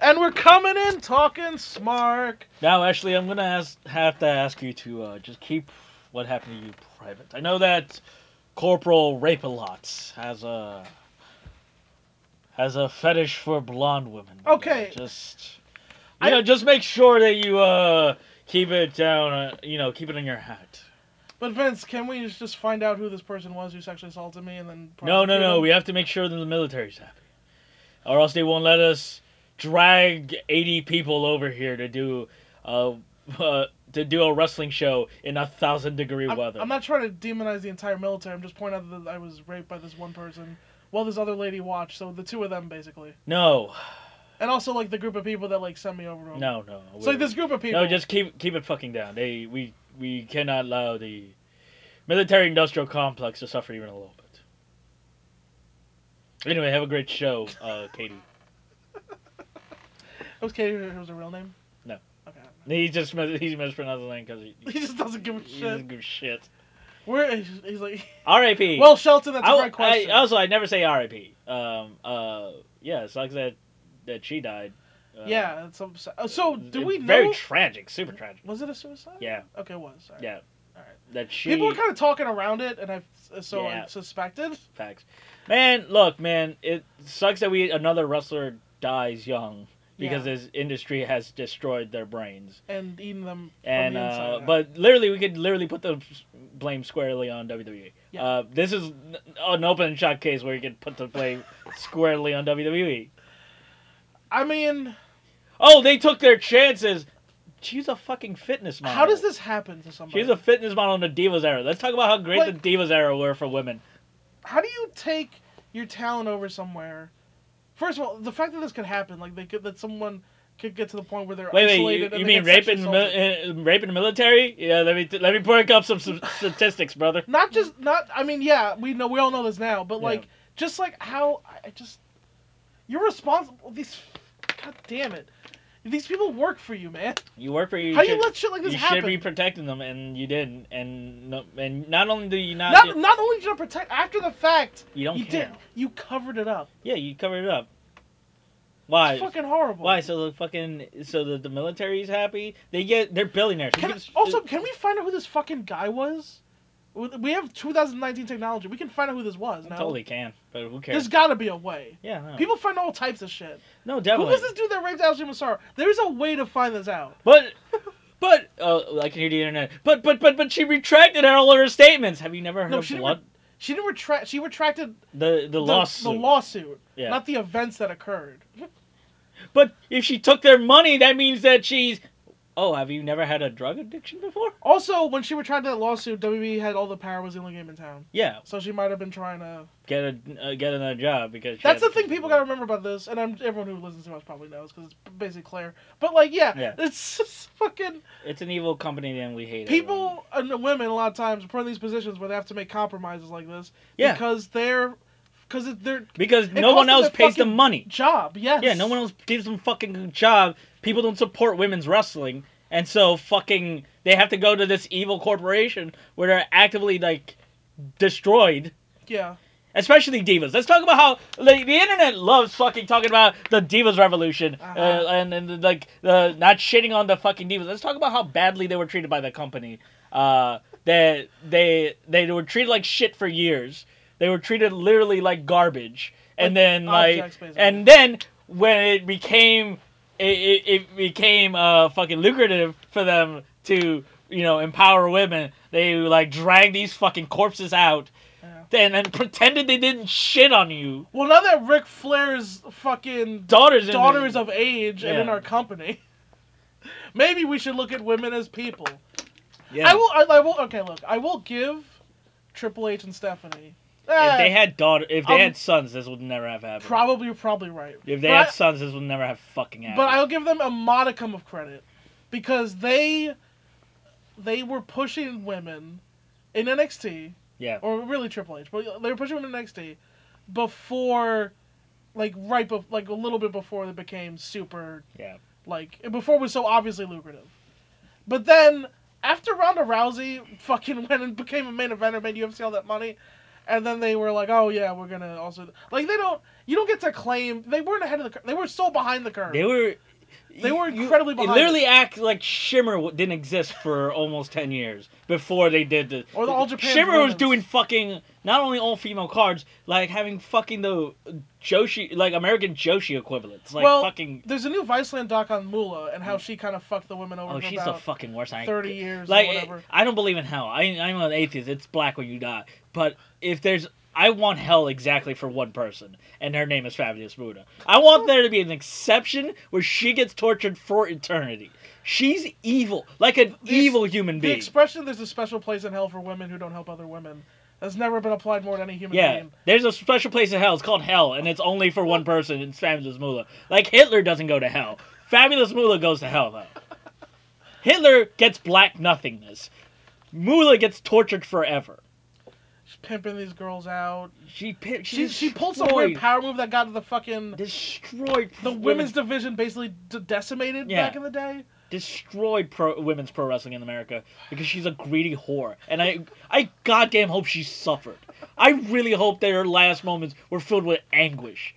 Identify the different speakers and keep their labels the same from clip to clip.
Speaker 1: And we're coming in talking smart.
Speaker 2: Now, Ashley, I'm gonna ask, have to ask you to uh, just keep what happened to you private. I know that Corporal Rape-a-Lot has a has a fetish for blonde women. but, uh,
Speaker 1: Okay.
Speaker 2: just you
Speaker 1: I-
Speaker 2: know, just make sure that you uh keep it down. Uh, you know, keep it in your hat.
Speaker 1: But Vince, can we just find out who this person was who sexually assaulted me and then?
Speaker 2: No, no,
Speaker 1: prosecute
Speaker 2: no.
Speaker 1: him?
Speaker 2: We have to make sure that the military's happy, or else they won't let us drag eighty people over here to do uh, uh to do a wrestling show in a thousand degree
Speaker 1: I'm,
Speaker 2: weather.
Speaker 1: I'm not trying to demonize the entire military. I'm just pointing out that I was raped by this one person. Well, this other lady watched, so the two of them basically,
Speaker 2: No,
Speaker 1: and also like the group of people that like sent me over. to him.
Speaker 2: no, no.
Speaker 1: It's like
Speaker 2: we're-
Speaker 1: this group of people.
Speaker 2: No, just keep keep it fucking down. They we we cannot allow the military industrial complex to suffer even a little bit. Anyway, have a great show, uh, Katie.
Speaker 1: It was Katie. It was her real name.
Speaker 2: No.
Speaker 1: Okay.
Speaker 2: He just mis- he's mispronounced the name because he,
Speaker 1: He just doesn't give a
Speaker 2: he doesn't
Speaker 1: shit.
Speaker 2: give a shit.
Speaker 1: Where he's, he's like,
Speaker 2: R.I.P.
Speaker 1: well, Shelton, that's a
Speaker 2: I-
Speaker 1: great question.
Speaker 2: I, also, I never say R.I.P. Um, uh, yeah, it's like that that she died. Uh,
Speaker 1: yeah. It's ups- uh, so, do
Speaker 2: it-
Speaker 1: we know?
Speaker 2: Very tragic, super tragic.
Speaker 1: was it a suicide?
Speaker 2: Yeah,
Speaker 1: Okay, it was. Sorry.
Speaker 2: yeah.
Speaker 1: All right.
Speaker 2: That she
Speaker 1: People were kind of talking around it, and I uh, so
Speaker 2: Yeah.
Speaker 1: I suspected.
Speaker 2: Facts. Man, look, man, it sucks that we another wrestler dies young because
Speaker 1: Yeah.
Speaker 2: this industry has destroyed their brains.
Speaker 1: and eating them
Speaker 2: And
Speaker 1: from the inside
Speaker 2: uh,
Speaker 1: out.
Speaker 2: but literally, we could literally put the blame squarely on WWE.
Speaker 1: Yeah.
Speaker 2: Uh, this is n- an open shot case where you could put the blame squarely on E. WWE.
Speaker 1: I mean,
Speaker 2: Oh, they took their chances. She's a fucking fitness model.
Speaker 1: how does this happen to somebody?
Speaker 2: She's a fitness model in the Divas era. Let's talk about how great
Speaker 1: Like-
Speaker 2: the Divas era were for women.
Speaker 1: How do you take your talent over somewhere? First of all, the fact that this could happen, like they could that someone could get to the point where they're
Speaker 2: Wait, wait,
Speaker 1: isolated.
Speaker 2: you,
Speaker 1: and
Speaker 2: you
Speaker 1: they
Speaker 2: mean
Speaker 1: get
Speaker 2: rape
Speaker 1: sexually
Speaker 2: in,
Speaker 1: assaulted.
Speaker 2: mil- uh, rape in the military? Yeah, let me let me break up some, some statistics, brother.
Speaker 1: Not just not. I mean, yeah, we know we all know this now, but
Speaker 2: Yeah.
Speaker 1: like just like how I- I just you're responsible. These, god damn it, these people work for you, man.
Speaker 2: You work for you.
Speaker 1: how do
Speaker 2: should,
Speaker 1: you let shit like this
Speaker 2: you
Speaker 1: happen?
Speaker 2: should be protecting them, and you didn't, and no, and not only do you not,
Speaker 1: not, not only did you protect after the fact,
Speaker 2: you don't
Speaker 1: you
Speaker 2: care.
Speaker 1: did you covered it up.
Speaker 2: Yeah, you covered it up.
Speaker 1: It's
Speaker 2: Why?
Speaker 1: fucking horrible.
Speaker 2: Why? So the fucking so the, the military's happy. They get they're billionaires. Who
Speaker 1: Can,
Speaker 2: gives-
Speaker 1: also, can we find out who this fucking guy was? We we have 2019 technology. We can find out who this was.
Speaker 2: they
Speaker 1: No?
Speaker 2: totally can, but who cares?
Speaker 1: There's gotta be a way.
Speaker 2: yeah, no.
Speaker 1: People find all types of shit.
Speaker 2: no,
Speaker 1: Who
Speaker 2: definitely.
Speaker 1: was this dude that raped Algie Massaro? There's a way to find this out.
Speaker 2: But, but uh, I can hear the internet. But but but but she retracted all of her statements. Have you never heard
Speaker 1: No,
Speaker 2: of
Speaker 1: she didn't
Speaker 2: blood?
Speaker 1: She didn't retract. She retracted
Speaker 2: The the,
Speaker 1: the,
Speaker 2: lawsuit.
Speaker 1: the lawsuit,
Speaker 2: Yeah.
Speaker 1: not the events that occurred.
Speaker 2: But if she took their money, that means that she's. Oh, have you never had a drug addiction before?
Speaker 1: Also, when she retracted that lawsuit, WWE had all the power. Was the only game in town,
Speaker 2: Yeah,
Speaker 1: so she might have been trying to.
Speaker 2: get a uh, get another job because she
Speaker 1: That's the
Speaker 2: had-
Speaker 1: thing people gotta remember about this, and I'm, everyone who listens to us probably knows because it's basically Claire. But like, yeah,
Speaker 2: Yeah.
Speaker 1: it's just fucking.
Speaker 2: It's an evil company, and we hate everyone.
Speaker 1: people and the women a lot of times are put in these positions where they have to make compromises like this
Speaker 2: Yeah.
Speaker 1: because they're because it's their
Speaker 2: because
Speaker 1: it
Speaker 2: no
Speaker 1: costs
Speaker 2: one
Speaker 1: them
Speaker 2: else
Speaker 1: their
Speaker 2: pays them
Speaker 1: fucking
Speaker 2: money.
Speaker 1: job yes
Speaker 2: Yeah, no one else gives them fucking a job. People don't support women's wrestling, and so fucking they have to go to this evil corporation where they're actively like destroyed
Speaker 1: yeah
Speaker 2: especially divas. Let's talk about how like, the internet loves fucking talking about the divas revolution uh
Speaker 1: Uh-huh.
Speaker 2: and, and like the not shitting on the fucking divas. Let's talk about how badly they were treated by the company. Uh, that they they were treated like shit for years. They were treated literally like garbage,
Speaker 1: Like
Speaker 2: and then like
Speaker 1: objects, basically.
Speaker 2: and then when it became it, it, it became uh fucking lucrative for them to you know empower women. They like drag these fucking corpses out
Speaker 1: yeah.
Speaker 2: and then pretended they didn't shit on you.
Speaker 1: well now that Ric Flair's fucking
Speaker 2: Daughters and
Speaker 1: daughter is of age and
Speaker 2: Yeah.
Speaker 1: in our company maybe we should look at women as people
Speaker 2: yeah.
Speaker 1: I will I, I will okay look I will give Triple H and Stephanie
Speaker 2: If
Speaker 1: eh,
Speaker 2: they had daughter, if they
Speaker 1: Um,
Speaker 2: had sons, this would never have happened.
Speaker 1: probably you're probably right
Speaker 2: if they
Speaker 1: But
Speaker 2: had
Speaker 1: I-
Speaker 2: sons, this would never have fucking happened.
Speaker 1: but I'll give them a modicum of credit because they they were pushing women in NXT
Speaker 2: yeah,
Speaker 1: or really Triple H, but they were pushing women in NXT before, like right bef- like a little bit before they became super
Speaker 2: yeah,
Speaker 1: like before it was so obviously lucrative. But then after Ronda Rousey fucking went and became a main eventer, made UFC all that money, and then they were like, "Oh yeah, we're gonna also like they don't you don't get to claim they weren't ahead of the cur- they were so behind the curve.
Speaker 2: They were.
Speaker 1: They were incredibly
Speaker 2: it
Speaker 1: behind
Speaker 2: literally act like Shimmer w- didn't exist for almost ten years before they did the.
Speaker 1: Or the All Japan
Speaker 2: Shimmer was
Speaker 1: Women's.
Speaker 2: doing fucking not only all female cards, like having fucking the Joshi, like American Joshi equivalents, like
Speaker 1: Well,
Speaker 2: fucking.
Speaker 1: There's a new Viceland doc on Mula and how she kind of fucked the women over
Speaker 2: Hmm. Oh,
Speaker 1: for
Speaker 2: she's the
Speaker 1: about
Speaker 2: fucking worst. I
Speaker 1: 30 years
Speaker 2: like
Speaker 1: or whatever.
Speaker 2: I don't believe in hell. I I'm an atheist. It's black when you die. But if there's I want hell exactly for one person, and her name is Fabulous Buddha. I want there to be an exception where she gets tortured for eternity. She's evil, like an
Speaker 1: The ex-
Speaker 2: evil human
Speaker 1: The
Speaker 2: being.
Speaker 1: expression "There's a special place in hell for women who don't help other women" has never been applied more to any human
Speaker 2: yeah,
Speaker 1: being.
Speaker 2: there's a special place in hell. It's called hell, and it's only for one person. It's Fabulous Moolah. Like Hitler doesn't go to hell. Fabulous Moolah goes to hell though. Hitler gets black nothingness. Moolah gets tortured forever.
Speaker 1: She's pimping these girls out.
Speaker 2: She pi-
Speaker 1: She
Speaker 2: she
Speaker 1: she pulled some
Speaker 2: destroyed,
Speaker 1: weird power move that got the fucking
Speaker 2: destroyed
Speaker 1: the
Speaker 2: women-
Speaker 1: women's division basically d- decimated
Speaker 2: Yeah.
Speaker 1: back in the day.
Speaker 2: destroyed pro, women's pro wrestling in America because she's a greedy whore, and I I goddamn hope she suffered. I really hope that her last moments were filled with anguish.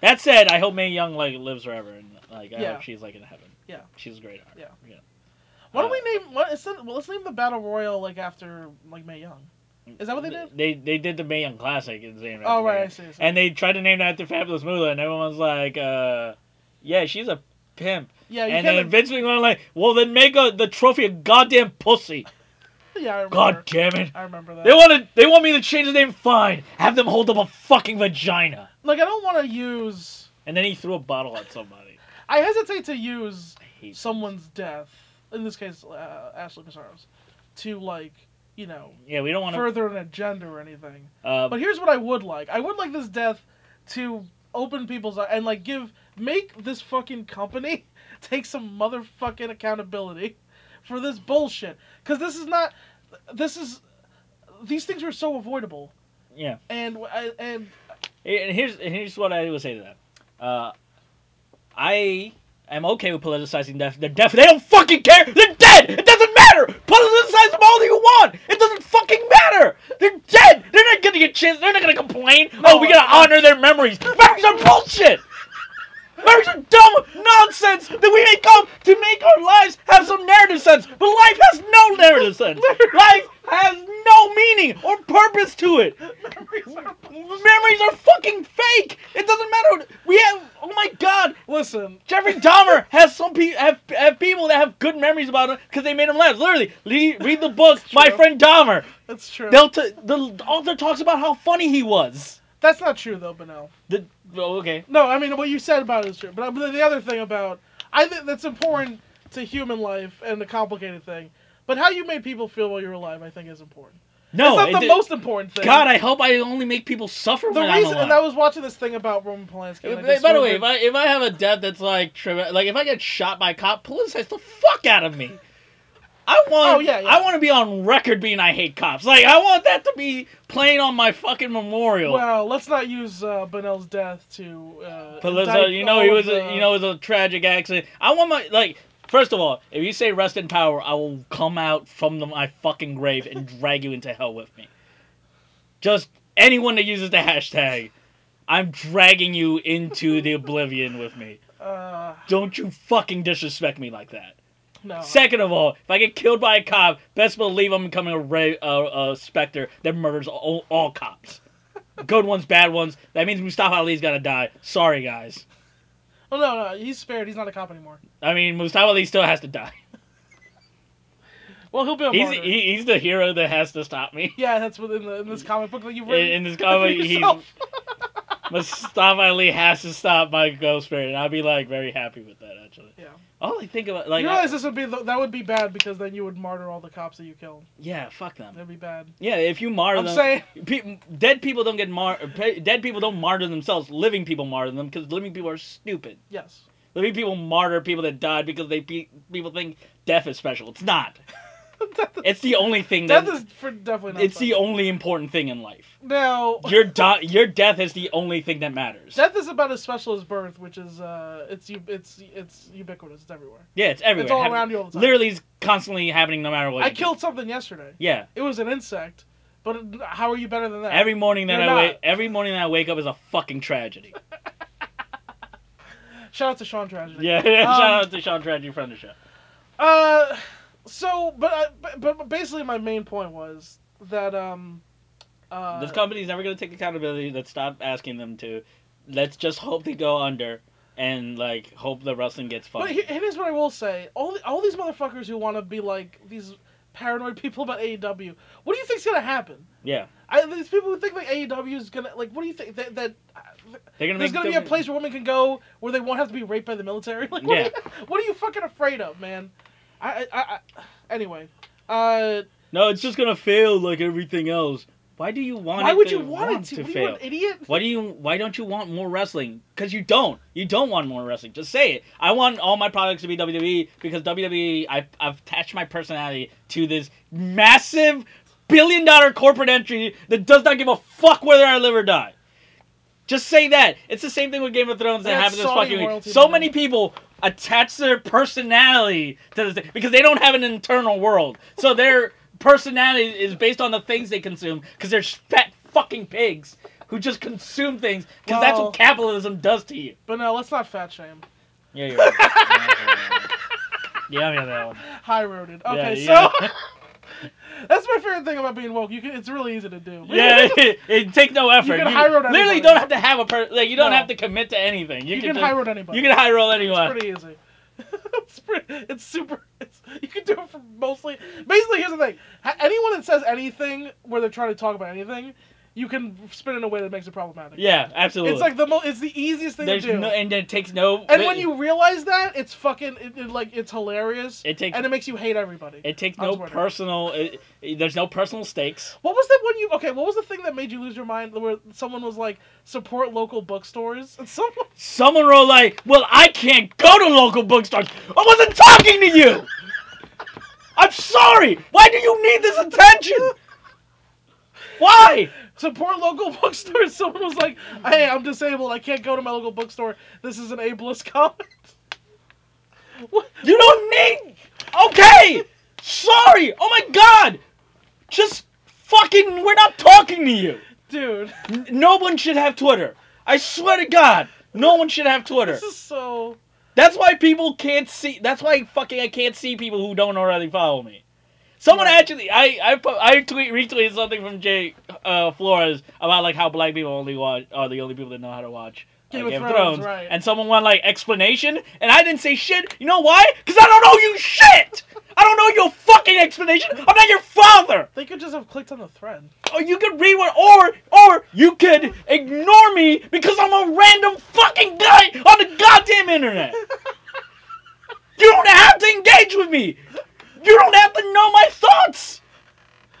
Speaker 2: That said, I hope Mae Young like lives forever, and like I
Speaker 1: Yeah.
Speaker 2: hope she's like in heaven.
Speaker 1: Yeah.
Speaker 2: she's a great heart.
Speaker 1: Yeah.
Speaker 2: yeah.
Speaker 1: Why don't
Speaker 2: Uh,
Speaker 1: we name what is that, well, let's name the battle royal like after like Mae Young. Is that what they did?
Speaker 2: They they did the Mae Young Classic in the same.
Speaker 1: Oh right, I see. I see.
Speaker 2: And they tried to name it after Fabulous Moolah, and everyone was like, uh, "Yeah, she's a pimp."
Speaker 1: yeah, you
Speaker 2: and then
Speaker 1: can't.
Speaker 2: Vince McMahon like, well then make a, the trophy a goddamn pussy.
Speaker 1: yeah, I remember.
Speaker 2: God damn it.
Speaker 1: I remember that.
Speaker 2: They want to, they want me to change the name. Fine, have them hold up a fucking vagina.
Speaker 1: like I don't want to use.
Speaker 2: And then he threw a bottle at somebody.
Speaker 1: I hesitate to use
Speaker 2: I hate
Speaker 1: someone's death, in this case uh, Ashley Pizarro's, to like you know
Speaker 2: Yeah, we don't want to.
Speaker 1: further an agenda or anything.
Speaker 2: Uh,
Speaker 1: But here's what I would like. I would like this death to open people's eyes and like give make this fucking company take some motherfucking accountability for this bullshit. Cause this is not. This is. These things were so avoidable.
Speaker 2: yeah.
Speaker 1: And I, and
Speaker 2: And here's and here's what I would say to that. Uh, I am okay with politicizing death. They're deaf. They don't fucking care. They're dead. It doesn't matter. Politicize them all you want. It doesn't fucking matter. They're dead. They're not gonna get chance. They're not gonna complain. oh, we gotta honor their memories. Memories are bullshit. Memories are dumb nonsense that we make up to make our lives have some narrative sense. But life has no narrative sense. Life has no meaning or purpose to it. Memories are fucking fake. It doesn't matter. We have. Oh my god.
Speaker 1: listen,
Speaker 2: Jeffrey Dahmer has some pe- have, have people that have good memories about him because they made him laugh. Literally, le- read the book, My
Speaker 1: true.
Speaker 2: Friend Dahmer.
Speaker 1: that's true.
Speaker 2: They'll t- the author talks about how funny he was.
Speaker 1: That's not true though, Benel.
Speaker 2: The, oh, okay.
Speaker 1: No, I mean what you said about it is true. But, uh, but the other thing about I think that's important to human life and a complicated thing. But how you made people feel while you were alive, I think, is important.
Speaker 2: No,
Speaker 1: it's not
Speaker 2: it
Speaker 1: the
Speaker 2: did-
Speaker 1: most important thing.
Speaker 2: God, I hope I only make people suffer
Speaker 1: the
Speaker 2: when
Speaker 1: reason,
Speaker 2: I'm alive.
Speaker 1: and I was watching this thing about Roman Polanski. and I
Speaker 2: By-
Speaker 1: just
Speaker 2: By the way, if
Speaker 1: remembered-
Speaker 2: I if I have a death that's like tri- like if I get shot by a cop, politicize the fuck out of me. I want
Speaker 1: Oh, yeah, yeah.
Speaker 2: I want to be on record being I hate cops. Like I want that to be playing on my fucking memorial.
Speaker 1: well, let's not use uh, Benel's death to. Uh,
Speaker 2: Politicize,
Speaker 1: indict
Speaker 2: you know
Speaker 1: all
Speaker 2: he
Speaker 1: of
Speaker 2: was
Speaker 1: the-
Speaker 2: a, you know it was a tragic accident. I want my like first of all, if you say rest in power, I will come out from the, my fucking grave and drag you into hell with me. Just anyone that uses the hashtag, I'm dragging you into the oblivion with me.
Speaker 1: Uh,
Speaker 2: Don't you fucking disrespect me like that.
Speaker 1: no.
Speaker 2: Second of all, if I get killed by a cop, best believe I'm becoming a, ra- uh, a specter that murders all, all cops. Good ones, bad ones. That means Mustafa Ali's gotta die. Sorry, guys.
Speaker 1: Oh no, no, he's spared. He's not a cop anymore.
Speaker 2: I mean, Mustafa Ali still has to die.
Speaker 1: Well, he'll be a
Speaker 2: He's
Speaker 1: martyr.
Speaker 2: he, he's the hero that has to stop me.
Speaker 1: Yeah, that's within the, in this comic book that you've
Speaker 2: In,
Speaker 1: written.
Speaker 2: in this comic, he's,
Speaker 1: yourself.
Speaker 2: Mustafa Ali has to stop my ghost spirit, and I'll be like very happy with that actually.
Speaker 1: Yeah.
Speaker 2: All I think about like
Speaker 1: you realize this would be the, that would be bad because then you would martyr all the cops that you killed.
Speaker 2: yeah, fuck them.
Speaker 1: That'd be bad.
Speaker 2: Yeah, if you martyr
Speaker 1: I'm
Speaker 2: them,
Speaker 1: saying-
Speaker 2: pe- dead people don't get mar. pe- Dead people don't martyr themselves. Living people martyr them because living people are stupid.
Speaker 1: Yes.
Speaker 2: Living people martyr people that died because they pe- people think death is special. It's not. It's the only thing that.
Speaker 1: Death is for definitely not.
Speaker 2: it's
Speaker 1: fun.
Speaker 2: the only important thing in life.
Speaker 1: now.
Speaker 2: Your di- your death is the only thing that matters.
Speaker 1: Death is about as special as birth, which is uh, it's u- it's it's ubiquitous. It's everywhere.
Speaker 2: yeah, it's everywhere.
Speaker 1: It's all
Speaker 2: Happen-
Speaker 1: around you all the time.
Speaker 2: Literally, it's constantly happening no matter what.
Speaker 1: I
Speaker 2: you do.
Speaker 1: killed something yesterday.
Speaker 2: Yeah,
Speaker 1: It was an insect, But how are you better than that?
Speaker 2: Every morning that
Speaker 1: You're
Speaker 2: I wake,
Speaker 1: not.
Speaker 2: every morning that I wake up is a fucking tragedy.
Speaker 1: Shout out to Sean Tragedy.
Speaker 2: Yeah,
Speaker 1: Um,
Speaker 2: shout out to Sean Tragedy, friend of the show.
Speaker 1: Uh, so, but, I, but but basically, my main point was that um, uh,
Speaker 2: this company's never gonna take accountability. Let's stop asking them to. Let's just hope they go under and like hope the wrestling gets
Speaker 1: But
Speaker 2: fun.
Speaker 1: he- here's what I will say: all the, all these motherfuckers who want to be like these paranoid people about AEW, what do you think's gonna happen?
Speaker 2: Yeah,
Speaker 1: I, these people who think like AEW is gonna like, what do you think that that
Speaker 2: they're gonna
Speaker 1: there's
Speaker 2: make
Speaker 1: gonna be a
Speaker 2: them-
Speaker 1: place where women can go where they won't have to be raped by the military? Like, what,
Speaker 2: Yeah.
Speaker 1: what are you fucking afraid of, man? I I, I, I anyway, uh,
Speaker 2: No, it's just gonna fail like everything else. Why do you want?
Speaker 1: why
Speaker 2: it
Speaker 1: would
Speaker 2: to
Speaker 1: you want, it to?
Speaker 2: to
Speaker 1: What are you
Speaker 2: fail?
Speaker 1: an idiot?
Speaker 2: Why do you? Why don't you want more wrestling? Because you don't. You don't want more wrestling. Just say it. I want all my products to be WWE because WWE. I've, I've attached my personality to this massive billion-dollar corporate entity that does not give a fuck whether I live or die. Just say that. It's the same thing with Game of Thrones that
Speaker 1: That's
Speaker 2: happened this
Speaker 1: Saudi
Speaker 2: fucking week.
Speaker 1: royalty
Speaker 2: So
Speaker 1: money.
Speaker 2: many people attach their personality to this thing because they don't have an internal world. So their personality is based on the things they consume because they're fat fucking pigs who just consume things because that's
Speaker 1: Well-
Speaker 2: what capitalism does to you.
Speaker 1: But no, let's not fat shame.
Speaker 2: Yeah, you're right. yeah, yeah, that one.
Speaker 1: High roaded. Okay,
Speaker 2: Yeah,
Speaker 1: so that's my favorite thing about being woke. You can, it's really easy to do.
Speaker 2: Yeah, it, it take no effort.
Speaker 1: can high road
Speaker 2: literally
Speaker 1: anybody.
Speaker 2: don't have to have a per- like you don't
Speaker 1: No.
Speaker 2: have to commit to anything. You,
Speaker 1: you,
Speaker 2: can,
Speaker 1: can
Speaker 2: just-
Speaker 1: high road anybody.
Speaker 2: You can high roll anyone.
Speaker 1: It's pretty easy. it's pretty. It's super. It's, you can do it for mostly. Basically, here's the thing: Ha- anyone that says anything where they're trying to talk about anything, you can spin in a way that makes it problematic.
Speaker 2: Yeah, absolutely.
Speaker 1: It's like the mo- It's the easiest thing
Speaker 2: There's
Speaker 1: to do.
Speaker 2: no, and it takes no.
Speaker 1: and when you realize that, it's fucking. It, it, like it's hilarious.
Speaker 2: it takes
Speaker 1: and it makes you hate everybody.
Speaker 2: it takes
Speaker 1: on
Speaker 2: no
Speaker 1: Twitter.
Speaker 2: personal. It, it- there's no personal stakes.
Speaker 1: what was that when you okay? What was the thing that made you lose your mind? Where someone was like, "Support local bookstores," and someone
Speaker 2: Someone wrote like, "Well, I can't go to local bookstores. I wasn't talking to you. I'm sorry. Why do you need this attention? Why?
Speaker 1: support local bookstores. Someone was like, "Hey, I'm disabled. I can't go to my local bookstore. This is an ableist comment." What?
Speaker 2: You don't need. Okay. Sorry. Oh my God. Just fucking. We're not talking to you.
Speaker 1: Dude,
Speaker 2: N- No one should have Twitter. I swear to God, no one should have Twitter.
Speaker 1: this is so.
Speaker 2: That's why people can't see. That's why fucking I can't see people who don't already follow me. Someone
Speaker 1: Right.
Speaker 2: actually, I I po- I tweet retweeted something from Jay uh, Flores about like how black people only watch are the only people that know how to watch uh,
Speaker 1: Game of Thrones, right.
Speaker 2: and someone went like explanation, and I didn't say shit. You know why? Because I don't owe you shit. I don't know your fucking explanation. I'm not your father.
Speaker 1: They could just have clicked on the thread.
Speaker 2: Or Oh, you could read what, or or you could ignore me because I'm a random fucking guy on the goddamn internet. you don't have to engage with me. You don't have to know my thoughts.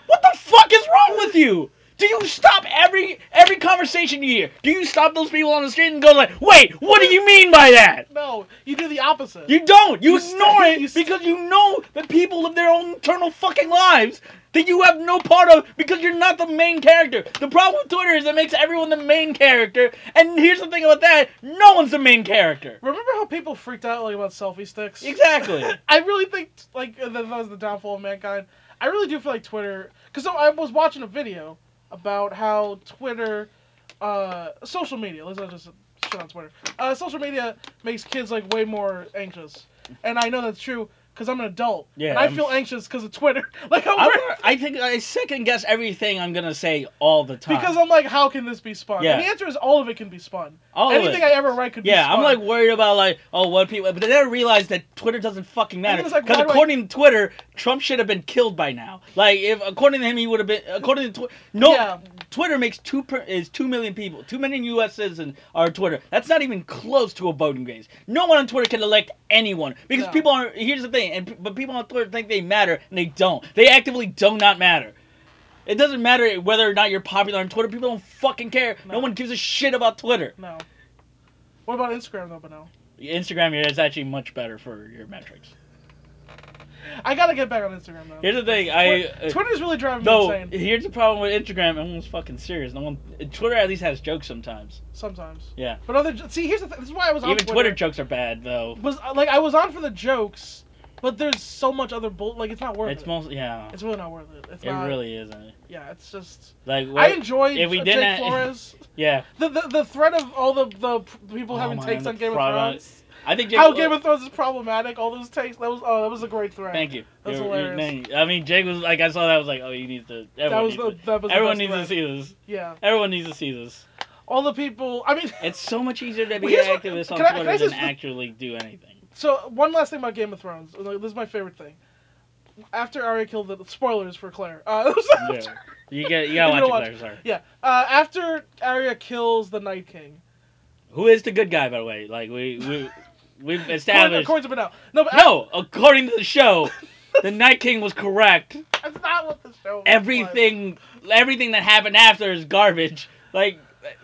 Speaker 2: What the fuck is wrong with you? Do you stop every every conversation you hear? Do you stop those people on the street and go like, "Wait, what do you mean by that?"
Speaker 1: No, you do the opposite.
Speaker 2: You don't. You,
Speaker 1: You st-
Speaker 2: ignore it
Speaker 1: you st-
Speaker 2: because you know that people live their own internal fucking lives that you have no part of because you're not the main character. The problem with Twitter is it makes everyone the main character. And here's the thing about that: no one's the main character.
Speaker 1: Remember how people freaked out like about selfie sticks?
Speaker 2: Exactly.
Speaker 1: I really think like that that was the downfall of mankind. I really do feel like Twitter, because I was watching a video about how Twitter, uh, social media. Let's not just shit on Twitter. Uh, social media makes kids like way more anxious, and I know that's true because I'm an adult.
Speaker 2: Yeah,
Speaker 1: and I
Speaker 2: I'm-
Speaker 1: feel anxious because of Twitter. Like I'm,
Speaker 2: I'm, I think I second guess everything I'm gonna say all the time.
Speaker 1: because I'm like, how can this be spun?
Speaker 2: Yeah.
Speaker 1: And the answer is all of it can be spun.
Speaker 2: all of
Speaker 1: Anything
Speaker 2: it.
Speaker 1: I ever write could be
Speaker 2: yeah,
Speaker 1: spun.
Speaker 2: I'm like worried about like oh what people, but then I realized that Twitter doesn't fucking matter
Speaker 1: it's like,
Speaker 2: because
Speaker 1: why do I-
Speaker 2: according to Twitter, Trump should have been killed by now. Like if according to him, he would have been according to Twi- no
Speaker 1: Yeah.
Speaker 2: Twitter makes two per, is two million people, two million U.S. citizens are Twitter. That's not even close to a voting base. No one on Twitter can elect anyone because
Speaker 1: No.
Speaker 2: people are here's the thing, and but people on Twitter think they matter and they don't. They actively do not matter. It doesn't matter whether or not you're popular on Twitter. People don't fucking care. no
Speaker 1: No.
Speaker 2: one gives a shit about Twitter.
Speaker 1: no. What about Instagram though? But no.
Speaker 2: Instagram is actually much better for your metrics.
Speaker 1: I gotta get back on Instagram though.
Speaker 2: Here's the thing, I
Speaker 1: Twi-
Speaker 2: uh,
Speaker 1: Twitter's really driving
Speaker 2: no.
Speaker 1: me insane
Speaker 2: Here's the problem with Instagram. Everyone's fucking serious. No one. Twitter at least has jokes sometimes.
Speaker 1: sometimes.
Speaker 2: Yeah.
Speaker 1: But other see here's the thing. This is why I was on
Speaker 2: Even Twitter
Speaker 1: Twitter.
Speaker 2: jokes are bad though.
Speaker 1: was uh, like I was on for the jokes, But there's so much other bull. Like it's not worth
Speaker 2: It's
Speaker 1: it.
Speaker 2: most yeah.
Speaker 1: it's really not worth it. It's
Speaker 2: it
Speaker 1: not.
Speaker 2: really isn't.
Speaker 1: Yeah, it's just.
Speaker 2: Like
Speaker 1: I
Speaker 2: what?
Speaker 1: enjoyed
Speaker 2: if we
Speaker 1: Jake
Speaker 2: didn't-
Speaker 1: Flores.
Speaker 2: yeah.
Speaker 1: The, the the threat of all the the people
Speaker 2: Oh,
Speaker 1: having
Speaker 2: man,
Speaker 1: takes
Speaker 2: the
Speaker 1: on Game
Speaker 2: product.
Speaker 1: of Thrones.
Speaker 2: I think Jake.
Speaker 1: How Game of Thrones is problematic. All those takes. That was oh, that was a great threat.
Speaker 2: Thank you.
Speaker 1: That's
Speaker 2: You're- you're-
Speaker 1: hilarious.
Speaker 2: thank you. I mean, Jake was like, I saw that. I was like, oh, you need to. Everyone
Speaker 1: That was
Speaker 2: needs
Speaker 1: the
Speaker 2: to-
Speaker 1: that was the
Speaker 2: Everyone
Speaker 1: best
Speaker 2: needs to
Speaker 1: threat.
Speaker 2: see this.
Speaker 1: Yeah,
Speaker 2: Everyone needs to see this.
Speaker 1: all the people. I mean,
Speaker 2: It's so much easier to be
Speaker 1: Well, here's
Speaker 2: an
Speaker 1: what-
Speaker 2: activist on
Speaker 1: can I- can I
Speaker 2: Twitter than
Speaker 1: just-
Speaker 2: actually do anything.
Speaker 1: so one last thing about Game of Thrones. Like, This is my favorite thing. After Arya killed the spoilers for Claire. Uh,
Speaker 2: Yeah.
Speaker 1: yeah.
Speaker 2: You get.
Speaker 1: You
Speaker 2: You gotta watch
Speaker 1: don't
Speaker 2: it,
Speaker 1: watch-
Speaker 2: Claire, sorry.
Speaker 1: Uh, after Arya kills the Night King.
Speaker 2: Who is the good guy, by the way? Like we we we've
Speaker 1: According,
Speaker 2: established.
Speaker 1: according to Benel. No, but
Speaker 2: no, according to the show, the Night King was correct.
Speaker 1: that's not what the show. was like.
Speaker 2: Everything, everything that happened after is garbage. Like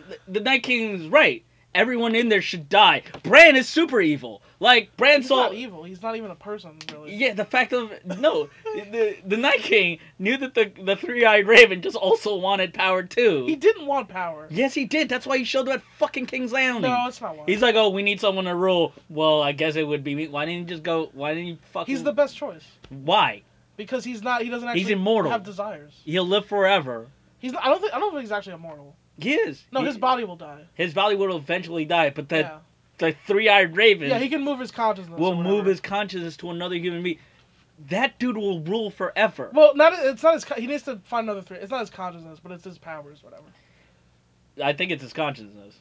Speaker 2: the, the Night King's right. Everyone in there should die. Bran is super evil. Like Bran
Speaker 1: He's
Speaker 2: saw.
Speaker 1: not evil. He's not even a person, really.
Speaker 2: Yeah, the fact of no, the the Night King knew that the the three eyed raven just also wanted power too.
Speaker 1: He didn't want power.
Speaker 2: yes, he did. That's why he showed up at fucking King's Landing.
Speaker 1: No, it's not why.
Speaker 2: He's like, oh, we need someone to rule. Well, I guess it would be me. Why didn't he just go? Why didn't he fucking?
Speaker 1: He's the best choice
Speaker 2: Why?
Speaker 1: because he's not. He doesn't actually.
Speaker 2: He's immortal.
Speaker 1: Have desires.
Speaker 2: He'll live forever.
Speaker 1: He's. Not, I don't think. I don't think he's actually immortal.
Speaker 2: He is.
Speaker 1: No,
Speaker 2: He-
Speaker 1: his body will die.
Speaker 2: his body will eventually die, but that
Speaker 1: yeah.
Speaker 2: the three-eyed raven
Speaker 1: Yeah, he can move his consciousness.
Speaker 2: will
Speaker 1: or
Speaker 2: move
Speaker 1: whatever.
Speaker 2: his consciousness to another human being. That dude will rule forever.
Speaker 1: Well, not it's not his. co- He needs to find another three. It's not his consciousness, but it's his powers, whatever.
Speaker 2: I think it's his consciousness.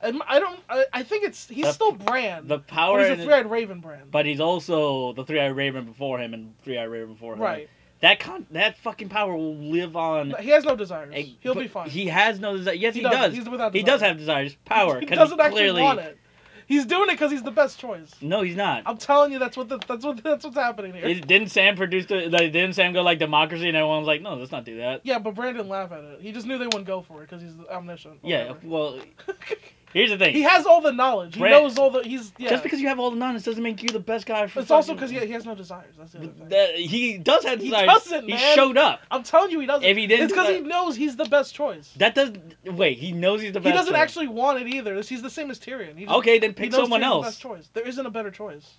Speaker 1: And I don't. I, I think it's he's
Speaker 2: The-
Speaker 1: still Brand.
Speaker 2: The power,
Speaker 1: but he's a
Speaker 2: in it-
Speaker 1: three-eyed Raven Brand.
Speaker 2: but he's also the three-eyed raven before him and three-eyed raven before him.
Speaker 1: right.
Speaker 2: That con- that fucking power will live on.
Speaker 1: He has no desires.
Speaker 2: Hey,
Speaker 1: He'll
Speaker 2: but
Speaker 1: be fine.
Speaker 2: He has no desire. Yes, he,
Speaker 1: doesn't.
Speaker 2: does.
Speaker 1: He's without.
Speaker 2: He
Speaker 1: desires.
Speaker 2: does have desires, power.
Speaker 1: He
Speaker 2: 'cause
Speaker 1: doesn't actually
Speaker 2: clearly...
Speaker 1: want it. He's doing it because he's the best choice.
Speaker 2: No, he's not.
Speaker 1: I'm telling you, that's what the, that's what that's what's happening here.
Speaker 2: It- didn't Sam produce the? Like, didn't Sam go like democracy, and everyone was like, "No, let's not do that."
Speaker 1: yeah, but Brandon laughed at it. He just knew they wouldn't go for it because he's omniscient. or
Speaker 2: Yeah.
Speaker 1: whatever.
Speaker 2: Well, here's the thing.
Speaker 1: He has all the knowledge. He
Speaker 2: Brand-
Speaker 1: knows all the. He's yeah.
Speaker 2: Just because you have all the knowledge doesn't make you the best guy. For
Speaker 1: it's also because
Speaker 2: fucking-
Speaker 1: he, he has no desires. That's the other thing.
Speaker 2: That- he does have
Speaker 1: He
Speaker 2: desires.
Speaker 1: doesn't,
Speaker 2: He
Speaker 1: man.
Speaker 2: showed up.
Speaker 1: I'm telling you, he doesn't.
Speaker 2: If he didn't
Speaker 1: it's
Speaker 2: do
Speaker 1: because he
Speaker 2: that-
Speaker 1: knows he's the best choice.
Speaker 2: That does. Wait, he knows he's the
Speaker 1: He
Speaker 2: best.
Speaker 1: doesn't
Speaker 2: one.
Speaker 1: actually want it either. This- He's the same as Tyrion. He just-
Speaker 2: Okay, then
Speaker 1: he
Speaker 2: pick
Speaker 1: knows
Speaker 2: someone
Speaker 1: Tyrion's the
Speaker 2: else.
Speaker 1: Best choice. There isn't a better choice.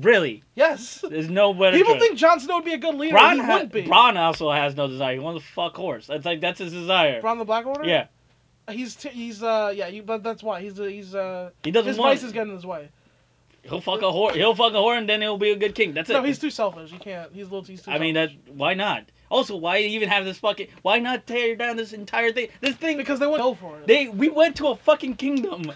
Speaker 2: Really,
Speaker 1: Yes.
Speaker 2: there's no better.
Speaker 1: People
Speaker 2: choice.
Speaker 1: think Jon Snow would be a good leader.
Speaker 2: Bronn
Speaker 1: he
Speaker 2: ha-
Speaker 1: wouldn't be.
Speaker 2: Bronn also has no desire. He wants to fuck horse. That's like that's his desire.
Speaker 1: Bronn the Black Order.
Speaker 2: yeah,
Speaker 1: He's t- he's uh yeah. You, but that's why he's uh, he's uh
Speaker 2: he doesn't
Speaker 1: his
Speaker 2: want.
Speaker 1: vice is getting in his way.
Speaker 2: He'll fuck a whore. He'll fuck a whore, and then he'll be a good king. That's
Speaker 1: No,
Speaker 2: it.
Speaker 1: he's too selfish. He can't. He's a little. He's too
Speaker 2: I mean, that
Speaker 1: selfish.
Speaker 2: why not? Also, why even have this fucking? Why not tear down this entire thing? This thing
Speaker 1: because they wouldn't go for it.
Speaker 2: they we went to a fucking kingdom.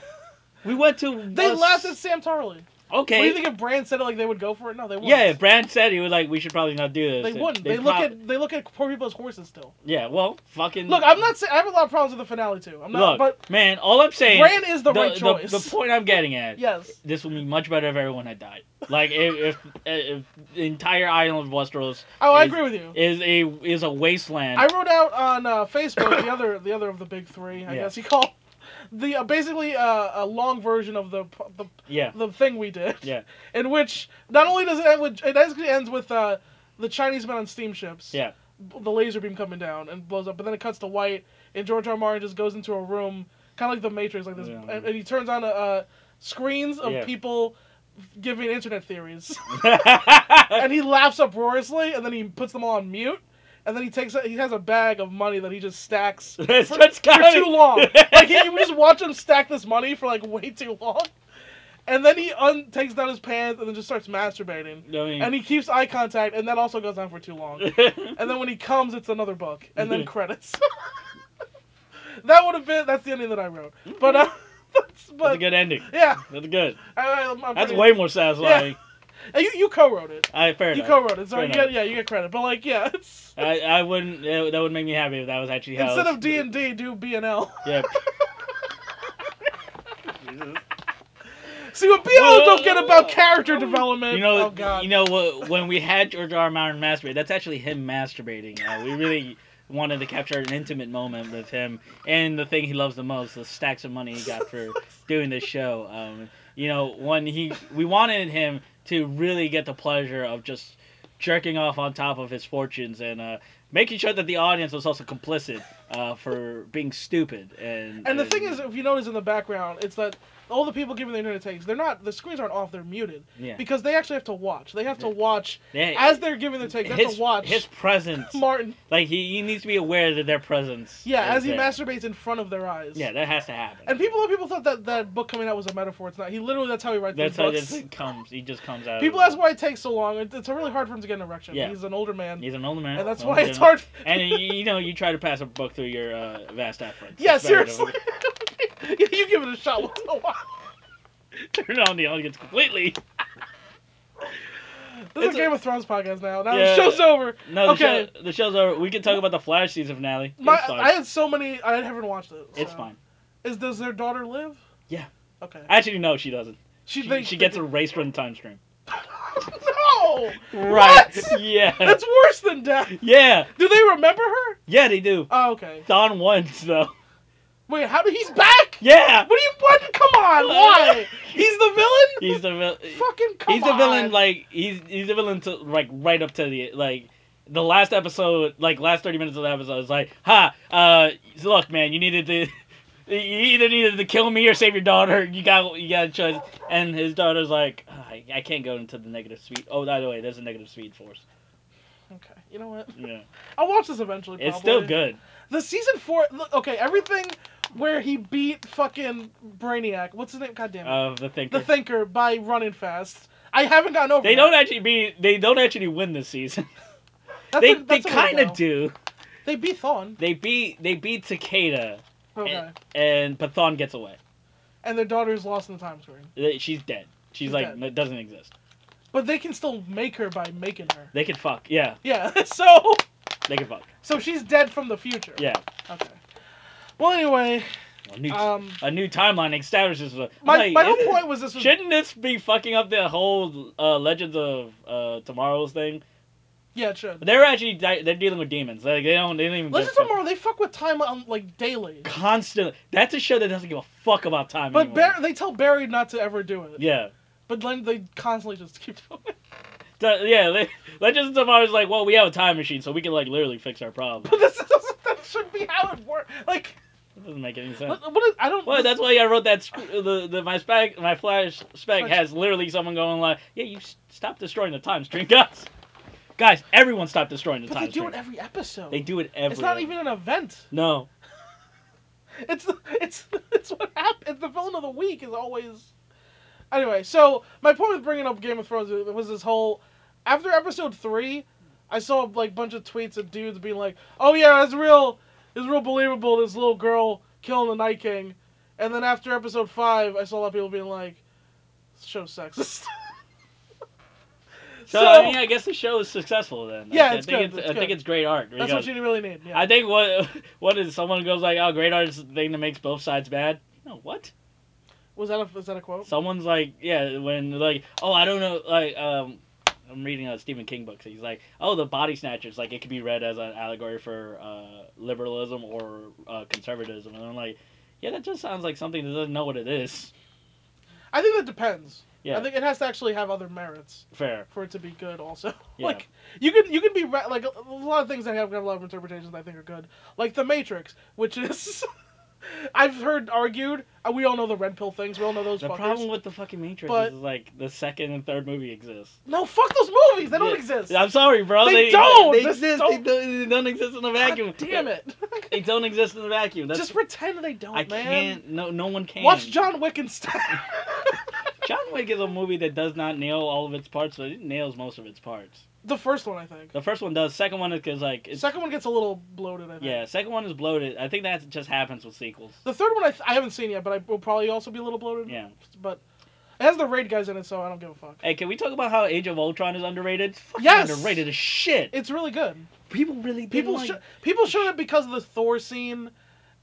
Speaker 2: We went to
Speaker 1: They
Speaker 2: us-
Speaker 1: laughed at Sam Tarly.
Speaker 2: Okay.
Speaker 1: What do you think if Brand said it like they would go for it? No, they wouldn't.
Speaker 2: yeah, Brand said he was like, we should probably not do this.
Speaker 1: they
Speaker 2: And
Speaker 1: wouldn't. They, look
Speaker 2: prob-
Speaker 1: at they look at poor people as horses still.
Speaker 2: yeah. Well, fucking
Speaker 1: Look, I'm not saying I have a lot of problems with the finale too. I'm not,
Speaker 2: look,
Speaker 1: but
Speaker 2: man. All I'm saying
Speaker 1: Bran is the,
Speaker 2: the,
Speaker 1: right
Speaker 2: the-
Speaker 1: choice.
Speaker 2: the point I'm getting at.
Speaker 1: yes.
Speaker 2: This would be much better if everyone had died. Like if if, if the entire island of Westeros
Speaker 1: Oh, I
Speaker 2: is-
Speaker 1: agree with you.
Speaker 2: is a is a wasteland.
Speaker 1: I wrote out on uh, Facebook the other the other of the big three. I
Speaker 2: Yeah.
Speaker 1: guess you call the uh, basically uh, a long version of the the
Speaker 2: yeah.
Speaker 1: the thing we did.
Speaker 2: Yeah.
Speaker 1: In which not only does it end with it basically ends with uh, the Chinese men on steamships.
Speaker 2: Yeah.
Speaker 1: b- The laser beam coming down and blows up, but then it cuts to white, and George R. R. Martin just goes into a room, kind of like the Matrix, like this,
Speaker 2: Yeah.
Speaker 1: and, and he turns on uh uh, screens of
Speaker 2: Yeah.
Speaker 1: people giving internet theories, and he laughs uproariously, and then he puts them all on mute, and then he takes a, he has a bag of money that he just stacks
Speaker 2: That's
Speaker 1: for,
Speaker 2: what's
Speaker 1: for
Speaker 2: got
Speaker 1: too
Speaker 2: it.
Speaker 1: long. Like he, you just watch him stack this money for like way too long, and then he un- takes down his pants and then just starts masturbating,
Speaker 2: I mean-
Speaker 1: and he keeps eye contact, and that also goes on for too long. And then when he comes, it's another book, and then credits. that would have been that's the ending that I wrote, but uh, that's,
Speaker 2: That's a
Speaker 1: but
Speaker 2: good ending.
Speaker 1: yeah,
Speaker 2: That's good.
Speaker 1: I, I, I'm
Speaker 2: That's
Speaker 1: pretty-
Speaker 2: way more satisfying.
Speaker 1: Hey, you you co-wrote it.
Speaker 2: All right, fair
Speaker 1: You
Speaker 2: enough.
Speaker 1: co-wrote it, so you
Speaker 2: Fair enough.
Speaker 1: get, yeah, you get credit. But like, yeah, it's
Speaker 2: I, I wouldn't. That that would make me happy if that was actually how.
Speaker 1: instead
Speaker 2: it's-
Speaker 1: of D and D, do B and L.
Speaker 2: Yeah.
Speaker 1: See what B and L don't get about character development.
Speaker 2: You know,
Speaker 1: oh god,
Speaker 2: you know what? When we had George R. R. Martin masturbate, that's actually him masturbating. Uh, we really wanted to capture an intimate moment with him and the thing he loves the most, the stacks of money he got for doing this show. Um, you know, when he, we wanted him to really get the pleasure of just jerking off on top of his fortunes and uh, making sure that the audience was also complicit uh, for being stupid. And
Speaker 1: and the thing is, if you notice in the background, it's that all the people giving the internet takes, they're not the screens aren't off, they're muted
Speaker 3: Yeah.
Speaker 1: because they actually have to watch. They have to
Speaker 3: Yeah.
Speaker 1: watch
Speaker 2: Yeah,
Speaker 1: as they're giving the takes. They have
Speaker 2: his-
Speaker 1: to watch
Speaker 2: his presence.
Speaker 1: Martin.
Speaker 2: like he, he needs to be aware that their presence.
Speaker 1: Yeah,
Speaker 2: is
Speaker 1: as he
Speaker 2: there.
Speaker 1: masturbates in front of their eyes.
Speaker 2: Yeah, that has to happen.
Speaker 1: And people, a lot of people thought that that book coming out was a metaphor. It's not. He literally that's how he writes
Speaker 2: That's
Speaker 1: his
Speaker 2: how
Speaker 1: books.
Speaker 2: this it comes. He just comes out.
Speaker 1: People
Speaker 2: of
Speaker 1: ask
Speaker 2: the-
Speaker 1: why it takes so long. It, it's really hard for him to get an erection.
Speaker 2: Yeah.
Speaker 1: He's an older man,
Speaker 2: He's an older man.
Speaker 1: and that's
Speaker 2: an
Speaker 1: why
Speaker 2: older
Speaker 1: it's hard.
Speaker 2: gentleman. And you, you know, you try to pass a book through your uh, vast efforts.
Speaker 1: Yeah,
Speaker 2: It's very
Speaker 1: seriously. yeah, you give it a shot once in a while.
Speaker 2: difficult. Turn on the audience completely.
Speaker 1: This
Speaker 2: It's
Speaker 1: is
Speaker 2: a-
Speaker 1: a Game of Thrones podcast now. Now
Speaker 2: Yeah.
Speaker 1: the show's over.
Speaker 2: No, the,
Speaker 1: Okay.
Speaker 2: show, the show's over. We can talk about the Flash season finale. It's
Speaker 1: My,
Speaker 2: fine.
Speaker 1: I had so many. I haven't watched it.
Speaker 2: it's
Speaker 1: so.
Speaker 2: fine.
Speaker 1: Is does their daughter live?
Speaker 2: Yeah.
Speaker 1: Okay.
Speaker 2: Actually, no, she doesn't.
Speaker 1: she
Speaker 2: She,
Speaker 1: thinks
Speaker 2: she gets erased from the time stream.
Speaker 1: no.
Speaker 2: Right.
Speaker 1: What?
Speaker 2: Yeah.
Speaker 1: That's worse than death.
Speaker 2: Yeah.
Speaker 1: Do they remember her?
Speaker 2: Yeah, they do.
Speaker 1: Oh, okay.
Speaker 2: Don once though.
Speaker 1: Wait, how do he's back?
Speaker 2: Yeah.
Speaker 1: What do you? What? Come on. Why? He's the villain.
Speaker 2: He's the vil-
Speaker 1: fucking. Come
Speaker 2: he's the villain.
Speaker 1: on.
Speaker 2: Like he's he's the villain to like right up to the like the last episode. Like last thirty minutes of the episode is like, ha. Uh, look, man, you needed to. You either needed to kill me or save your daughter. You got you got a choice. And his daughter's like, I, I can't go into the negative suite. Oh, by the way, there's a negative suite force.
Speaker 1: Okay. You know what?
Speaker 2: Yeah,
Speaker 1: I'll watch this eventually. Probably.
Speaker 2: it's still good.
Speaker 1: The season four. look, Okay, everything where he beat fucking Brainiac. What's his name? God damn it.
Speaker 2: Of the thinker.
Speaker 1: the Thinker by running fast. I haven't gotten over.
Speaker 2: they
Speaker 1: that.
Speaker 2: don't actually be. They don't actually win this season.
Speaker 1: That's
Speaker 2: they
Speaker 1: a-
Speaker 2: they
Speaker 1: that's a way to
Speaker 2: kind
Speaker 1: go.
Speaker 2: of do.
Speaker 1: They beat Thawne.
Speaker 2: They beat they beat Takeda,
Speaker 1: Okay.
Speaker 2: and, and Pathan gets away.
Speaker 1: and their daughter's lost in the time screen.
Speaker 2: Uh, She's dead. She's,
Speaker 1: She's
Speaker 2: like
Speaker 1: dead.
Speaker 2: n doesn't exist.
Speaker 1: But they can still make her by making her.
Speaker 2: They could fuck. Yeah,
Speaker 1: Yeah. So
Speaker 2: they could fuck.
Speaker 1: so she's dead from the future.
Speaker 2: Yeah.
Speaker 1: Okay. Well, anyway,
Speaker 2: A new
Speaker 1: um,
Speaker 2: a new timeline establishes. a-
Speaker 1: my,
Speaker 2: like,
Speaker 1: my whole
Speaker 2: isn't-
Speaker 1: point was this was
Speaker 2: Shouldn't this be fucking up the whole uh, Legends of uh, Tomorrow's thing?
Speaker 1: yeah, it should.
Speaker 2: They're actually di- they're dealing with demons. Like they don't they don't even.
Speaker 1: Legends
Speaker 2: give a
Speaker 1: of Tomorrow they fuck with time um, like daily.
Speaker 2: fuck. Constantly. That's a show that doesn't give a fuck about time.
Speaker 1: But
Speaker 2: anymore.
Speaker 1: Bar- they tell Barry not to ever do it.
Speaker 2: yeah.
Speaker 1: But then they constantly just keep doing it.
Speaker 2: Th- yeah, Le- Legends of Tomorrow is like, well, we have a time machine, so we can like literally fix our problem.
Speaker 1: But this is that should be how it works. Like
Speaker 2: That doesn't make any sense.
Speaker 1: what, what is, I don't.
Speaker 2: Well, that's why I wrote that. Sc- uh, the, the my spec, my flash spec
Speaker 1: Flash.
Speaker 2: has literally someone going like, "Yeah, you s- stop destroying the time stream, guys. Guys, everyone stop destroying the
Speaker 1: But
Speaker 2: time
Speaker 1: they do
Speaker 2: stream.
Speaker 1: it every episode.
Speaker 2: they do it every.
Speaker 1: It's not even an event.
Speaker 2: No,
Speaker 1: It's the, it's it's what happens. The villain of the week is always. Anyway, so my point with bringing up Game of Thrones was this whole, after episode three, I saw like bunch of tweets of dudes being like, "Oh yeah, it's real, it's real believable. This little girl killing the Night King," and then after episode five, I saw a lot of people being like, "This show's sexist."
Speaker 2: so,
Speaker 1: so
Speaker 2: I mean, I guess the show is successful then.
Speaker 1: Yeah,
Speaker 2: I,
Speaker 1: it's
Speaker 2: I think
Speaker 1: good,
Speaker 2: It's,
Speaker 1: it's
Speaker 2: I think
Speaker 1: good.
Speaker 2: it's great art.
Speaker 1: that's
Speaker 2: because-
Speaker 1: what you really need. Yeah.
Speaker 2: I think what what is someone goes like, "Oh, great art is the thing that makes both sides bad." No, what?
Speaker 1: was that a was that a quote?
Speaker 2: Someone's like, yeah, when like, oh, I don't know, like, um, I'm reading a Stephen King book. So he's like, oh, the body snatchers, like, it could be read as an allegory for uh, liberalism or uh, conservatism, and I'm like, yeah, that just sounds like something that doesn't know what it is.
Speaker 1: I think that depends.
Speaker 2: Yeah,
Speaker 1: I think it has to actually have other merits.
Speaker 2: fair.
Speaker 1: for it to be good also
Speaker 2: Yeah.
Speaker 1: like you can you can be ra- like a lot of things that have got a lot of interpretations that i think are good like the matrix which is i've heard argued uh, we all know the red pill things we all know those
Speaker 2: The
Speaker 1: fuckers.
Speaker 2: problem with the fucking Matrix
Speaker 1: But-
Speaker 2: is like the second and third movie exist.
Speaker 1: no fuck those movies they don't
Speaker 2: Yeah.
Speaker 1: exist
Speaker 2: I'm sorry, bro.
Speaker 1: They don't!
Speaker 2: They
Speaker 1: They
Speaker 2: exist. They
Speaker 1: don't-
Speaker 2: don't, they don't exist in a vacuum.
Speaker 1: God damn it
Speaker 2: They don't exist in a vacuum. That's
Speaker 1: just pretend they don't
Speaker 2: I
Speaker 1: man
Speaker 2: can't. No, no one can.
Speaker 1: watch john wick instead
Speaker 2: John Wick is a movie that does not nail all of its parts, but it nails most of its parts.
Speaker 1: the first one i think
Speaker 2: The first one does. Second one is 'cause, like it's,
Speaker 1: second one gets a little bloated i think
Speaker 2: yeah. Second one is bloated. I think that just happens with sequels.
Speaker 1: the third one I, th- I haven't seen yet but i will probably also be a little bloated
Speaker 2: Yeah.
Speaker 1: but it has the raid guys in it so i don't give a fuck
Speaker 2: Hey, can we talk about how Age of Ultron is underrated? It's fucking
Speaker 1: Yes!
Speaker 2: underrated as shit.
Speaker 1: it's really good
Speaker 2: people really
Speaker 1: People
Speaker 2: people like,
Speaker 1: sho- people showed it because of the Thor scene,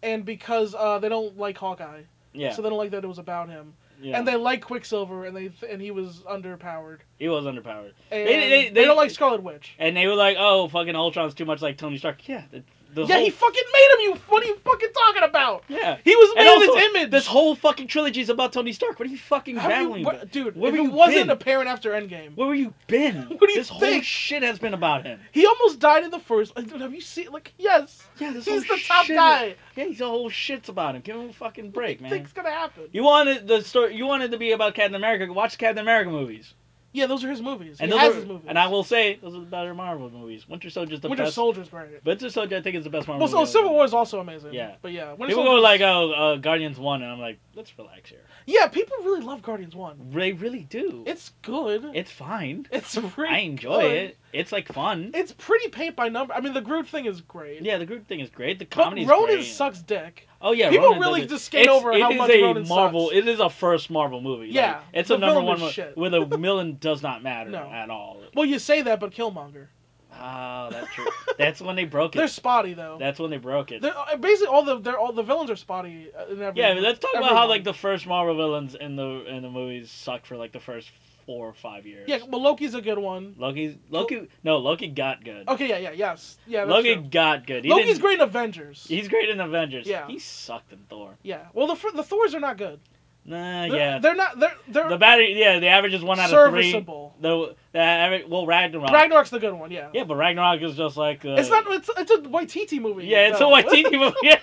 Speaker 1: and because uh, they don't like Hawkeye,
Speaker 2: yeah,
Speaker 1: so they don't like that it was about him,
Speaker 2: yeah.
Speaker 1: and they like Quicksilver, and they th- and he was underpowered,
Speaker 2: he was underpowered,
Speaker 1: and
Speaker 2: they-
Speaker 1: they,
Speaker 2: they-
Speaker 1: don't like Scarlet Witch.
Speaker 2: and they were like, "Oh, fucking Ultron's too much like Tony Stark." Yeah, it, the
Speaker 1: yeah,
Speaker 2: whole,
Speaker 1: he fucking made him. You. What are you fucking talking about?
Speaker 2: yeah.
Speaker 1: He was made
Speaker 2: And
Speaker 1: in
Speaker 2: also,
Speaker 1: his image.
Speaker 2: This whole fucking trilogy is about Tony Stark. What are you fucking
Speaker 1: How do
Speaker 2: babbling
Speaker 1: you,
Speaker 2: about?
Speaker 1: what, dude,
Speaker 2: Where
Speaker 1: if
Speaker 2: were
Speaker 1: it
Speaker 2: you
Speaker 1: wasn't
Speaker 2: been?
Speaker 1: apparent after Endgame,
Speaker 2: Where were you been?
Speaker 1: What do you
Speaker 2: this whole
Speaker 1: think?
Speaker 2: shit has been about him.
Speaker 1: he almost died in the first. Dude, have you seen? Like, yes,
Speaker 2: Yeah, this
Speaker 1: he's
Speaker 2: whole
Speaker 1: the top
Speaker 2: shit-
Speaker 1: guy.
Speaker 2: Yeah, he's the whole shit's about him. Give him a fucking
Speaker 1: what
Speaker 2: break,
Speaker 1: do you
Speaker 2: man.
Speaker 1: Think's gonna happen?
Speaker 2: You wanted the story. You wanted to be about Captain America. Watch the Captain America movies.
Speaker 1: Yeah, those are his movies.
Speaker 2: And
Speaker 1: he
Speaker 2: those
Speaker 1: has
Speaker 2: are,
Speaker 1: his movies.
Speaker 2: And I will say those are the better Marvel movies. Winter Soldier's the
Speaker 1: Winter
Speaker 2: best.
Speaker 1: Soldier's great.
Speaker 2: Winter Soldier, I think, is the best Marvel.
Speaker 1: Well, so
Speaker 2: movie.
Speaker 1: Civil War is also amazing.
Speaker 2: Yeah.
Speaker 1: but yeah, Winter
Speaker 2: People go
Speaker 1: Soldier's-
Speaker 2: like, "Oh, uh, Guardians one," and I'm like, "Let's relax here."
Speaker 1: yeah, people really love Guardians One.
Speaker 2: They really do.
Speaker 1: It's good.
Speaker 2: it's fine.
Speaker 1: it's really
Speaker 2: I enjoy
Speaker 1: good.
Speaker 2: it. It's like fun.
Speaker 1: It's pretty paint by number. I mean, the Groot thing is great.
Speaker 2: yeah, the group thing is great. The
Speaker 1: But
Speaker 2: comedy.
Speaker 1: Ronan
Speaker 2: is great.
Speaker 1: sucks dick.
Speaker 2: Oh yeah,
Speaker 1: People
Speaker 2: Ronan
Speaker 1: really
Speaker 2: does it.
Speaker 1: just skate
Speaker 2: It's-
Speaker 1: over
Speaker 2: it
Speaker 1: how
Speaker 2: is
Speaker 1: much
Speaker 2: a
Speaker 1: Ronan
Speaker 2: Marvel.
Speaker 1: sucks.
Speaker 2: It is a first Marvel movie. Like,
Speaker 1: Yeah,
Speaker 2: it's
Speaker 1: the
Speaker 2: a number
Speaker 1: villain
Speaker 2: one
Speaker 1: is
Speaker 2: mo-
Speaker 1: shit.
Speaker 2: with a villain does not matter
Speaker 1: No.
Speaker 2: at all.
Speaker 1: Well, you say that, but Killmonger.
Speaker 2: Ah, that's true. that's when they broke
Speaker 1: They're
Speaker 2: it.
Speaker 1: spotty though.
Speaker 2: That's when they broke it.
Speaker 1: They're uh, basically all the they're all the villains are spotty. uh, In every,
Speaker 2: Yeah, but let's talk
Speaker 1: every
Speaker 2: about how
Speaker 1: one.
Speaker 2: like the first Marvel villains in the in the movies sucked for like the first four or five years.
Speaker 1: yeah. Well, Loki's a good one.
Speaker 2: Loki. Loki. No, Loki got good.
Speaker 1: Okay, yeah, yeah, yes, yeah. That's
Speaker 2: Loki
Speaker 1: true.
Speaker 2: got good. He
Speaker 1: Loki's
Speaker 2: didn't-
Speaker 1: great in Avengers.
Speaker 2: He's great in Avengers.
Speaker 1: Yeah.
Speaker 2: He sucked in Thor.
Speaker 1: Yeah. Well, the fir- the Thors are not good.
Speaker 2: Nah,
Speaker 1: They're,
Speaker 2: yeah.
Speaker 1: They're not. They're they're
Speaker 2: The battery. Yeah, the average is one out of three.
Speaker 1: serviceable.
Speaker 2: The, the average. Well, Ragnarok.
Speaker 1: Ragnarok's the good one. Yeah.
Speaker 2: Yeah, but Ragnarok is just like. Uh,
Speaker 1: It's not. It's it's a Waititi movie.
Speaker 2: Yeah, it's
Speaker 1: though.
Speaker 2: a Waititi movie. Yeah.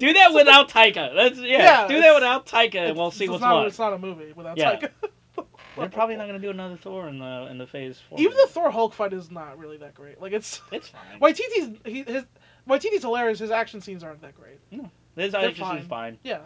Speaker 2: Do that without Taika. Let's yeah.
Speaker 1: Yeah,
Speaker 2: do
Speaker 1: it's-
Speaker 2: that without Taika, and we'll
Speaker 1: It's-
Speaker 2: see
Speaker 1: it's
Speaker 2: what's
Speaker 1: not,
Speaker 2: what.
Speaker 1: It's not a movie without
Speaker 2: Yeah.
Speaker 1: Taika.
Speaker 2: They're probably not gonna do another Thor in the in the Phase Four.
Speaker 1: Even the Thor Hulk fight is not really that great. Like it's
Speaker 2: it's fine.
Speaker 1: Waititi's he, his Waititi's hilarious. His action scenes aren't that great.
Speaker 2: This
Speaker 1: they're
Speaker 2: action is
Speaker 1: fine.
Speaker 2: fine. fine.
Speaker 1: Yeah,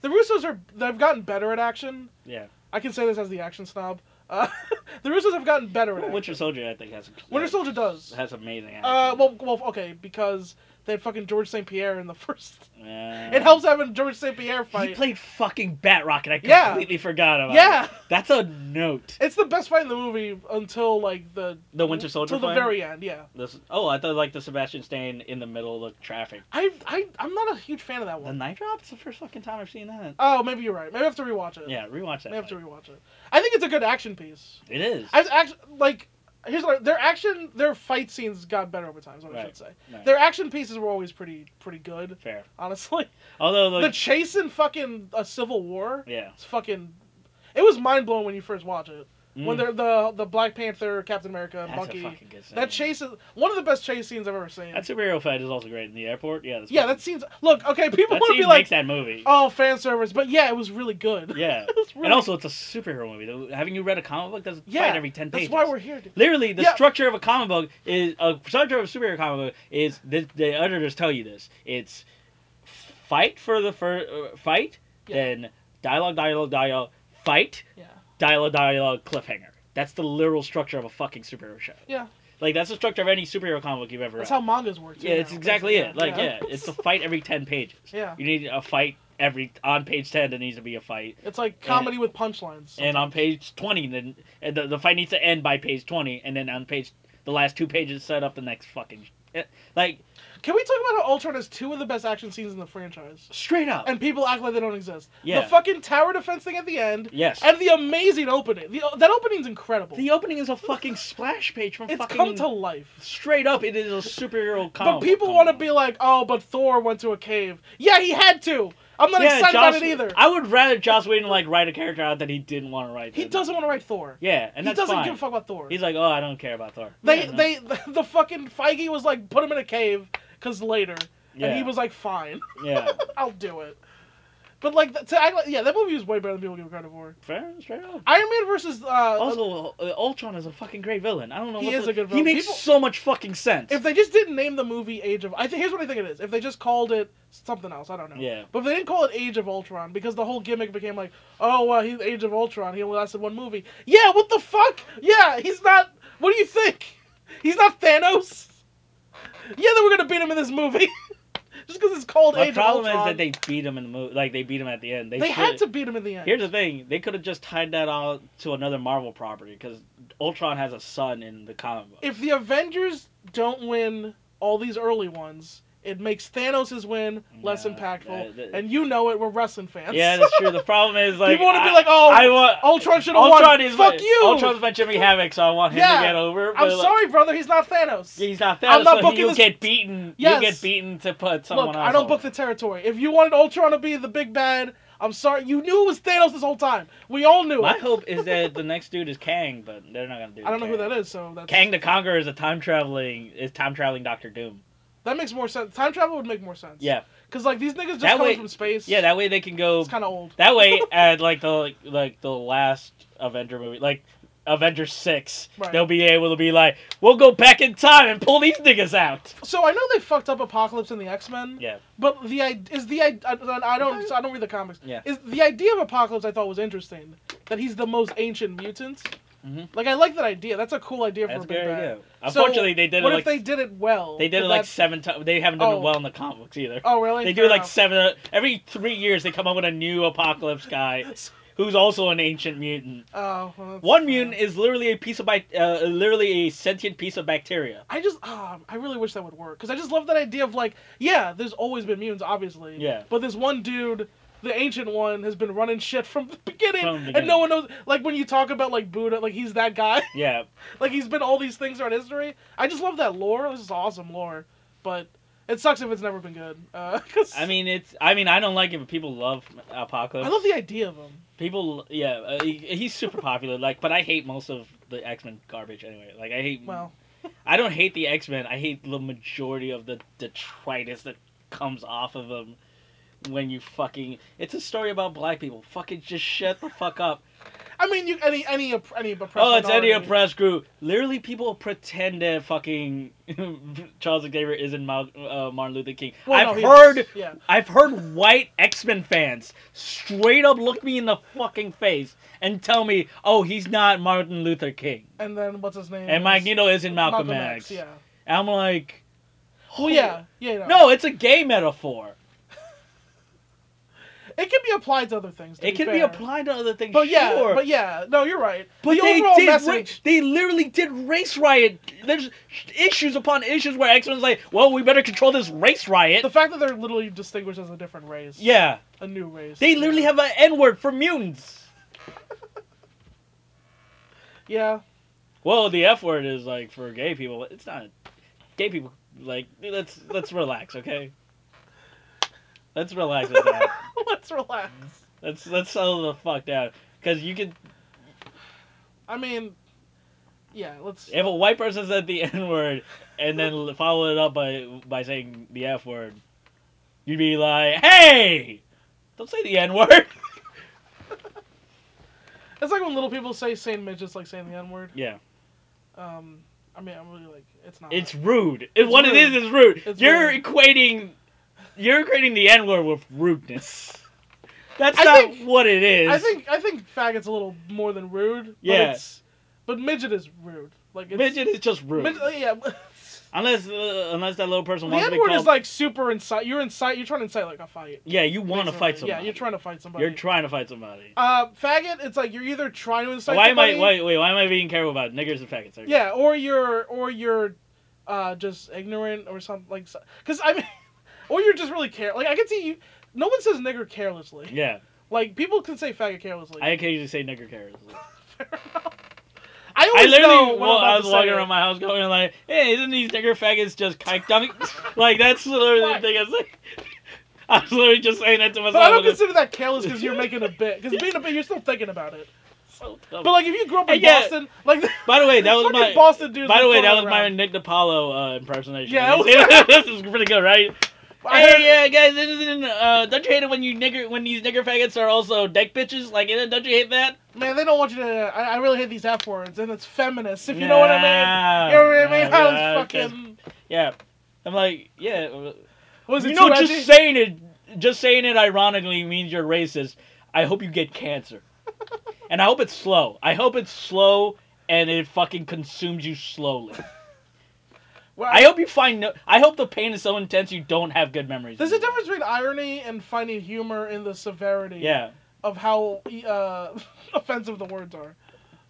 Speaker 1: the Russos are they've gotten better at action.
Speaker 2: Yeah.
Speaker 1: I can say this as the action snob. Uh, the Russos have gotten better at
Speaker 2: Well, Winter
Speaker 1: action.
Speaker 2: Soldier, I think has.
Speaker 1: Winter Soldier does.
Speaker 2: has amazing. Action.
Speaker 1: Uh, well, well, okay, because they had fucking George St. Pierre in the first.
Speaker 2: Yeah.
Speaker 1: It helps having George St. Pierre
Speaker 2: Mm. He
Speaker 1: fight.
Speaker 2: played fucking Batrocket. I
Speaker 1: Yeah.
Speaker 2: completely forgot about.
Speaker 1: Yeah.
Speaker 2: it. That's a note.
Speaker 1: It's the best fight in the movie until like the
Speaker 2: The Winter Soldier
Speaker 1: till the
Speaker 2: fight?
Speaker 1: very end. Yeah,
Speaker 2: This. Oh, I thought like the Sebastian Stan in the middle of the traffic.
Speaker 1: I I I'm not a huge fan of that
Speaker 2: The
Speaker 1: one.
Speaker 2: night drop. It's the first fucking time I've seen that.
Speaker 1: Oh, maybe you're right. Maybe I have to rewatch it.
Speaker 2: Yeah, rewatch that.
Speaker 1: maybe I have to
Speaker 2: fight.
Speaker 1: rewatch it. I think it's a good action piece.
Speaker 2: It is.
Speaker 1: I actually like here's what I- their action their fight scenes got better over time. Is what I
Speaker 2: Right.
Speaker 1: should say.
Speaker 2: Right.
Speaker 1: Their action pieces were always pretty pretty good.
Speaker 2: Fair.
Speaker 1: Honestly,
Speaker 2: Although
Speaker 1: the
Speaker 2: like,
Speaker 1: chase in fucking a Civil War.
Speaker 2: yeah,
Speaker 1: It's fucking. It was mind blowing when you first watch it. When
Speaker 2: Mm.
Speaker 1: they're the the Black Panther, Captain America,
Speaker 2: that's
Speaker 1: Monkey.
Speaker 2: a fucking good scene.
Speaker 1: That chase is one of the best chase scenes I've ever seen.
Speaker 2: That superhero fight is also great in the airport. Yeah, that's
Speaker 1: yeah, that
Speaker 2: fucking-
Speaker 1: scene's look okay. People
Speaker 2: that
Speaker 1: want
Speaker 2: scene
Speaker 1: to be like,
Speaker 2: makes that movie.
Speaker 1: oh, fan service, but yeah, it was really good.
Speaker 2: Yeah,
Speaker 1: It was really-
Speaker 2: and also it's a superhero movie. Haven't you read a comic book? That's a
Speaker 1: Yeah,
Speaker 2: fight every ten
Speaker 1: that's
Speaker 2: pages.
Speaker 1: why we're here. dude.
Speaker 2: Literally, the
Speaker 1: Yeah.
Speaker 2: structure of a comic book is a structure of a superhero comic book is the, the editors tell you this. It's fight for the first uh, fight,
Speaker 1: Yeah.
Speaker 2: then dialogue, dialogue, dialogue, fight,
Speaker 1: Yeah,
Speaker 2: dialogue, dialogue, cliffhanger. That's the literal structure of a fucking superhero show.
Speaker 1: Yeah.
Speaker 2: like that's the structure of any superhero comic book you've ever
Speaker 1: that's how
Speaker 2: read.
Speaker 1: mangas work. Too
Speaker 2: Yeah, it's
Speaker 1: now.
Speaker 2: exactly it. Like,
Speaker 1: yeah.
Speaker 2: yeah, it's a fight every ten pages.
Speaker 1: Yeah.
Speaker 2: You need a fight every on page ten. There needs to be a fight,
Speaker 1: It's like comedy with punchlines.
Speaker 2: and on page twenty, then and the, the fight needs to end by page twenty, and then on page the last two pages set up the next fucking eh, like
Speaker 1: Can we talk about how Ultron has two of the best action scenes in the franchise,
Speaker 2: straight up.
Speaker 1: and people act like they don't exist?
Speaker 2: Yeah.
Speaker 1: The fucking tower defense thing at the end,
Speaker 2: yes,
Speaker 1: and the amazing opening. The, that opening's incredible.
Speaker 2: the opening is a fucking splash page from
Speaker 1: it's
Speaker 2: fucking
Speaker 1: come to life.
Speaker 2: straight up. It is a superhero comic.
Speaker 1: But people
Speaker 2: book.
Speaker 1: want to be like, oh, but Thor went to a cave. Yeah, he had to. I'm not
Speaker 2: Yeah,
Speaker 1: excited about
Speaker 2: Joss,
Speaker 1: it either.
Speaker 2: I would rather Joss Whedon like write a character out that he didn't want to write.
Speaker 1: he
Speaker 2: than-
Speaker 1: doesn't want to write Thor.
Speaker 2: Yeah, and
Speaker 1: he
Speaker 2: that's
Speaker 1: doesn't
Speaker 2: fine.
Speaker 1: give a fuck about Thor.
Speaker 2: He's like, oh, I don't care about Thor.
Speaker 1: they,
Speaker 2: Yeah, no.
Speaker 1: they, the fucking Feige was like, put him in a cave, cause later, and
Speaker 2: Yeah.
Speaker 1: he was like, fine,
Speaker 2: yeah.
Speaker 1: I'll do it. But like, th- to act like, yeah, that movie was way better than people give credit for.
Speaker 2: Fair, straight up.
Speaker 1: Iron Man versus uh,
Speaker 2: Also, uh, Ultron is a fucking great villain. I don't know.
Speaker 1: He
Speaker 2: what
Speaker 1: is
Speaker 2: the,
Speaker 1: a good
Speaker 2: He
Speaker 1: villain.
Speaker 2: makes
Speaker 1: People-
Speaker 2: so much fucking sense.
Speaker 1: If they just didn't name the movie Age of, I think here's what I think it is. If they just called it something else, I don't know.
Speaker 2: Yeah.
Speaker 1: But if they didn't call it Age of Ultron because the whole gimmick became like, oh, well, he's Age of Ultron. He only lasted one movie. Yeah, what the fuck? Yeah, he's not. What do you think? He's not Thanos. Yeah, then we're gonna beat him in this movie. just because it's called
Speaker 2: My
Speaker 1: Age
Speaker 2: problem
Speaker 1: of
Speaker 2: is
Speaker 1: Ultron.
Speaker 2: that they beat him in the movie. Like they beat him at the end. They,
Speaker 1: They had to
Speaker 2: should-
Speaker 1: beat him in the end.
Speaker 2: Here's the thing: they could have just tied that all to another Marvel property because Ultron has a son in the comic book.
Speaker 1: if the Avengers don't win all these early ones, It makes Thanos' win less
Speaker 2: Yeah,
Speaker 1: impactful,
Speaker 2: that- that-
Speaker 1: and you know it. We're wrestling fans.
Speaker 2: Yeah, that's true. The problem is like
Speaker 1: People want to
Speaker 2: I-
Speaker 1: be like, "Oh,
Speaker 2: I want
Speaker 1: Ultron should have won."
Speaker 2: Ultron is
Speaker 1: Fuck
Speaker 2: my,
Speaker 1: you.
Speaker 2: Ultron's my Jimmy Havoc, so I want him
Speaker 1: Yeah.
Speaker 2: to get over.
Speaker 1: I'm
Speaker 2: but, like,
Speaker 1: sorry, brother. He's not Thanos.
Speaker 2: He's not that.
Speaker 1: I'm not
Speaker 2: so
Speaker 1: booking
Speaker 2: you'll
Speaker 1: this-
Speaker 2: get beaten.
Speaker 1: Yes.
Speaker 2: You'll get beaten to put someone
Speaker 1: Look,
Speaker 2: else.
Speaker 1: I don't book
Speaker 2: over.
Speaker 1: the territory. If you wanted Ultron to be the big bad, I'm sorry. You knew it was Thanos this whole time. We all knew
Speaker 2: My
Speaker 1: it.
Speaker 2: hope is that the next dude is Kang, but they're not gonna do.
Speaker 1: I don't know who
Speaker 2: Kang.
Speaker 1: that is, so that's
Speaker 2: Kang the Conqueror is a time traveling is time traveling Doctor Doom.
Speaker 1: that makes more sense. Time travel would make more sense.
Speaker 2: Yeah,
Speaker 1: because like these niggas just
Speaker 2: That
Speaker 1: coming
Speaker 2: way-
Speaker 1: from space.
Speaker 2: yeah. That way they can go.
Speaker 1: it's kind of old.
Speaker 2: That way at like the like, like the last Avenger movie, like Avenger six,
Speaker 1: Right.
Speaker 2: they'll be able to be like, we'll go back in time and pull these niggas out.
Speaker 1: So I know they fucked up Apocalypse and the X Men.
Speaker 2: Yeah.
Speaker 1: But the i- is the i- I don't I don't I don't read the comics.
Speaker 2: Yeah.
Speaker 1: Is the idea of Apocalypse I thought was interesting that he's the most ancient mutant.
Speaker 2: Mhm.
Speaker 1: Like I like that idea. That's a cool idea for a
Speaker 2: That's a
Speaker 1: big
Speaker 2: good
Speaker 1: bad.
Speaker 2: idea.
Speaker 1: So,
Speaker 2: Unfortunately, they did it
Speaker 1: what
Speaker 2: like
Speaker 1: if they did it well?
Speaker 2: they did it
Speaker 1: Would
Speaker 2: like
Speaker 1: that-
Speaker 2: seven times. They haven't done
Speaker 1: Oh.
Speaker 2: it well in the comic books either.
Speaker 1: Oh really?
Speaker 2: They
Speaker 1: Fair
Speaker 2: do like
Speaker 1: enough.
Speaker 2: seven every three years. They come up with a new apocalypse guy who's also an ancient mutant.
Speaker 1: Oh, well, that's-
Speaker 2: One mutant is literally a piece of bi- uh, literally a sentient piece of bacteria.
Speaker 1: I just, ah, I really wish that would work because I just love that idea of like, yeah, there's always been mutants, obviously.
Speaker 2: Yeah.
Speaker 1: But this one dude, the ancient one, has been running shit from the beginning,
Speaker 2: From the
Speaker 1: and no
Speaker 2: beginning.
Speaker 1: one knows. Like when you talk about like Buddha, like he's that guy.
Speaker 2: Yeah,
Speaker 1: like he's been all these things throughout history. I just love that lore. This is awesome lore, but it sucks if it's never been good. Uh, 'cause
Speaker 2: I mean it's. I mean I don't like it, but people love apocalypse.
Speaker 1: I love the idea of him.
Speaker 2: people. Yeah, uh, he, he's super popular. Like, but I hate most of the X Men garbage anyway. Like I hate.
Speaker 1: Well,
Speaker 2: I don't hate the X Men. I hate the majority of the detritus that comes off of them when you fucking. It's a story about black people. Fucking just shut the fuck up.
Speaker 1: I mean, you any any opp- any oppressed.
Speaker 2: Oh, it's any
Speaker 1: minority.
Speaker 2: oppressed group. Literally, people pretend that fucking Charles Xavier isn't Mal- uh, Martin Luther King.
Speaker 1: Well, no,
Speaker 2: I've
Speaker 1: he
Speaker 2: heard,
Speaker 1: is. Yeah.
Speaker 2: I've heard white X Men fans straight up look me in the fucking face and tell me, "Oh, he's not Martin Luther King,
Speaker 1: And then what's his name?
Speaker 2: and
Speaker 1: is-
Speaker 2: Magneto isn't Malcolm, X."
Speaker 1: Yeah.
Speaker 2: And I'm like,
Speaker 1: Well, yeah, yeah.
Speaker 2: No, it's a gay metaphor.
Speaker 1: It can be applied to other things. To
Speaker 2: It can be
Speaker 1: fair.
Speaker 2: applied to other things.
Speaker 1: But yeah,
Speaker 2: sure.
Speaker 1: but yeah, no, you're right.
Speaker 2: But
Speaker 1: the
Speaker 2: they
Speaker 1: overall
Speaker 2: did. ra-
Speaker 1: message.
Speaker 2: they literally did race riot. There's issues upon issues where X Men's like, well, we better control this race riot.
Speaker 1: The fact that they're literally distinguished as a different race.
Speaker 2: yeah,
Speaker 1: A new race.
Speaker 2: they literally have an N word for mutants.
Speaker 1: Yeah.
Speaker 2: Well, the F word is like for gay people. It's not gay people. Like, let's let's relax, okay? Let's relax with that.
Speaker 1: Let's relax.
Speaker 2: let's let's settle the fuck down. Because you could,
Speaker 1: I mean, yeah, let's.
Speaker 2: if a white person said the N word and then followed it up by by saying the F word, you'd be like, hey, don't say the N word.
Speaker 1: It's like when little people say "sane midgets" like saying the N word.
Speaker 2: Yeah,
Speaker 1: Um, I mean, I'm really like, it's not.
Speaker 2: it's rude. It, what
Speaker 1: rude.
Speaker 2: it is is rude.
Speaker 1: It's
Speaker 2: you're
Speaker 1: rude.
Speaker 2: equating, you're equating the N word with rudeness. That's
Speaker 1: I
Speaker 2: not
Speaker 1: think-
Speaker 2: what it is.
Speaker 1: I think I think faggot's a little more than rude.
Speaker 2: Yeah.
Speaker 1: But, it's, but midget is rude. Like it's,
Speaker 2: midget is just rude.
Speaker 1: Midget, yeah.
Speaker 2: Unless uh, unless that little person
Speaker 1: The
Speaker 2: wants to
Speaker 1: N
Speaker 2: be
Speaker 1: word
Speaker 2: called.
Speaker 1: is like super incite. You're incite. You're trying to incite like a fight.
Speaker 2: yeah, you want to
Speaker 1: basically.
Speaker 2: fight somebody.
Speaker 1: Yeah, you're trying to fight somebody.
Speaker 2: You're trying to fight somebody.
Speaker 1: Uh, faggot. It's like you're either trying to incite.
Speaker 2: why am
Speaker 1: somebody,
Speaker 2: Oh, I? Wait, wait. Why am I being careful about niggers and faggots? There you go.
Speaker 1: Yeah, or you're or you're, uh, just ignorant or something like. Because I mean, or you're just really care. Like I can see you. No one says nigger carelessly.
Speaker 2: Yeah.
Speaker 1: Like people can say faggot carelessly.
Speaker 2: I occasionally say nigger carelessly.
Speaker 1: I
Speaker 2: I
Speaker 1: always know
Speaker 2: literally,
Speaker 1: when I'm
Speaker 2: well,
Speaker 1: about
Speaker 2: I was
Speaker 1: to
Speaker 2: walking
Speaker 1: say it.
Speaker 2: around my house going like, "Hey, isn't these nigger faggots just kike dunk?" like that's literally
Speaker 1: Why?
Speaker 2: the thing I was like. I was literally just saying that to myself.
Speaker 1: But I don't
Speaker 2: and it's
Speaker 1: consider that careless because you're making a bit. Because being a bit, you're still thinking about it.
Speaker 2: so dumb.
Speaker 1: But like if you grew up in
Speaker 2: And yet-
Speaker 1: Boston, like
Speaker 2: by the way, that was
Speaker 1: fucking
Speaker 2: my.
Speaker 1: Boston dude.
Speaker 2: By the way, that was my Nick DiPaolo uh, impersonation.
Speaker 1: Yeah, that
Speaker 2: this is pretty good, right?
Speaker 1: I
Speaker 2: hey,
Speaker 1: heard-
Speaker 2: yeah, guys, this isn't, uh, don't you hate it when you nigger when these nigger faggots are also deck bitches? Like, eh, don't you hate that?
Speaker 1: man, they don't want you to. I, I really hate these f words, and it's feminist. If you know what I mean. You know what I mean? I was fucking.
Speaker 2: Yeah, I'm like, yeah. well,
Speaker 1: Was it
Speaker 2: you know,
Speaker 1: too
Speaker 2: just
Speaker 1: edgy?
Speaker 2: saying it, just saying it ironically means you're racist. I hope you get cancer, and I hope it's slow. I hope it's slow and it fucking consumes you slowly.
Speaker 1: Well,
Speaker 2: I hope you find no. I hope the pain is so intense you don't have good memories.
Speaker 1: There's a
Speaker 2: anymore.
Speaker 1: difference between irony and finding humor in the severity e,
Speaker 2: Yeah,
Speaker 1: of how uh, offensive the words are.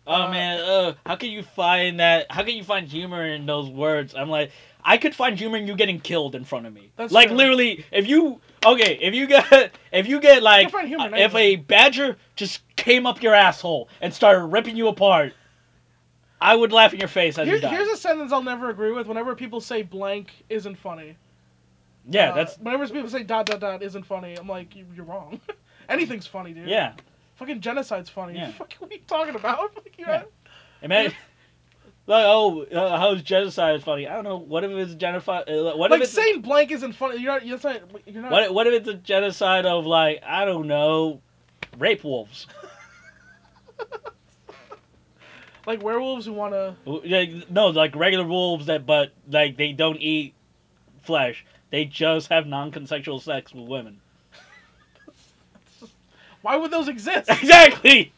Speaker 2: Oh
Speaker 1: Uh,
Speaker 2: man, uh, how can you find that? How can you find humor in those words? I'm like, I could find humor in you getting killed in front of me.
Speaker 1: That's
Speaker 2: like
Speaker 1: fair.
Speaker 2: literally, if you okay, if you get if you get like uh,
Speaker 1: find humor in
Speaker 2: if a
Speaker 1: anything.
Speaker 2: badger just came up your asshole and started ripping you apart, I would laugh in your face as
Speaker 1: Here-
Speaker 2: you die.
Speaker 1: here's a sentence I'll never agree with. Whenever people say blank isn't funny.
Speaker 2: yeah,
Speaker 1: Uh,
Speaker 2: that's
Speaker 1: Whenever people say dot dot dot isn't funny, I'm like, "You- you're wrong. Anything's funny, dude.
Speaker 2: yeah.
Speaker 1: Fucking genocide's funny.
Speaker 2: Yeah.
Speaker 1: Fuck, what are you talking about? Like, you know?
Speaker 2: Imagine. Like oh, uh, how's genocide funny? I don't know. What if it's genocide? Uh, what
Speaker 1: Like
Speaker 2: if it's
Speaker 1: saying blank isn't funny. You're not. You're not. You're not
Speaker 2: What, what if it's a genocide of like I don't know, rape wolves?
Speaker 1: Like werewolves who want to.
Speaker 2: Like, no, like regular wolves that but like they don't eat flesh. They just have non-consensual sex with women.
Speaker 1: Why would those exist?
Speaker 2: Exactly.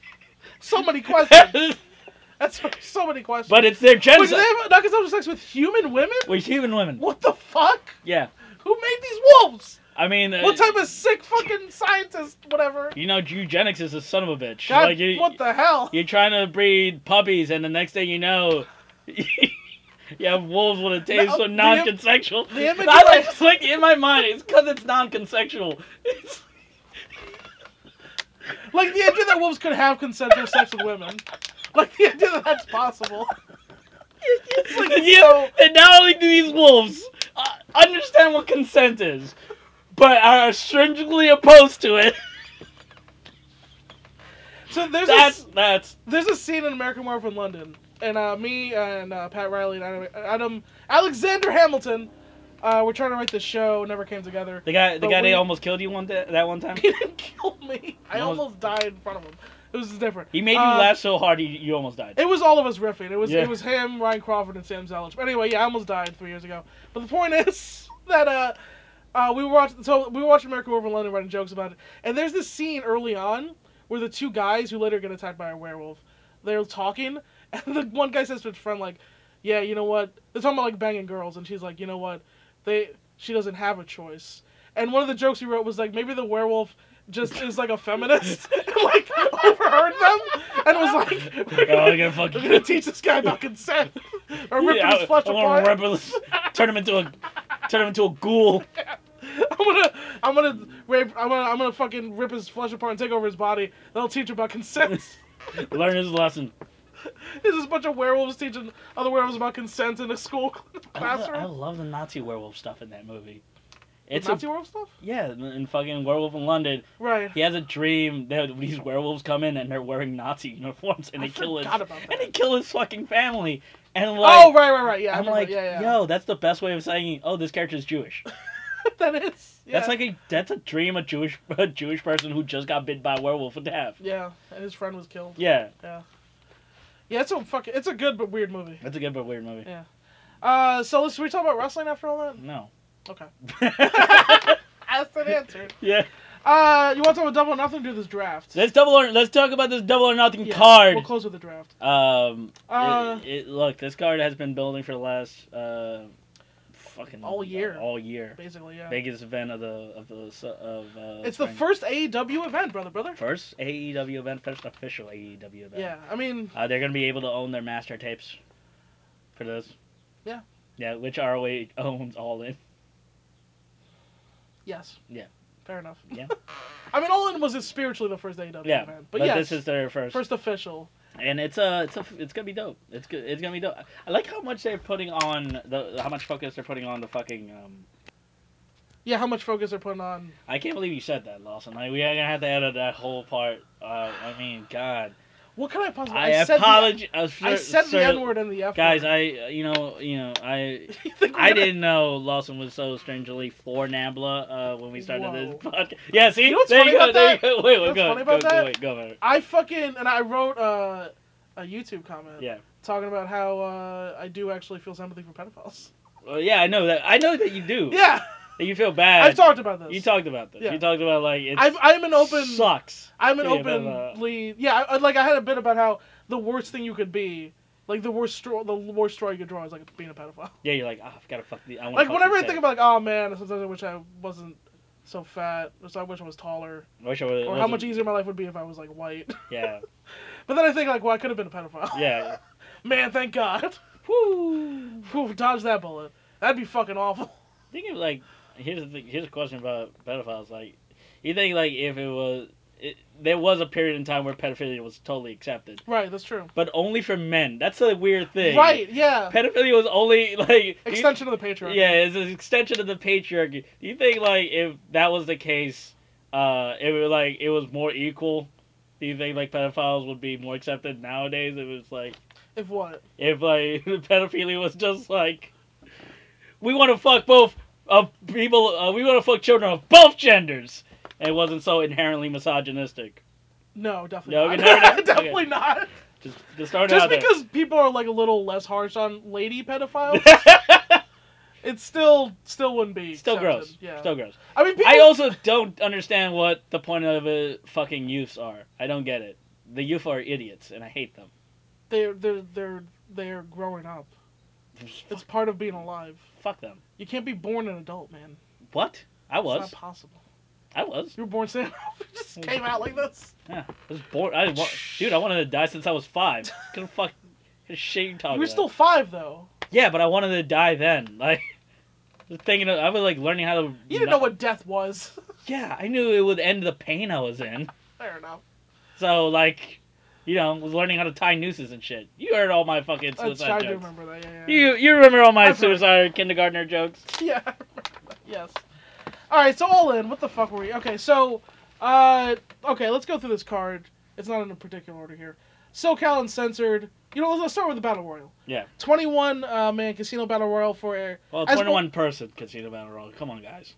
Speaker 1: so many questions.
Speaker 2: but
Speaker 1: That's so many questions.
Speaker 2: it's their
Speaker 1: Wait, do
Speaker 2: genocide
Speaker 1: they have non-consensual sex with human women?
Speaker 2: with human women.
Speaker 1: What the fuck?
Speaker 2: Yeah,
Speaker 1: Who made these wolves?
Speaker 2: I mean, uh,
Speaker 1: What type of sick fucking scientist? Whatever.
Speaker 2: you know, eugenics is a son of a bitch.
Speaker 1: God,
Speaker 2: like you,
Speaker 1: what the hell?
Speaker 2: you're trying to breed puppies, and the next thing you know. You have wolves with a taste
Speaker 1: No,
Speaker 2: so
Speaker 1: the im-
Speaker 2: non-consensual.
Speaker 1: the image
Speaker 2: I
Speaker 1: of
Speaker 2: like,
Speaker 1: a-
Speaker 2: it's like in my mind, it's because it's non-consensual. It's,
Speaker 1: Like the idea that wolves could have consensual sex with women. Like the idea that that's possible. It's like
Speaker 2: Yeah,
Speaker 1: so.
Speaker 2: and not only do these wolves uh, understand what consent is, but are stringently opposed to it.
Speaker 1: So there's
Speaker 2: That's
Speaker 1: a,
Speaker 2: that's
Speaker 1: there's a scene in American Werewolf in London, and uh, me and uh, Pat Riley and Adam, Adam Alexander Hamilton, uh, we're trying to write this show. Never came together.
Speaker 2: the guy. The
Speaker 1: But
Speaker 2: guy
Speaker 1: we-
Speaker 2: that almost killed you one day, that one time.
Speaker 1: He didn't kill me. I
Speaker 2: No.
Speaker 1: almost died in front of him. It was different.
Speaker 2: He made you
Speaker 1: Um,
Speaker 2: laugh so hard you, you almost died.
Speaker 1: It was all of us riffing. It was
Speaker 2: Yeah.
Speaker 1: it was him, Ryan Crawford, and Sam Zelich. But anyway, yeah, I almost died three years ago. But the point is that uh, uh, we were watching. So we were watching American Werewolf in London, writing jokes about it. And there's this scene early on where the two guys who later get attacked by a werewolf, they're talking, and the one guy says to his friend like, "Yeah, you know what? They're talking about like banging girls," and she's like, "You know what? They she doesn't have a choice." And one of the jokes he wrote was like, maybe the werewolf just is like a feminist, and, like overheard them, and was like, "We're
Speaker 2: Oh,
Speaker 1: gonna,
Speaker 2: I'm gonna fucking-
Speaker 1: we're gonna teach this guy about consent, or rip
Speaker 2: Yeah,
Speaker 1: his flesh
Speaker 2: I, I wanna
Speaker 1: apart."
Speaker 2: rip his- turn him into a turn him into a ghoul.
Speaker 1: I'm gonna, I'm gonna rape, I'm gonna, I'm gonna fucking rip his flesh apart and take over his body. That'll teach him about consent.
Speaker 2: Learn his lesson.
Speaker 1: There's just a bunch of werewolves teaching other werewolves about consent in a school
Speaker 2: I love, the- I
Speaker 1: classroom.
Speaker 2: love the Nazi werewolf stuff in that movie.
Speaker 1: It's
Speaker 2: Oh, It's a,
Speaker 1: Nazi werewolf stuff,
Speaker 2: yeah, in fucking Werewolf in London,
Speaker 1: right?
Speaker 2: He has a dream that these werewolves come in and they're wearing Nazi uniforms and
Speaker 1: I
Speaker 2: they kill his
Speaker 1: forgot about
Speaker 2: and they
Speaker 1: that.
Speaker 2: kill his fucking family. And like,
Speaker 1: oh right, right, right. Yeah, I
Speaker 2: I'm
Speaker 1: remember.
Speaker 2: like,
Speaker 1: yeah, yeah.
Speaker 2: yo, that's the best way of saying, oh, this character's Jewish.
Speaker 1: that is. Yeah.
Speaker 2: That's like a that's a dream a Jewish a Jewish person who just got bit by a werewolf would have.
Speaker 1: Yeah, and his friend was killed.
Speaker 2: Yeah,
Speaker 1: Yeah, it's a fucking. It's a good but weird movie.
Speaker 2: that's a good but weird movie.
Speaker 1: Yeah. Uh, so let's, should we talk about wrestling after all that?
Speaker 2: No.
Speaker 1: Okay. That's an answer.
Speaker 2: yeah.
Speaker 1: Uh, you want to talk about double or nothing? Do this draft.
Speaker 2: Let's double or let's talk about this double or nothing
Speaker 1: Yeah,
Speaker 2: card.
Speaker 1: We'll close with the draft.
Speaker 2: Um,
Speaker 1: Uh,
Speaker 2: it, it, look, this card has been building for the last uh, fucking
Speaker 1: All year.
Speaker 2: all year.
Speaker 1: basically, yeah.
Speaker 2: biggest event of the of the su- of uh,
Speaker 1: It's the
Speaker 2: spring.
Speaker 1: first AEW event, brother, brother.
Speaker 2: first AEW event, first official AEW event.
Speaker 1: Yeah, I mean,
Speaker 2: Uh, they're gonna be able to own their master tapes for this.
Speaker 1: Yeah.
Speaker 2: Yeah, which ROH owns all in.
Speaker 1: yes.
Speaker 2: Yeah.
Speaker 1: Fair enough.
Speaker 2: Yeah.
Speaker 1: I mean, All In was spiritually the first AEW
Speaker 2: Yeah,
Speaker 1: event, but,
Speaker 2: But,
Speaker 1: yeah,
Speaker 2: this is their first,
Speaker 1: first official.
Speaker 2: and it's a it's a it's gonna be dope. It's good. It's gonna be dope. I like how much they're putting on the how much focus they're putting on the fucking. Um,
Speaker 1: Yeah, how much focus they're putting on?
Speaker 2: I can't believe you said that, Lawson. Like, we are gonna have to edit that whole part. Uh, I mean, God,
Speaker 1: What can I possibly?
Speaker 2: I, uh,
Speaker 1: said
Speaker 2: apologize.
Speaker 1: The, I said the N word and the F.
Speaker 2: guys
Speaker 1: word.
Speaker 2: i uh, you know you know i
Speaker 1: You think we're
Speaker 2: i
Speaker 1: gonna-
Speaker 2: didn't know lawson was so strangely for nabla uh when we started this
Speaker 1: Whoa.
Speaker 2: podcast yeah see
Speaker 1: You know what's
Speaker 2: there
Speaker 1: funny
Speaker 2: you go
Speaker 1: about
Speaker 2: there
Speaker 1: that?
Speaker 2: you go wait
Speaker 1: You know
Speaker 2: wait go
Speaker 1: what's funny
Speaker 2: ahead, go,
Speaker 1: about
Speaker 2: go,
Speaker 1: that?
Speaker 2: wait, go ahead.
Speaker 1: I fucking and I wrote uh, a YouTube comment.
Speaker 2: Yeah.
Speaker 1: Talking about how uh, I do actually feel sympathy for pedophiles.
Speaker 2: Well, yeah i know that i know that you do
Speaker 1: Yeah,
Speaker 2: that you feel bad
Speaker 1: I've talked about this.
Speaker 2: you talked about this
Speaker 1: Yeah.
Speaker 2: you talked about like it's
Speaker 1: I'm I'm an open.
Speaker 2: sucks
Speaker 1: I'm an
Speaker 2: Yeah, but, uh,
Speaker 1: openly. Yeah, I, I- like I had a bit about how the worst thing you could be, like the worst straw, the worst straw you could draw is like being a pedophile.
Speaker 2: yeah you're like oh, "Ah, i've gotta fuck the i wanna
Speaker 1: Like
Speaker 2: fuck
Speaker 1: whenever I
Speaker 2: this
Speaker 1: think
Speaker 2: guy."
Speaker 1: about, like, oh man, sometimes I wish I wasn't so fat. So I wish I was taller.
Speaker 2: I wish I was.
Speaker 1: Or how much easier my life would be if I was like white.
Speaker 2: Yeah,
Speaker 1: But then I think like, well, I could have been a pedophile.
Speaker 2: yeah.
Speaker 1: Man, thank God.
Speaker 2: Woo.
Speaker 1: Whew, dodge that bullet. That'd be fucking awful.
Speaker 2: Think of like here's the thing, here's a question about pedophiles. Like, you think like if it was, it, there was a period in time where pedophilia was totally accepted,
Speaker 1: Right, that's true.
Speaker 2: but only for men. That's a weird thing.
Speaker 1: Right, yeah.
Speaker 2: Pedophilia was only like you-
Speaker 1: Extension of the patriarchy.
Speaker 2: Yeah, it's an extension of the patriarchy. Do you think like if that was the case, uh, it would like it was more equal? Do you think like pedophiles would be more accepted nowadays? If it was like
Speaker 1: If what?
Speaker 2: if like pedophilia was just like we want to fuck both of people, uh, we want to fuck children of both genders. and It wasn't so inherently misogynistic.
Speaker 1: No, definitely
Speaker 2: No,
Speaker 1: not.
Speaker 2: okay, no, no, okay.
Speaker 1: definitely not.
Speaker 2: Just just start
Speaker 1: Just
Speaker 2: out there.
Speaker 1: because people are like a little less harsh on lady pedophiles, it still still wouldn't be
Speaker 2: Still
Speaker 1: accepted.
Speaker 2: gross.
Speaker 1: Yeah.
Speaker 2: Still gross.
Speaker 1: I mean, people,
Speaker 2: I also don't understand what the point of it fucking youths are. I don't get it. The youth are idiots, and I hate them.
Speaker 1: they're they're they're they're growing up. It's part of being alive.
Speaker 2: Fuck them.
Speaker 1: You can't be born an adult, man.
Speaker 2: What? I was. Oh.
Speaker 1: It's not possible.
Speaker 2: I was.
Speaker 1: You were born Sam. it just came out like this.
Speaker 2: Yeah. I was born. I wa- dude, I wanted to die since I was five. Couldn't fuck. Shame talking.
Speaker 1: you were still five though.
Speaker 2: Yeah, but I wanted to die then. Like, the thing. I was like learning how to.
Speaker 1: You didn't know what death was.
Speaker 2: Yeah, I knew it would end the pain I was in.
Speaker 1: Fair enough.
Speaker 2: So like, you know, was learning how to tie nooses and shit. You heard all my fucking
Speaker 1: That's,
Speaker 2: suicide
Speaker 1: I do
Speaker 2: jokes.
Speaker 1: remember that. Yeah. yeah.
Speaker 2: You you remember all my
Speaker 1: I've heard.
Speaker 2: suicide kindergartner jokes?
Speaker 1: yeah. I remember that. Yes. All right. So all in. What the fuck were we? Okay. So, uh, okay. Let's go through this card. It's not in a particular order here. SoCal uncensored. You know, let's, let's start with the battle royal.
Speaker 2: Yeah.
Speaker 1: Twenty-one uh, man casino battle royal for a
Speaker 2: Well,
Speaker 1: As
Speaker 2: 21 person casino battle royal. Come on, guys.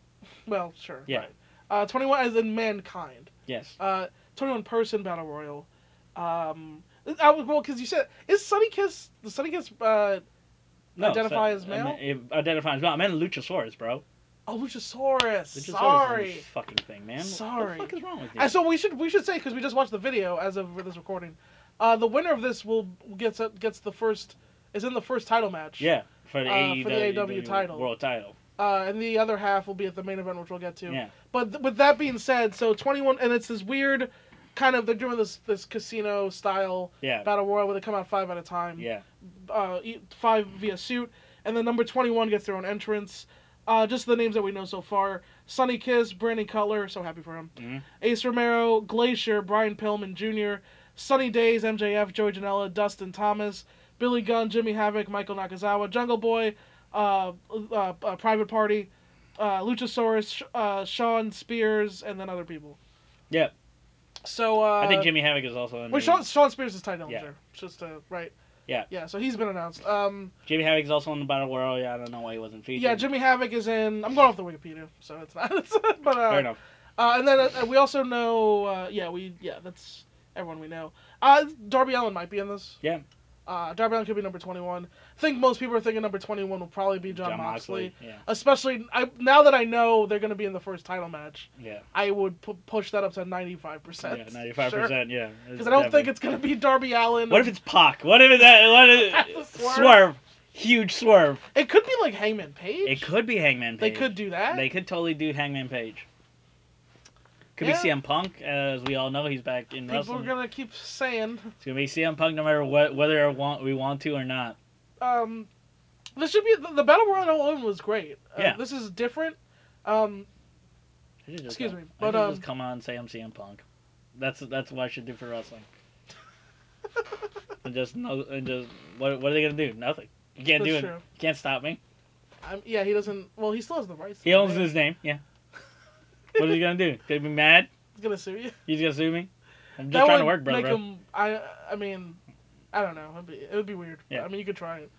Speaker 1: well, sure.
Speaker 2: Yeah.
Speaker 1: Right. Uh, twenty-one as in mankind.
Speaker 2: Yes.
Speaker 1: Uh, twenty-one person battle royal. Um, I was well because you said is Sunny Kiss the Sunny Kiss uh, Identify as male?
Speaker 2: I mean, it- identify as male. I meant Luchasaurus, bro.
Speaker 1: oh Luchasaurus.
Speaker 2: Luchasaurus
Speaker 1: Sorry.
Speaker 2: Is this fucking thing, man. What
Speaker 1: Sorry.
Speaker 2: the fuck is wrong with you?
Speaker 1: Uh, so we should we should say because we just watched the video as of this recording, uh, the winner of this will gets gets the first is in the first title match.
Speaker 2: yeah, for the,
Speaker 1: uh,
Speaker 2: AEW,
Speaker 1: for the AEW title.
Speaker 2: World title.
Speaker 1: Uh, and the other half will be at the main event, which we'll get to.
Speaker 2: Yeah.
Speaker 1: But th- with that being said, so 21 and it's this weird kind of they're doing this this casino style
Speaker 2: Yeah.
Speaker 1: battle royal where they come out five at a time.
Speaker 2: Yeah.
Speaker 1: Uh, e- five via suit, and then number 21 gets their own entrance. Uh, just the names that we know so far: Sunny Kiss, Brandon Cutler. So happy for him.
Speaker 2: Mhm.
Speaker 1: Ace Romero, Glacier, Brian Pillman Jr., Sunny Days, MJF, Joey Janela, Dustin Thomas, Billy Gunn, Jimmy Havoc, Michael Nakazawa, Jungle Boy, uh, uh, uh, Private Party, uh, Luchasaurus, uh, Sean Spears, and then other people.
Speaker 2: Yeah.
Speaker 1: So uh,
Speaker 2: I think Jimmy Havoc is also in.
Speaker 1: Wait,
Speaker 2: the-
Speaker 1: Sean, Sean Spears is tied down
Speaker 2: Yeah.
Speaker 1: there. Just uh, right.
Speaker 2: Yeah.
Speaker 1: Yeah. So he's been announced. Um.
Speaker 2: Jimmy Havoc is also in the battle royal. Yeah, I don't know why he wasn't featured.
Speaker 1: Yeah. Jimmy Havoc is in. I'm going off the Wikipedia, so it's not. but uh,
Speaker 2: Fair enough.
Speaker 1: Uh, and then uh, we also know, uh, yeah, we yeah, that's everyone we know. Uh, Darby Allen might be in this.
Speaker 2: Yeah.
Speaker 1: Uh, Darby Allen could be number twenty-one. I think most people are thinking number twenty-one will probably be John, Moxley.
Speaker 2: Yeah.
Speaker 1: Especially I, now that I know they're going to be in the first title match,
Speaker 2: Yeah.
Speaker 1: I would pu- push that up to ninety-five
Speaker 2: Yeah.
Speaker 1: percent.
Speaker 2: Ninety-five percent. Yeah.
Speaker 1: Because I don't think it's going to be Darby Allen.
Speaker 2: What if it's Pac? What if that? What if
Speaker 1: Swerve?
Speaker 2: swerve? Huge swerve.
Speaker 1: it could be like Heyman Page?
Speaker 2: It could be Hangman
Speaker 1: They
Speaker 2: Page.
Speaker 1: could do that.
Speaker 2: They could totally do Hangman Page. Could
Speaker 1: Yeah.
Speaker 2: be CM Punk, as we all know he's back in
Speaker 1: People
Speaker 2: wrestling.
Speaker 1: are going to keep saying.
Speaker 2: It's gonna be CM Punk, no matter what, whether or want we want to or not.
Speaker 1: um, this should be the, the battle royal one was great. Uh,
Speaker 2: Yeah.
Speaker 1: this is different. Um,
Speaker 2: I should just
Speaker 1: Excuse
Speaker 2: go-
Speaker 1: me,
Speaker 2: I
Speaker 1: but,
Speaker 2: should
Speaker 1: um,
Speaker 2: just come on and say I'm CM Punk. That's that's what I should do for wrestling. and just no, and just what what are they gonna do? Nothing. You can't do
Speaker 1: That's
Speaker 2: it.
Speaker 1: true.
Speaker 2: You can't stop me.
Speaker 1: I'm, yeah, he doesn't. Well, he still has the rights. to
Speaker 2: He
Speaker 1: the
Speaker 2: owns
Speaker 1: name.
Speaker 2: his name. Yeah. what is he gonna do? Gonna be mad?
Speaker 1: He's gonna sue you.
Speaker 2: He's gonna sue me? I'm just
Speaker 1: That
Speaker 2: trying
Speaker 1: would
Speaker 2: to work,
Speaker 1: make
Speaker 2: brother.
Speaker 1: him. I. I mean, I don't know. It'd be, it would be weird.
Speaker 2: Yeah.
Speaker 1: I mean, you could try it.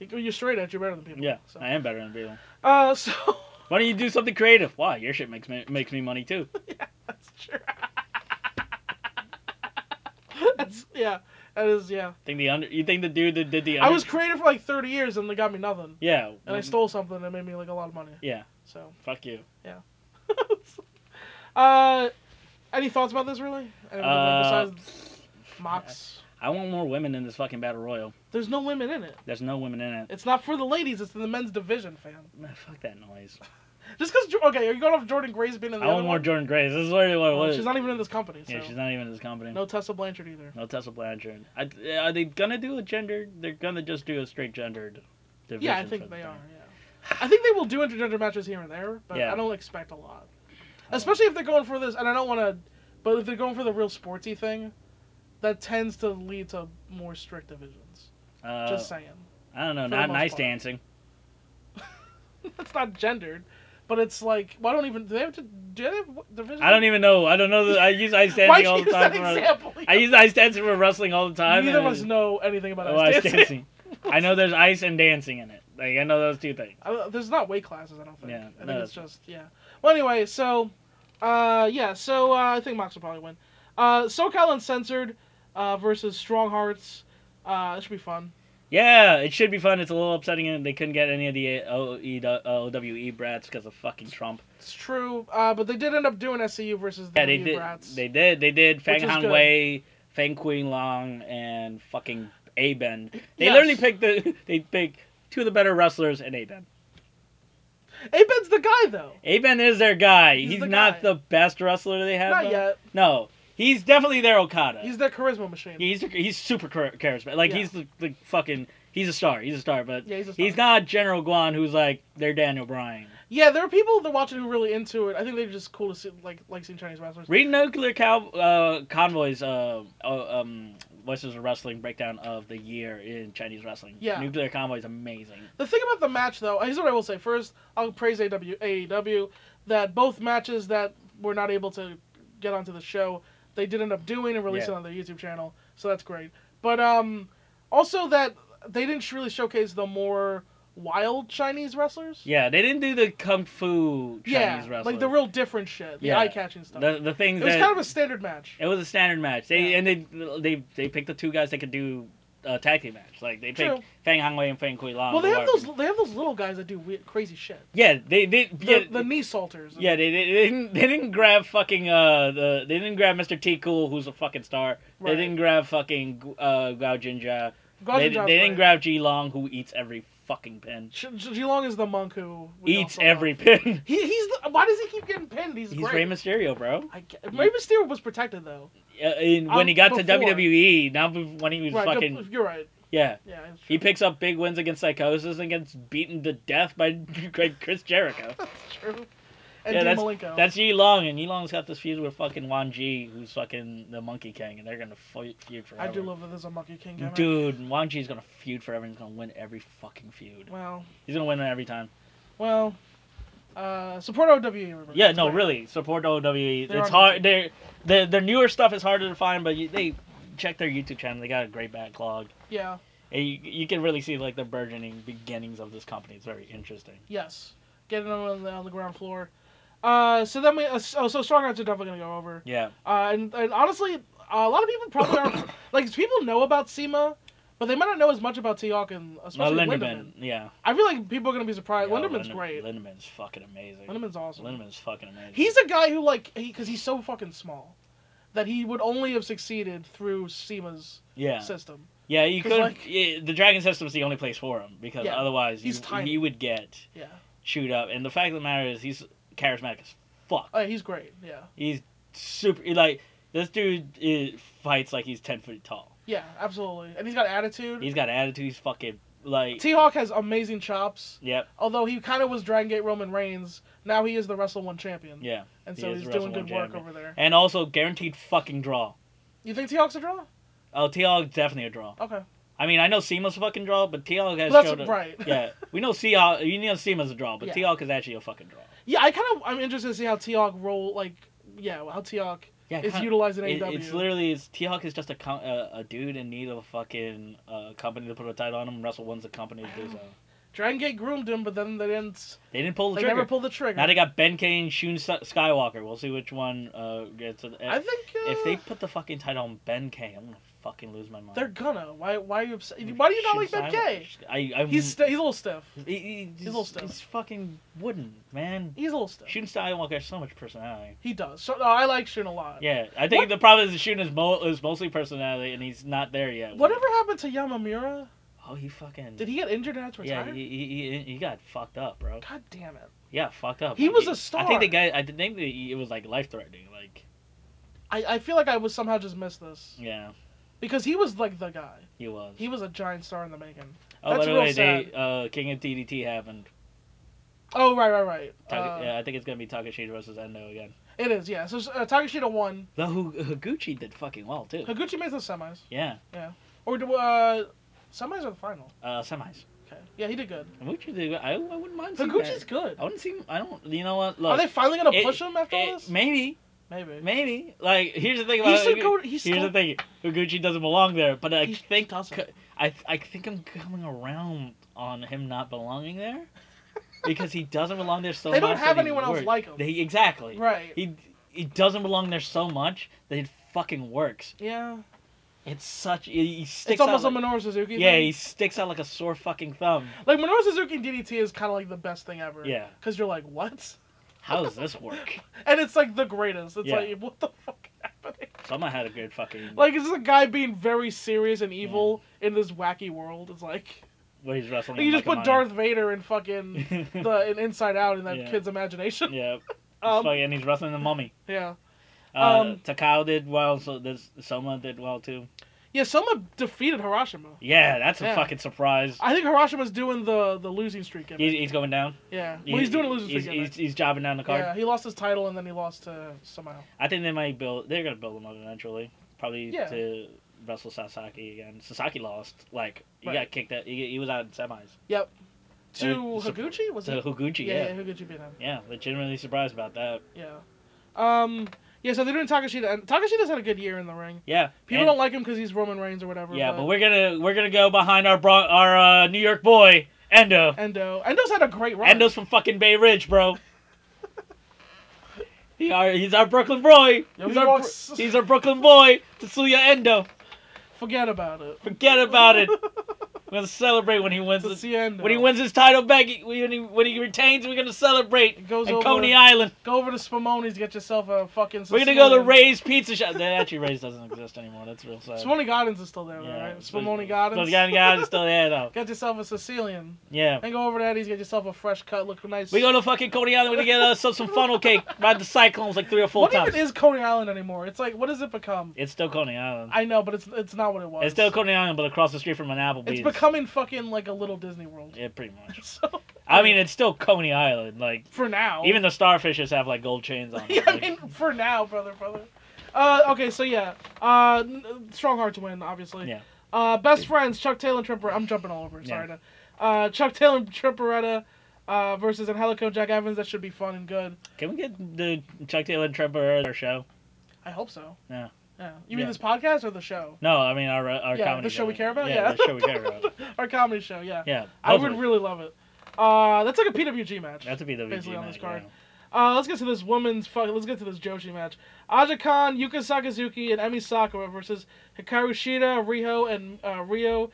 Speaker 1: You could- You're straight at. You're better than people.
Speaker 2: Yeah,
Speaker 1: So.
Speaker 2: I am better than people.
Speaker 1: Uh. So
Speaker 2: Why don't you do something creative? Why? Your shit makes me makes me money too.
Speaker 1: that's true. that's yeah. That is yeah.
Speaker 2: Think the under? You think the dude that did the?
Speaker 1: I
Speaker 2: Under-
Speaker 1: was creative for like 30 years and they got me nothing.
Speaker 2: Yeah.
Speaker 1: And I stole something that made me like a lot of money.
Speaker 2: Yeah.
Speaker 1: So.
Speaker 2: Fuck you.
Speaker 1: uh. Any thoughts about this, really? Anything, like,
Speaker 2: Uh,
Speaker 1: besides Mox,
Speaker 2: I want more women in this fucking battle royal.
Speaker 1: there's no women in it.
Speaker 2: There's no women in it.
Speaker 1: It's not for the ladies. It's in the men's division, fam.
Speaker 2: Man, fuck that noise.
Speaker 1: Just because okay, are you going off Jordan Gray's being in the
Speaker 2: I
Speaker 1: other
Speaker 2: want more
Speaker 1: one?
Speaker 2: Jordan Grays. This is literally what it
Speaker 1: Well,
Speaker 2: was.
Speaker 1: she's not even in this company. So.
Speaker 2: yeah, she's not even in this company.
Speaker 1: No Tessa Blanchard either.
Speaker 2: No Tessa Blanchard. I, are they gonna do a gender? They're gonna just do a straight gendered division.
Speaker 1: Yeah, I
Speaker 2: for
Speaker 1: think
Speaker 2: the
Speaker 1: they
Speaker 2: thing.
Speaker 1: are. Yeah, I think they will do intergender matches here and there, but
Speaker 2: Yeah.
Speaker 1: I don't expect a lot. Especially if they're going for this, and I don't want to, but if they're going for the real sportsy thing, that tends to lead to more strict divisions.
Speaker 2: Uh,
Speaker 1: Just saying,
Speaker 2: I don't know.
Speaker 1: for the
Speaker 2: Not
Speaker 1: most
Speaker 2: nice
Speaker 1: part.
Speaker 2: dancing.
Speaker 1: it's not gendered, but it's like, why don't even do they have to? Do they have what- division?
Speaker 2: I don't even know. I don't know. that- I use ice
Speaker 1: Why'd
Speaker 2: dancing
Speaker 1: you
Speaker 2: all the
Speaker 1: use
Speaker 2: time.
Speaker 1: that
Speaker 2: For,
Speaker 1: example?
Speaker 2: I use ice dancing for wrestling all the time.
Speaker 1: Neither of
Speaker 2: and-
Speaker 1: us know anything about
Speaker 2: Oh,
Speaker 1: ice
Speaker 2: ice
Speaker 1: dancing.
Speaker 2: dancing. I know there's ice and dancing in it. Like I know those two things.
Speaker 1: I don't- there's not weight classes, I don't think.
Speaker 2: Yeah,
Speaker 1: I think
Speaker 2: no.
Speaker 1: it's just yeah. Well, anyway, so uh, yeah, so uh, I think Mox will probably win. Uh, SoCal Uncensored uh, versus Strong Hearts. Uh, it should be fun.
Speaker 2: Yeah, it should be fun. It's a little upsetting and they couldn't get any of the OE, OWE brats because of fucking Trump.
Speaker 1: It's true, uh, but they did end up doing SCU versus the
Speaker 2: Yeah, they
Speaker 1: New
Speaker 2: did.
Speaker 1: Brats.
Speaker 2: They did. They did. Fang
Speaker 1: is
Speaker 2: Han
Speaker 1: good.
Speaker 2: Wei, Fang Queen Long, and fucking Aben. They
Speaker 1: Yes.
Speaker 2: literally picked the. They picked two of the better wrestlers and Aben.
Speaker 1: Aben's the guy though.
Speaker 2: Aben is their guy.
Speaker 1: He's
Speaker 2: He's,
Speaker 1: the
Speaker 2: not
Speaker 1: guy.
Speaker 2: the best wrestler they have.
Speaker 1: Not
Speaker 2: though.
Speaker 1: yet.
Speaker 2: No, he's definitely their Okada.
Speaker 1: He's their charisma machine.
Speaker 2: he's he's super char- charismatic. Like
Speaker 1: Yeah.
Speaker 2: he's the, the fucking he's a star. He's a star, but
Speaker 1: Yeah, he's a star.
Speaker 2: he's not General Guan, who's like they're Daniel Bryan.
Speaker 1: Yeah, there are people that are watching who are really into it. I think they're just cool to see, like like seeing Chinese wrestlers.
Speaker 2: Read Nuclear Cow uh, Convoy's uh, uh, um, what's his wrestling breakdown of the year in Chinese wrestling.
Speaker 1: Yeah.
Speaker 2: Nuclear Convoy is amazing.
Speaker 1: The thing about the match, though, here's what I will say. First, I'll praise AW, AEW E that both matches that were not able to get onto the show, they did end up doing and releasing
Speaker 2: Yeah.
Speaker 1: on their YouTube channel, so that's great. But um, also that they didn't sh- really showcase the more wild Chinese wrestlers.
Speaker 2: Yeah, they didn't do the kung fu Chinese
Speaker 1: yeah,
Speaker 2: wrestling.
Speaker 1: like the real different shit, the
Speaker 2: Yeah.
Speaker 1: eye-catching stuff.
Speaker 2: the, the things
Speaker 1: it was
Speaker 2: that
Speaker 1: kind of a standard match.
Speaker 2: it was a standard match. They
Speaker 1: Yeah.
Speaker 2: and they they they picked the two guys that could do a tag team match. Like they
Speaker 1: True.
Speaker 2: picked Fang Hangwei and Fang Kui Long.
Speaker 1: well, they
Speaker 2: who
Speaker 1: have
Speaker 2: are-
Speaker 1: those they have those little guys that do weird, crazy shit.
Speaker 2: Yeah, they they
Speaker 1: The,
Speaker 2: yeah,
Speaker 1: the knee salters. and-
Speaker 2: Yeah, they, they they didn't they didn't grab fucking uh the they didn't grab Mr. T Cool who's a fucking star.
Speaker 1: Right.
Speaker 2: They didn't grab fucking uh Gao Jinja.
Speaker 1: Gaussian
Speaker 2: they,
Speaker 1: jobs,
Speaker 2: they didn't
Speaker 1: right.
Speaker 2: grab G Long who eats every fucking pin.
Speaker 1: Sh- Sh- Geelong is the monk who we
Speaker 2: eats
Speaker 1: also love.
Speaker 2: every pin.
Speaker 1: He, he's the, why does he keep getting pinned? He's,
Speaker 2: He's
Speaker 1: great.
Speaker 2: Rey Mysterio, bro.
Speaker 1: I get, Rey Mysterio was protected though.
Speaker 2: Uh, and when
Speaker 1: Um,
Speaker 2: he got to
Speaker 1: before.
Speaker 2: WWE, now when he was
Speaker 1: Right, E.
Speaker 2: fucking
Speaker 1: no, you're right.
Speaker 2: yeah,
Speaker 1: Yeah, it's true.
Speaker 2: he picks up big wins against Psychosis and gets beaten to death by Chris Jericho.
Speaker 1: That's true. And
Speaker 2: Yeah,
Speaker 1: Dean
Speaker 2: that's-
Speaker 1: Malenko.
Speaker 2: That's Yi Long, and Yi Long's got this feud with fucking Wan Ji, who's fucking the Monkey King, and they're gonna fight feud forever.
Speaker 1: I do love that there's a Monkey King camera.
Speaker 2: Dude, Wang Ji's gonna feud forever. and He's gonna win every fucking feud.
Speaker 1: Well,
Speaker 2: He's gonna win every time.
Speaker 1: well, uh, support OWE. Remember.
Speaker 2: Yeah,
Speaker 1: It's
Speaker 2: no,
Speaker 1: great.
Speaker 2: really support OWE.
Speaker 1: They're
Speaker 2: it's
Speaker 1: on
Speaker 2: hard. Their their their newer stuff is harder to find, but you, they check their YouTube channel. They got a great backlog,
Speaker 1: Yeah.
Speaker 2: and you, you can really see like the burgeoning beginnings of this company. It's very interesting.
Speaker 1: Yes. Getting them on the, on the ground floor. Uh, so then we uh, so, so strong arms are definitely gonna go over.
Speaker 2: Yeah,
Speaker 1: Uh, and, and honestly, a lot of people probably aren't like people know about SEMA, but they might not know as much about Teal'c and
Speaker 2: no,
Speaker 1: especially
Speaker 2: Linderman.
Speaker 1: Linderman.
Speaker 2: Yeah,
Speaker 1: I feel like people are gonna be surprised.
Speaker 2: Yo,
Speaker 1: Linderman's
Speaker 2: Linder-
Speaker 1: great.
Speaker 2: Linderman's fucking amazing.
Speaker 1: Linderman's awesome.
Speaker 2: Linderman's fucking amazing.
Speaker 1: He's a guy who like he because he's so fucking small that he would only have succeeded through SEMA's
Speaker 2: yeah
Speaker 1: system.
Speaker 2: yeah. You
Speaker 1: 'cause,
Speaker 2: could
Speaker 1: like-
Speaker 2: yeah, the Dragon System's the only place for him because
Speaker 1: Yeah,
Speaker 2: otherwise
Speaker 1: he's
Speaker 2: you,
Speaker 1: tiny.
Speaker 2: you would get
Speaker 1: Yeah,
Speaker 2: chewed up. And the fact of the matter is, he's charismatic as fuck.
Speaker 1: Uh, he's great. Yeah,
Speaker 2: He's super. Like this dude is, fights like he's ten feet tall.
Speaker 1: yeah, absolutely. And he's got attitude.
Speaker 2: He's got attitude. He's fucking like.
Speaker 1: T Hawk has amazing chops.
Speaker 2: Yep.
Speaker 1: Although he kind of was Dragon Gate Roman Reigns, now he is the Wrestle One champion.
Speaker 2: Yeah.
Speaker 1: and
Speaker 2: he
Speaker 1: so
Speaker 2: is
Speaker 1: he's
Speaker 2: the
Speaker 1: doing
Speaker 2: Wrestle
Speaker 1: good
Speaker 2: One
Speaker 1: work
Speaker 2: champion.
Speaker 1: over there.
Speaker 2: And also guaranteed fucking draw.
Speaker 1: You think T Hawk's a draw?
Speaker 2: Oh, T-Hog definitely a draw.
Speaker 1: Okay,
Speaker 2: I mean, I know Seema's a fucking draw, but T-Hog has
Speaker 1: Well, that's
Speaker 2: showed up.
Speaker 1: right.
Speaker 2: Yeah, we know Seahawk. You know Seema's a draw, but
Speaker 1: Yeah.
Speaker 2: T-Hawk is actually a fucking draw.
Speaker 1: yeah. I kind of I'm interested to see how T Hawk roll like yeah how T Hawk
Speaker 2: Yeah,
Speaker 1: is E
Speaker 2: kinda-
Speaker 1: utilized in
Speaker 2: It,
Speaker 1: AEW.
Speaker 2: it's literally it's T-Hawk is just a com- uh, a dude in need of a fucking uh, company to put a title on him. Russell one's a company to do so.
Speaker 1: Dragon Gate groomed him, but then they didn't.
Speaker 2: They didn't pull the
Speaker 1: They
Speaker 2: trigger.
Speaker 1: never pulled the trigger.
Speaker 2: Now they got Ben Kane, Shun Sa- Skywalker. We'll see which one uh, gets it.
Speaker 1: I think uh,
Speaker 2: if they put the fucking title on Ben Kane, I'm gonna fucking lose my mind.
Speaker 1: They're gonna. Why? Why are you upset? Why do you not like
Speaker 2: Shin
Speaker 1: Ben
Speaker 2: Skywalker.
Speaker 1: Gay?
Speaker 2: I, I,
Speaker 1: He's st- he's a little stiff.
Speaker 2: he- he- he's,
Speaker 1: a little stiff.
Speaker 2: He's fucking wooden, man.
Speaker 1: He's a little stiff.
Speaker 2: Shun Skywalker has so much personality.
Speaker 1: He does. So no, I like Shun a lot.
Speaker 2: Yeah, I think
Speaker 1: Uh, What-
Speaker 2: the problem is that Shun is, mo- is mostly personality, and he's not there yet.
Speaker 1: Whatever happened to Yamamura?
Speaker 2: Oh, he fucking.
Speaker 1: Did he get injured and had to
Speaker 2: yeah,
Speaker 1: retire?
Speaker 2: he, he, he, he got fucked up, bro.
Speaker 1: God damn it!
Speaker 2: Yeah, fucked up.
Speaker 1: He was a
Speaker 2: I
Speaker 1: star.
Speaker 2: think the guy. I think that it was like life threatening. Like,
Speaker 1: I, I feel like I was somehow just missed this
Speaker 2: yeah,
Speaker 1: because he was like the guy.
Speaker 2: he was.
Speaker 1: He was a giant star in the making.
Speaker 2: oh,
Speaker 1: that's
Speaker 2: by the
Speaker 1: real
Speaker 2: way, they uh, King of DDT happened.
Speaker 1: Oh right, right, right.
Speaker 2: Taka-
Speaker 1: Uh,
Speaker 2: yeah, I think it's gonna be Takashita versus Endo again.
Speaker 1: It is, yeah. So uh, Takashita won.
Speaker 2: Though H- Higuchi did fucking well too.
Speaker 1: Higuchi made the semis,
Speaker 2: Yeah,
Speaker 1: or do uh, semis or the final?
Speaker 2: uh, semis.
Speaker 1: Okay, yeah, he did good.
Speaker 2: Higuchi did. I, I wouldn't mind seeing
Speaker 1: Higuchi's
Speaker 2: that.
Speaker 1: good.
Speaker 2: I wouldn't see. I don't. You know what? Oh, Look,
Speaker 1: Are they finally gonna
Speaker 2: it-
Speaker 1: push him after all
Speaker 2: it-
Speaker 1: this?
Speaker 2: maybe,
Speaker 1: Maybe.
Speaker 2: maybe. Like, here's the thing
Speaker 1: He
Speaker 2: about
Speaker 1: should
Speaker 2: Higu-
Speaker 1: go. He's
Speaker 2: uh, Here's the thing: Higuchi doesn't belong there, but I
Speaker 1: He-
Speaker 2: think
Speaker 1: he doesn't.
Speaker 2: c- I I think I'm coming around on him not belonging there because he doesn't belong there so
Speaker 1: They
Speaker 2: much.
Speaker 1: don't have
Speaker 2: that he
Speaker 1: anyone else
Speaker 2: works.
Speaker 1: like him.
Speaker 2: They, exactly.
Speaker 1: right.
Speaker 2: He he doesn't belong there so much that it fucking works.
Speaker 1: yeah.
Speaker 2: It's such he, he sticks
Speaker 1: It's almost
Speaker 2: out.
Speaker 1: like
Speaker 2: like,
Speaker 1: Minoru Suzuki.
Speaker 2: yeah,
Speaker 1: thing.
Speaker 2: he sticks out like a sore fucking thumb.
Speaker 1: like Minoru Suzuki and DDT is kind of like the best thing ever.
Speaker 2: Yeah.
Speaker 1: Because you're like, what?
Speaker 2: How does this work?
Speaker 1: And it's like the greatest. It's
Speaker 2: Yeah.
Speaker 1: like, what the fuck happening?
Speaker 2: Someone had a good fucking
Speaker 1: Like, this is a guy being very serious and evil in this wacky world. It's like,
Speaker 2: where he's wrestling.
Speaker 1: like you
Speaker 2: in
Speaker 1: just put
Speaker 2: Pokemon.
Speaker 1: Darth Vader and fucking the in Inside Out in that
Speaker 2: Yeah.
Speaker 1: kid's imagination.
Speaker 2: yeah, he's
Speaker 1: Um,
Speaker 2: fucking- and he's wrestling the mummy.
Speaker 1: yeah.
Speaker 2: Uh,
Speaker 1: Um,
Speaker 2: Takao did well, so this Soma did well too.
Speaker 1: Yeah, Soma defeated Hiroshima.
Speaker 2: Yeah, that's a
Speaker 1: Yeah.
Speaker 2: fucking surprise.
Speaker 1: I think Hiroshima's doing the, the losing streak. gimmick.
Speaker 2: He's, he's going down.
Speaker 1: yeah. Well, he's doing a losing
Speaker 2: He's,
Speaker 1: streak.
Speaker 2: he's,
Speaker 1: gimmick.
Speaker 2: he's jobbing down the card. Uh,
Speaker 1: yeah, he lost his title and then he lost to Samao.
Speaker 2: I think they might build. They're gonna build him up eventually. Probably
Speaker 1: Yeah.
Speaker 2: to wrestle Sasaki again. Sasaki lost. Like he
Speaker 1: Right.
Speaker 2: got kicked out. He, he was out in semis.
Speaker 1: To
Speaker 2: Uh, so-
Speaker 1: Higuchi? Was
Speaker 2: So
Speaker 1: it?
Speaker 2: Higuchi,
Speaker 1: Yeah, yeah,
Speaker 2: yeah,
Speaker 1: Higuchi beat him.
Speaker 2: yeah, legitimately surprised about that.
Speaker 1: Yeah. Um. Yeah. So they're doing Takashita, and Takashita's had a good year in the ring.
Speaker 2: Yeah,
Speaker 1: People
Speaker 2: and-
Speaker 1: don't like him because he's Roman Reigns or whatever.
Speaker 2: yeah, but we're gonna we're gonna go behind our bro- our uh, New York boy Endo.
Speaker 1: Endo. Endo's had a great run.
Speaker 2: Endo's from fucking Bay Ridge, bro. he our, he's our Brooklyn boy.
Speaker 1: Yo,
Speaker 2: he's,
Speaker 1: he
Speaker 2: our,
Speaker 1: walks-
Speaker 2: Bro- he's our Brooklyn boy, Tatsuya Endo.
Speaker 1: Forget about it.
Speaker 2: Forget about it. We're gonna celebrate when he wins
Speaker 1: Let's
Speaker 2: this.
Speaker 1: see Endo.
Speaker 2: When he wins his title back, he- when he, when he retains, we're gonna celebrate
Speaker 1: It goes
Speaker 2: at
Speaker 1: over-
Speaker 2: Coney Island.
Speaker 1: go over to Spumoni's, get yourself a fucking.
Speaker 2: We're gonna go to
Speaker 1: Sicilian-
Speaker 2: Ray's Pizza Shop. That actually Ray's doesn't exist anymore. That's real sad.
Speaker 1: Spumoni Gardens is still there, right? Spumoni Gardens.
Speaker 2: Spumoni Gardens still there though.
Speaker 1: Get yourself a Sicilian.
Speaker 2: Yeah.
Speaker 1: And go over to Eddie's, get yourself a fresh cut, look nice.
Speaker 2: We go to fucking Coney Island. We're gonna get us some, some funnel cake. Ride the cyclones like three or four
Speaker 1: What
Speaker 2: times.
Speaker 1: even is Coney Island anymore? It's like, what has it become?
Speaker 2: It's still Coney Island.
Speaker 1: I know, but it's it's not what it was.
Speaker 2: It's still Coney Island, but across the street from an Applebee's.
Speaker 1: It's becoming fucking like a little Disney World.
Speaker 2: Yeah, pretty much.
Speaker 1: So
Speaker 2: I mean, it's still Coney Island. Like,
Speaker 1: for now,
Speaker 2: even the starfishes have like gold chains on.
Speaker 1: Oh. yeah,
Speaker 2: Them.
Speaker 1: I
Speaker 2: Like,
Speaker 1: mean, for now, brother, brother. Uh, okay, so yeah, uh, n- strong heart to win, obviously.
Speaker 2: Yeah.
Speaker 1: Uh, best friends Chuck Taylor and Trip. I'm jumping all over. Sorry. To, uh, Chuck Taylor and Trip Beretta, uh, versus Angelico and Jack Evans. That should be fun and good.
Speaker 2: Can we get the Chuck Taylor and Trevor Burrard our show?
Speaker 1: I hope so.
Speaker 2: Yeah.
Speaker 1: Yeah. You mean
Speaker 2: Yeah.
Speaker 1: this podcast or the show?
Speaker 2: No, I mean our uh, our
Speaker 1: Yeah,
Speaker 2: comedy.
Speaker 1: the show we care about?
Speaker 2: Yeah,
Speaker 1: Yeah.
Speaker 2: the show we care about.
Speaker 1: Our comedy show. Yeah.
Speaker 2: Yeah,
Speaker 1: I would
Speaker 2: hopefully.
Speaker 1: really love it. Uh, that's like a PWG match.
Speaker 2: That's a BWG
Speaker 1: basically on
Speaker 2: night,
Speaker 1: this card.
Speaker 2: yeah.
Speaker 1: Uh, let's get to this woman's fuck. Let's get to this Joshi match. Aja Khan, Yuka Sakazuki, and Emi Sakura versus Hikaru Shida, Riho, and uh, Rio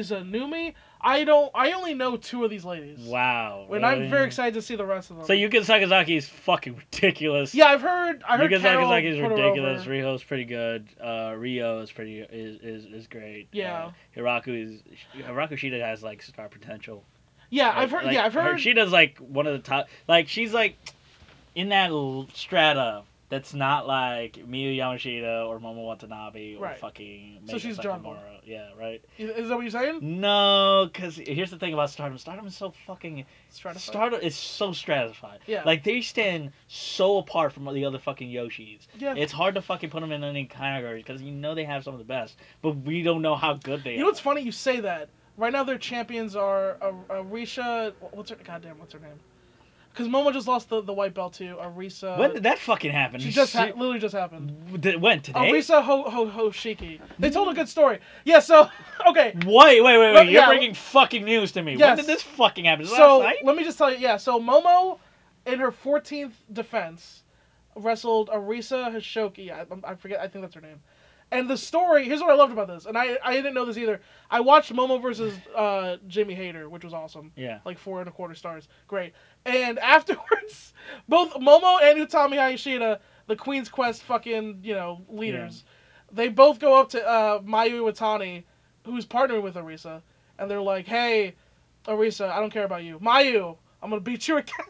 Speaker 1: Mizanumi. I don't. I only know two of these ladies.
Speaker 2: Wow.
Speaker 1: And I'm very excited to see the rest of them.
Speaker 2: So Yuka Sakazaki is fucking ridiculous.
Speaker 1: Yeah, I've heard. I heard.
Speaker 2: Yuka
Speaker 1: Carol
Speaker 2: Sakazaki is
Speaker 1: put her
Speaker 2: ridiculous.
Speaker 1: over.
Speaker 2: Riho's pretty good. Uh, Rio is pretty is, is, is great.
Speaker 1: Yeah.
Speaker 2: Uh, Hiraku is Hiraku Shida has like star potential.
Speaker 1: Yeah,
Speaker 2: Like-
Speaker 1: I've heard.
Speaker 2: like,
Speaker 1: yeah, I've
Speaker 2: her-
Speaker 1: heard.
Speaker 2: She does like one of the top. Like she's like in that l- strata that's not like Miyu Yamashita or Momo Watanabe or
Speaker 1: Right.
Speaker 2: fucking.
Speaker 1: So
Speaker 2: Meiko
Speaker 1: she's John Moore.
Speaker 2: Sakamura. Yeah, right.
Speaker 1: is, is that what you're saying?
Speaker 2: No, because here's the thing about Stardom. Stardom is so fucking.
Speaker 1: Stratified.
Speaker 2: Stardom is so stratified.
Speaker 1: Yeah.
Speaker 2: Like they stand so apart from all the other fucking Yoshis.
Speaker 1: yeah.
Speaker 2: It's hard to fucking put them in any category because you know they have some of the best, but we don't know how good they
Speaker 1: You know
Speaker 2: are.
Speaker 1: what's funny? You say that. Right now, their champions are A- Arisha. What's her? Goddamn, what's her name? Because Momo just lost the, the white belt to Arisa.
Speaker 2: when did that fucking happen?
Speaker 1: uh, She just ha- literally just happened.
Speaker 2: Did- when today?
Speaker 1: Arisa Ho Ho Hoshiki. They told a good story. Yeah. So okay.
Speaker 2: Wait, wait, wait, wait!
Speaker 1: Well,
Speaker 2: You're
Speaker 1: yeah.
Speaker 2: bringing fucking news to me. When
Speaker 1: Yes.
Speaker 2: did this fucking happen? Last
Speaker 1: So
Speaker 2: night?
Speaker 1: let me just tell you. Yeah. So Momo, in her 14th defense, wrestled Arisa Hoshoki. I, I forget. I think that's her name. And the story. Here's what I loved about this, and I I didn't know this either. I watched Momo versus uh, Jimmy Hayter, which was awesome.
Speaker 2: Yeah.
Speaker 1: like four and a quarter stars. Great. And afterwards, both Momo and Utami Hayashida, the Queen's Quest fucking, you know, leaders, they both go up to uh, Mayu Iwatani, who's partnering with Arisa, and they're like, "Hey, Orisa, I don't care about you. Mayu, I'm gonna beat you again."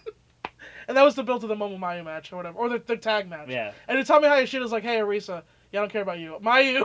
Speaker 1: and that was the build to the Momo Mayu match or whatever, or the, the tag match.
Speaker 2: Yeah,
Speaker 1: And Itami Hayashida is like, "Hey, Orisa, yeah, I don't care about you. Mayu, I'm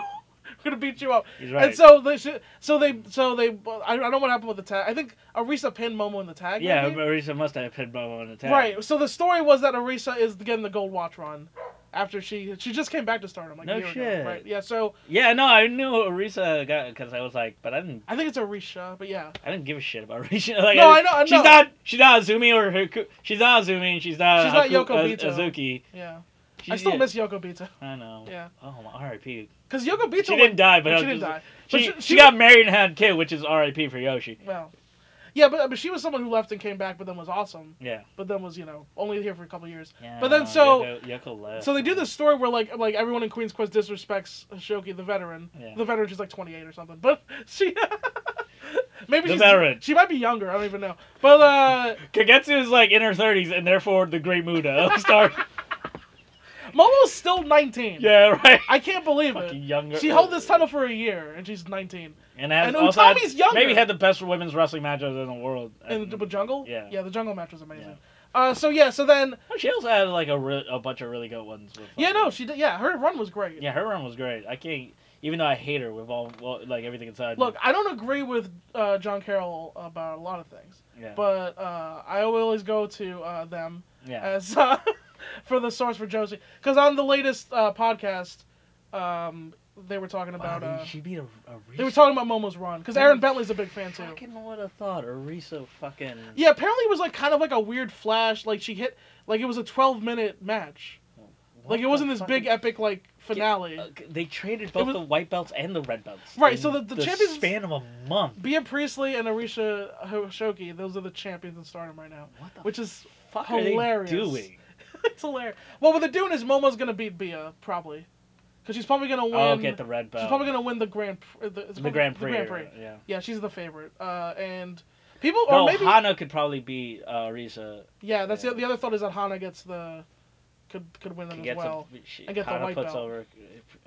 Speaker 1: gonna beat you up."
Speaker 2: he's right.
Speaker 1: And so they should, so they so they I, I don't know what happened with the tag. I think Arisa pinned Momo in the tag.
Speaker 2: yeah,
Speaker 1: maybe?
Speaker 2: Marisa must have pinned Momo in the tag.
Speaker 1: right. So the story was that Arisa is getting the gold watch run after she she just came back to Stardom like
Speaker 2: No
Speaker 1: a year
Speaker 2: shit.
Speaker 1: ago. Right. Yeah. So
Speaker 2: Yeah, no, I knew Arisa got because I was like, but I didn't,
Speaker 1: I think it's Arisha, but yeah.
Speaker 2: I didn't give a shit about Arisa. Like,
Speaker 1: No,
Speaker 2: I,
Speaker 1: I know- I
Speaker 2: She's
Speaker 1: know.
Speaker 2: not, she's not Azumi or Haku. She's not Azumi. and She's not.
Speaker 1: She's not
Speaker 2: Haku-
Speaker 1: Yoko
Speaker 2: Az-
Speaker 1: Bito.
Speaker 2: Azuki.
Speaker 1: Yeah.
Speaker 2: She-
Speaker 1: I still
Speaker 2: yeah,
Speaker 1: miss Yoko Bito.
Speaker 2: I know.
Speaker 1: Yeah.
Speaker 2: Oh my R.I.P.
Speaker 1: Because Yoko Bito.
Speaker 2: She didn't die, but I
Speaker 1: she
Speaker 2: was
Speaker 1: didn't
Speaker 2: just-
Speaker 1: die. But
Speaker 2: She,
Speaker 1: she-
Speaker 2: she,
Speaker 1: she-
Speaker 2: got married and had a kid, which is R.I.P. for Yoshi.
Speaker 1: Well. Yeah, but, but she was someone who left and came back, but then was awesome.
Speaker 2: Yeah.
Speaker 1: But then was you know only here for a couple of years.
Speaker 2: yeah
Speaker 1: But then
Speaker 2: no,
Speaker 1: so-
Speaker 2: Yoko, Yoko left.
Speaker 1: So they do this story where like like everyone in Queen's Quest disrespects Shoki the veteran.
Speaker 2: Yeah.
Speaker 1: The veteran she's like 28 or something, but she maybe
Speaker 2: The
Speaker 1: she's,
Speaker 2: veteran.
Speaker 1: She might be younger. I don't even know. But uh,
Speaker 2: Kagetsu is like in her thirties and therefore the Great Muda of Star.
Speaker 1: Momo's still 19.
Speaker 2: yeah, right.
Speaker 1: I can't believe
Speaker 2: Fucking
Speaker 1: it.
Speaker 2: younger.
Speaker 1: She held this title for a year and she's 19.
Speaker 2: And, has,
Speaker 1: and
Speaker 2: also had-
Speaker 1: Utami's younger.
Speaker 2: Maybe had the best women's wrestling matches in the world.
Speaker 1: And the jungle.
Speaker 2: Uh, Yeah.
Speaker 1: Yeah, the jungle match was amazing. Uh, so yeah, so then
Speaker 2: Oh, She also had like a, re- a bunch of really good ones. With,
Speaker 1: yeah,
Speaker 2: um,
Speaker 1: no, she did. Yeah, her run was great.
Speaker 2: yeah, her run was great. I can't, even though I hate her with all well, like everything inside. me.
Speaker 1: Look, I don't agree with uh, John Carroll about a lot of things,
Speaker 2: yeah,
Speaker 1: but uh, I always go to uh, them
Speaker 2: yeah,
Speaker 1: as uh, for the source for Josie. Because on the latest uh, podcast, um, they were talking
Speaker 2: Wow,
Speaker 1: about
Speaker 2: dude,
Speaker 1: uh,
Speaker 2: she beat a,
Speaker 1: they were talking about Momo's run. Because Aaron Bentley's a big fan too.
Speaker 2: Fucking would have thought Arisa fucking.
Speaker 1: Yeah, apparently it was like kind of like a weird flash. Like she hit like it was a 12 minute match.
Speaker 2: What
Speaker 1: Like it
Speaker 2: the
Speaker 1: wasn't this
Speaker 2: fucking-
Speaker 1: big epic like finale.
Speaker 2: Uh, they traded both
Speaker 1: was-
Speaker 2: the white belts and the red belts.
Speaker 1: Right,
Speaker 2: in
Speaker 1: so the- the champions-
Speaker 2: span of a month.
Speaker 1: Bea Priestley and Arisha Hoshoki, those are the champions in Stardom right now,
Speaker 2: What the
Speaker 1: which is
Speaker 2: fuck
Speaker 1: hilarious.
Speaker 2: are they doing?
Speaker 1: it's hilarious. Well, what they're doing is Momo's gonna beat Bea probably, because she's probably gonna win.
Speaker 2: I'll get Oh, the red belt.
Speaker 1: Um, she's probably gonna win the Grand Pr- uh, the, it's
Speaker 2: the
Speaker 1: probably-
Speaker 2: Grand Prix.
Speaker 1: The Grand Prix.
Speaker 2: or- Yeah.
Speaker 1: Yeah, she's the favorite. Uh, and people or
Speaker 2: No,
Speaker 1: maybe
Speaker 2: Hana could probably beat uh, Arisa.
Speaker 1: yeah. That's
Speaker 2: yeah.
Speaker 1: The, the other thought is that Hana gets the could could win them
Speaker 2: Kagetsu,
Speaker 1: as well.
Speaker 2: she,
Speaker 1: and get the
Speaker 2: Hana
Speaker 1: white
Speaker 2: puts
Speaker 1: belt.
Speaker 2: over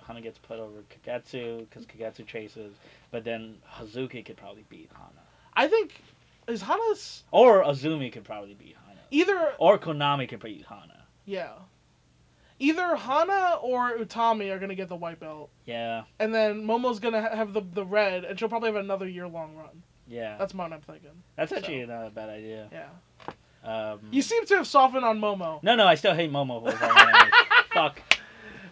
Speaker 2: Hana gets put over Kagetsu because Kagetsu chases, but then Hazuki could probably beat Hana,
Speaker 1: I think is Hana's
Speaker 2: or Azumi could probably beat Hana,
Speaker 1: either
Speaker 2: or Konami could beat Hana.
Speaker 1: yeah, either Hana or Utami are gonna get the white belt.
Speaker 2: Yeah,
Speaker 1: And then Momo's gonna ha- have the the red, and she'll probably have another year long run.
Speaker 2: yeah,
Speaker 1: That's what I'm thinking.
Speaker 2: that's actually not a bad idea.
Speaker 1: Yeah.
Speaker 2: Um,
Speaker 1: You seem to have softened on Momo.
Speaker 2: no, no, I still hate Momo. with all my eyes. Fuck.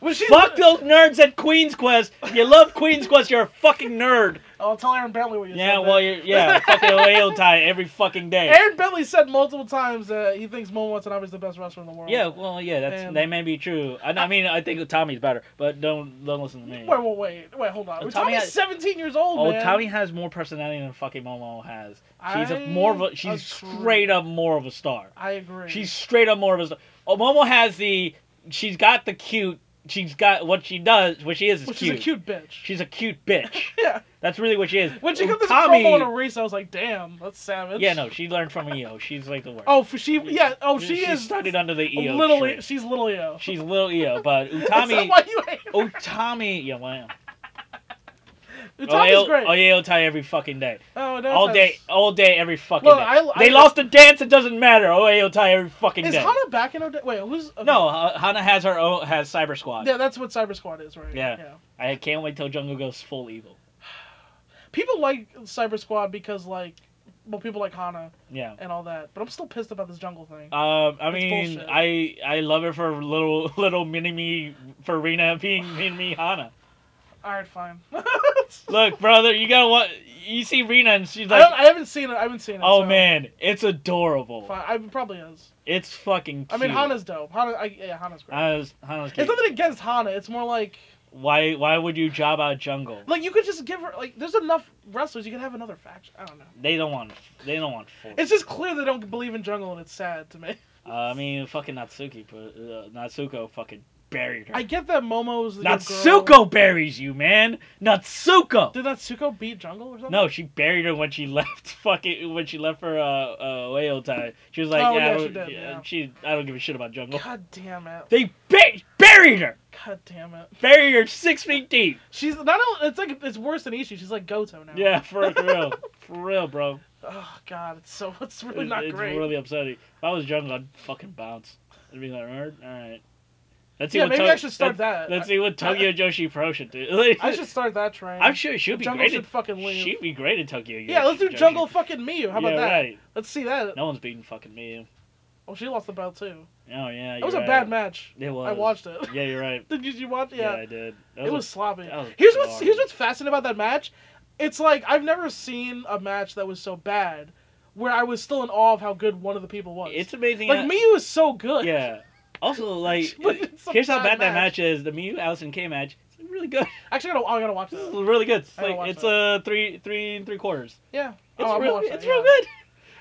Speaker 1: Was she?
Speaker 2: Fuck those nerds at Queen's Quest. If you love Queen's Quest, you're a fucking nerd.
Speaker 1: I'll tell Aaron Bentley what you said.
Speaker 2: Yeah,
Speaker 1: there.
Speaker 2: well, you're, yeah, fucking whale tie every fucking day.
Speaker 1: Aaron Bentley said multiple times that he thinks Momo Watanabe is the best wrestler in the world.
Speaker 2: Yeah, well, yeah, that's
Speaker 1: And-
Speaker 2: that may be true. I, I mean, I think Tommy's better, but don't don't listen to me.
Speaker 1: Wait, wait, wait, wait, hold on.
Speaker 2: Oh, Tommy
Speaker 1: Tommy's Tommy
Speaker 2: had-
Speaker 1: 17 years old,
Speaker 2: oh,
Speaker 1: man.
Speaker 2: Tommy has more personality than fucking Momo has. She's
Speaker 1: I
Speaker 2: a more of a, she's
Speaker 1: agree.
Speaker 2: straight up more of a star.
Speaker 1: I agree.
Speaker 2: She's straight up more of a star. Oh, Momo has the she's got the cute. She's got what she does. What she is is
Speaker 1: which
Speaker 2: cute.
Speaker 1: is a cute bitch.
Speaker 2: She's a cute bitch.
Speaker 1: Yeah.
Speaker 2: That's really what she is.
Speaker 1: When she got this
Speaker 2: Oh, Tommy-
Speaker 1: promo on a race, I was like, damn, that's savage.
Speaker 2: Yeah, no, she learned from EO. She's like the worst.
Speaker 1: Oh, for she. Yeah. Oh, she, is.
Speaker 2: started under the EO.
Speaker 1: little.
Speaker 2: tree.
Speaker 1: E- she's little EO.
Speaker 2: She's little EO, but
Speaker 1: That's
Speaker 2: Utami.
Speaker 1: why you hate her.
Speaker 2: Utami, yeah, wow.
Speaker 1: Tommy's great.
Speaker 2: Oh, yeah, tie every fucking day.
Speaker 1: Oh, no.
Speaker 2: all
Speaker 1: offense.
Speaker 2: day, all day, every fucking
Speaker 1: Look,
Speaker 2: day.
Speaker 1: I-
Speaker 2: they
Speaker 1: I-
Speaker 2: lost the dance. It doesn't matter. Oeo tie every fucking
Speaker 1: Is
Speaker 2: day.
Speaker 1: Hana back in Odessa? Wait, who's okay.
Speaker 2: No, uh, Ha- Hana has her own has Cyber Squad.
Speaker 1: Yeah, that's what Cyber Squad is, right?
Speaker 2: Yeah. I can't wait till Jungle goes full evil.
Speaker 1: People like Cyber Squad because like, well, people like Hana
Speaker 2: Yeah.
Speaker 1: and all that. But I'm still pissed about this jungle thing.
Speaker 2: Um, I
Speaker 1: It's
Speaker 2: mean,
Speaker 1: bullshit.
Speaker 2: I I love it for little little mini me for Rena being mini me Hana.
Speaker 1: all right, fine.
Speaker 2: Look, brother, you gotta want. You see Rena and she's
Speaker 1: I, don't,
Speaker 2: like,
Speaker 1: I haven't seen it. I haven't seen it.
Speaker 2: oh
Speaker 1: so
Speaker 2: man, it's adorable.
Speaker 1: fine. I it probably is.
Speaker 2: It's fucking.
Speaker 1: I
Speaker 2: Cute.
Speaker 1: mean, Hana's dope. Hana, I, yeah, Hana's great.
Speaker 2: Hana's, Hana's
Speaker 1: it's
Speaker 2: cute.
Speaker 1: nothing against Hana. It's more like
Speaker 2: Why why would you job out Jungle?
Speaker 1: like you could just give her like. There's enough wrestlers. You could have another faction. I don't know.
Speaker 2: They don't want. They don't want full.
Speaker 1: It's just clear they don't believe in jungle, and it's sad to me.
Speaker 2: Uh, I mean, fucking Natsuki, but uh, Natsuko fucking buried her.
Speaker 1: I get that Momo's the good girl.
Speaker 2: Natsuko buries you, man. Natsuko.
Speaker 1: Did Natsuko beat Jungle or something?
Speaker 2: No, she buried her when she left. Fucking when she left for uh, uh Whale time. She was like,
Speaker 1: Oh,
Speaker 2: yeah,
Speaker 1: yeah,
Speaker 2: I
Speaker 1: she
Speaker 2: don't-
Speaker 1: did,
Speaker 2: yeah,
Speaker 1: yeah.
Speaker 2: she. I don't give a shit about jungle.
Speaker 1: God damn it.
Speaker 2: They bit buried her.
Speaker 1: God damn it.
Speaker 2: Buried her six feet deep.
Speaker 1: She's not. only- It's like it's worse than Ishii. She's like Goto now.
Speaker 2: Yeah, for, for real, for real, bro.
Speaker 1: Oh God, it's so it's really
Speaker 2: It's-
Speaker 1: not
Speaker 2: it's
Speaker 1: great.
Speaker 2: really upsetting. If I was young, I'd fucking bounce. I'd be like, all right, all right. Let's see
Speaker 1: yeah,
Speaker 2: what
Speaker 1: maybe
Speaker 2: Tug-
Speaker 1: I should start
Speaker 2: let's-
Speaker 1: that.
Speaker 2: Let's see what Tokyo Joshi Pro should do.
Speaker 1: I, I should start that train.
Speaker 2: I'm sure she'll be
Speaker 1: Jungle
Speaker 2: great.
Speaker 1: should fucking
Speaker 2: at,
Speaker 1: leave.
Speaker 2: she'd be great at Tokyo.
Speaker 1: yeah, let's do
Speaker 2: Joshi.
Speaker 1: Jungle fucking Miyu. How about
Speaker 2: yeah,
Speaker 1: that?
Speaker 2: Right.
Speaker 1: Let's see that.
Speaker 2: No one's beating fucking me.
Speaker 1: Oh, she lost the belt too.
Speaker 2: Oh yeah,
Speaker 1: It
Speaker 2: you're
Speaker 1: was a
Speaker 2: right.
Speaker 1: bad match.
Speaker 2: It was.
Speaker 1: I watched it.
Speaker 2: Yeah, you're right.
Speaker 1: Did you, did you watch?
Speaker 2: Yeah,
Speaker 1: Yeah,
Speaker 2: I did. That
Speaker 1: it
Speaker 2: a-
Speaker 1: was sloppy.
Speaker 2: that was
Speaker 1: Here's what's
Speaker 2: garbage.
Speaker 1: here's what's fascinating about that match. It's like I've never seen a match that was so bad, where I was still in awe of how good one of the people was.
Speaker 2: It's amazing.
Speaker 1: like
Speaker 2: how-
Speaker 1: Miyu is so good.
Speaker 2: Yeah. Also, like,
Speaker 1: But it's a
Speaker 2: here's how
Speaker 1: bad
Speaker 2: bad that
Speaker 1: match.
Speaker 2: match is. The Miyu Allison K match. It's really good.
Speaker 1: Actually, I gotta, I gotta watch
Speaker 2: It's
Speaker 1: that.
Speaker 2: really good. It's
Speaker 1: I gotta
Speaker 2: like
Speaker 1: watch
Speaker 2: it's
Speaker 1: that.
Speaker 2: uh three three and three quarters.
Speaker 1: Yeah.
Speaker 2: It's
Speaker 1: oh, I'm gonna
Speaker 2: real.
Speaker 1: watch that,
Speaker 2: It's
Speaker 1: yeah.
Speaker 2: real good.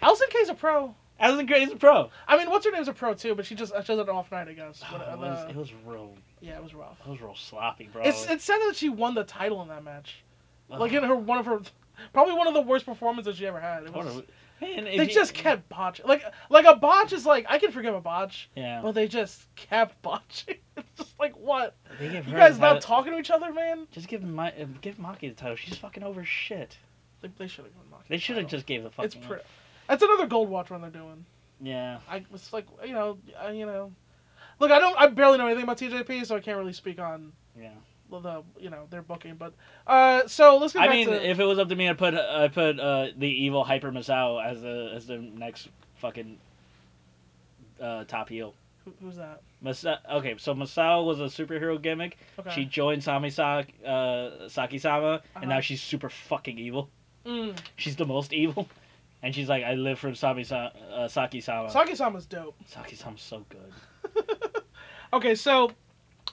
Speaker 1: Allison K's a pro.
Speaker 2: Allison K is a pro.
Speaker 1: I mean, what's her name's a pro too, but she just she has an off night, I guess.
Speaker 2: Oh,
Speaker 1: What-
Speaker 2: it,
Speaker 1: uh,
Speaker 2: was, it
Speaker 1: the-
Speaker 2: was real.
Speaker 1: yeah, it was rough.
Speaker 2: It was real sloppy, bro.
Speaker 1: It's it's sad that she won the title in that match.
Speaker 2: Ugh.
Speaker 1: Like in her one of her, probably one of the worst performances she ever had. It
Speaker 2: What
Speaker 1: was,
Speaker 2: a- Man, if
Speaker 1: they
Speaker 2: you-
Speaker 1: just kept botching. Like like a botch is like I can forgive a botch,
Speaker 2: Yeah.
Speaker 1: but they just kept botching. It's just like what
Speaker 2: They give
Speaker 1: you
Speaker 2: her
Speaker 1: guys
Speaker 2: the
Speaker 1: not
Speaker 2: title-
Speaker 1: talking to each other, man.
Speaker 2: Just give my uh, give Maki the title. She's fucking over shit.
Speaker 1: They, they should have given Maki.
Speaker 2: They
Speaker 1: the
Speaker 2: should have
Speaker 1: title.
Speaker 2: just gave the
Speaker 1: It's
Speaker 2: fucking.
Speaker 1: pretty. That's another gold watch run they're doing.
Speaker 2: Yeah.
Speaker 1: I was like, you know, I, you know, look, I don't, I barely know anything about TJP, so I can't really speak on
Speaker 2: Yeah.
Speaker 1: the, the you know, their booking. But uh, so let's get
Speaker 2: I
Speaker 1: back
Speaker 2: mean,
Speaker 1: to
Speaker 2: if it was up to me, I'd put I put uh, the evil Hyper Masao as the as the next fucking uh, top heel.
Speaker 1: who, who's that?
Speaker 2: Masa- okay, so Masao was a superhero gimmick.
Speaker 1: Okay.
Speaker 2: She joined Sami Sa- uh, Saki Sama, and now
Speaker 1: Uh-huh.
Speaker 2: she's super fucking evil.
Speaker 1: Mm.
Speaker 2: She's the most evil, and she's like, I live for Sami Sa- uh, Saki Sama.
Speaker 1: Saki Sama's dope.
Speaker 2: Saki Sama's so good.
Speaker 1: Okay, so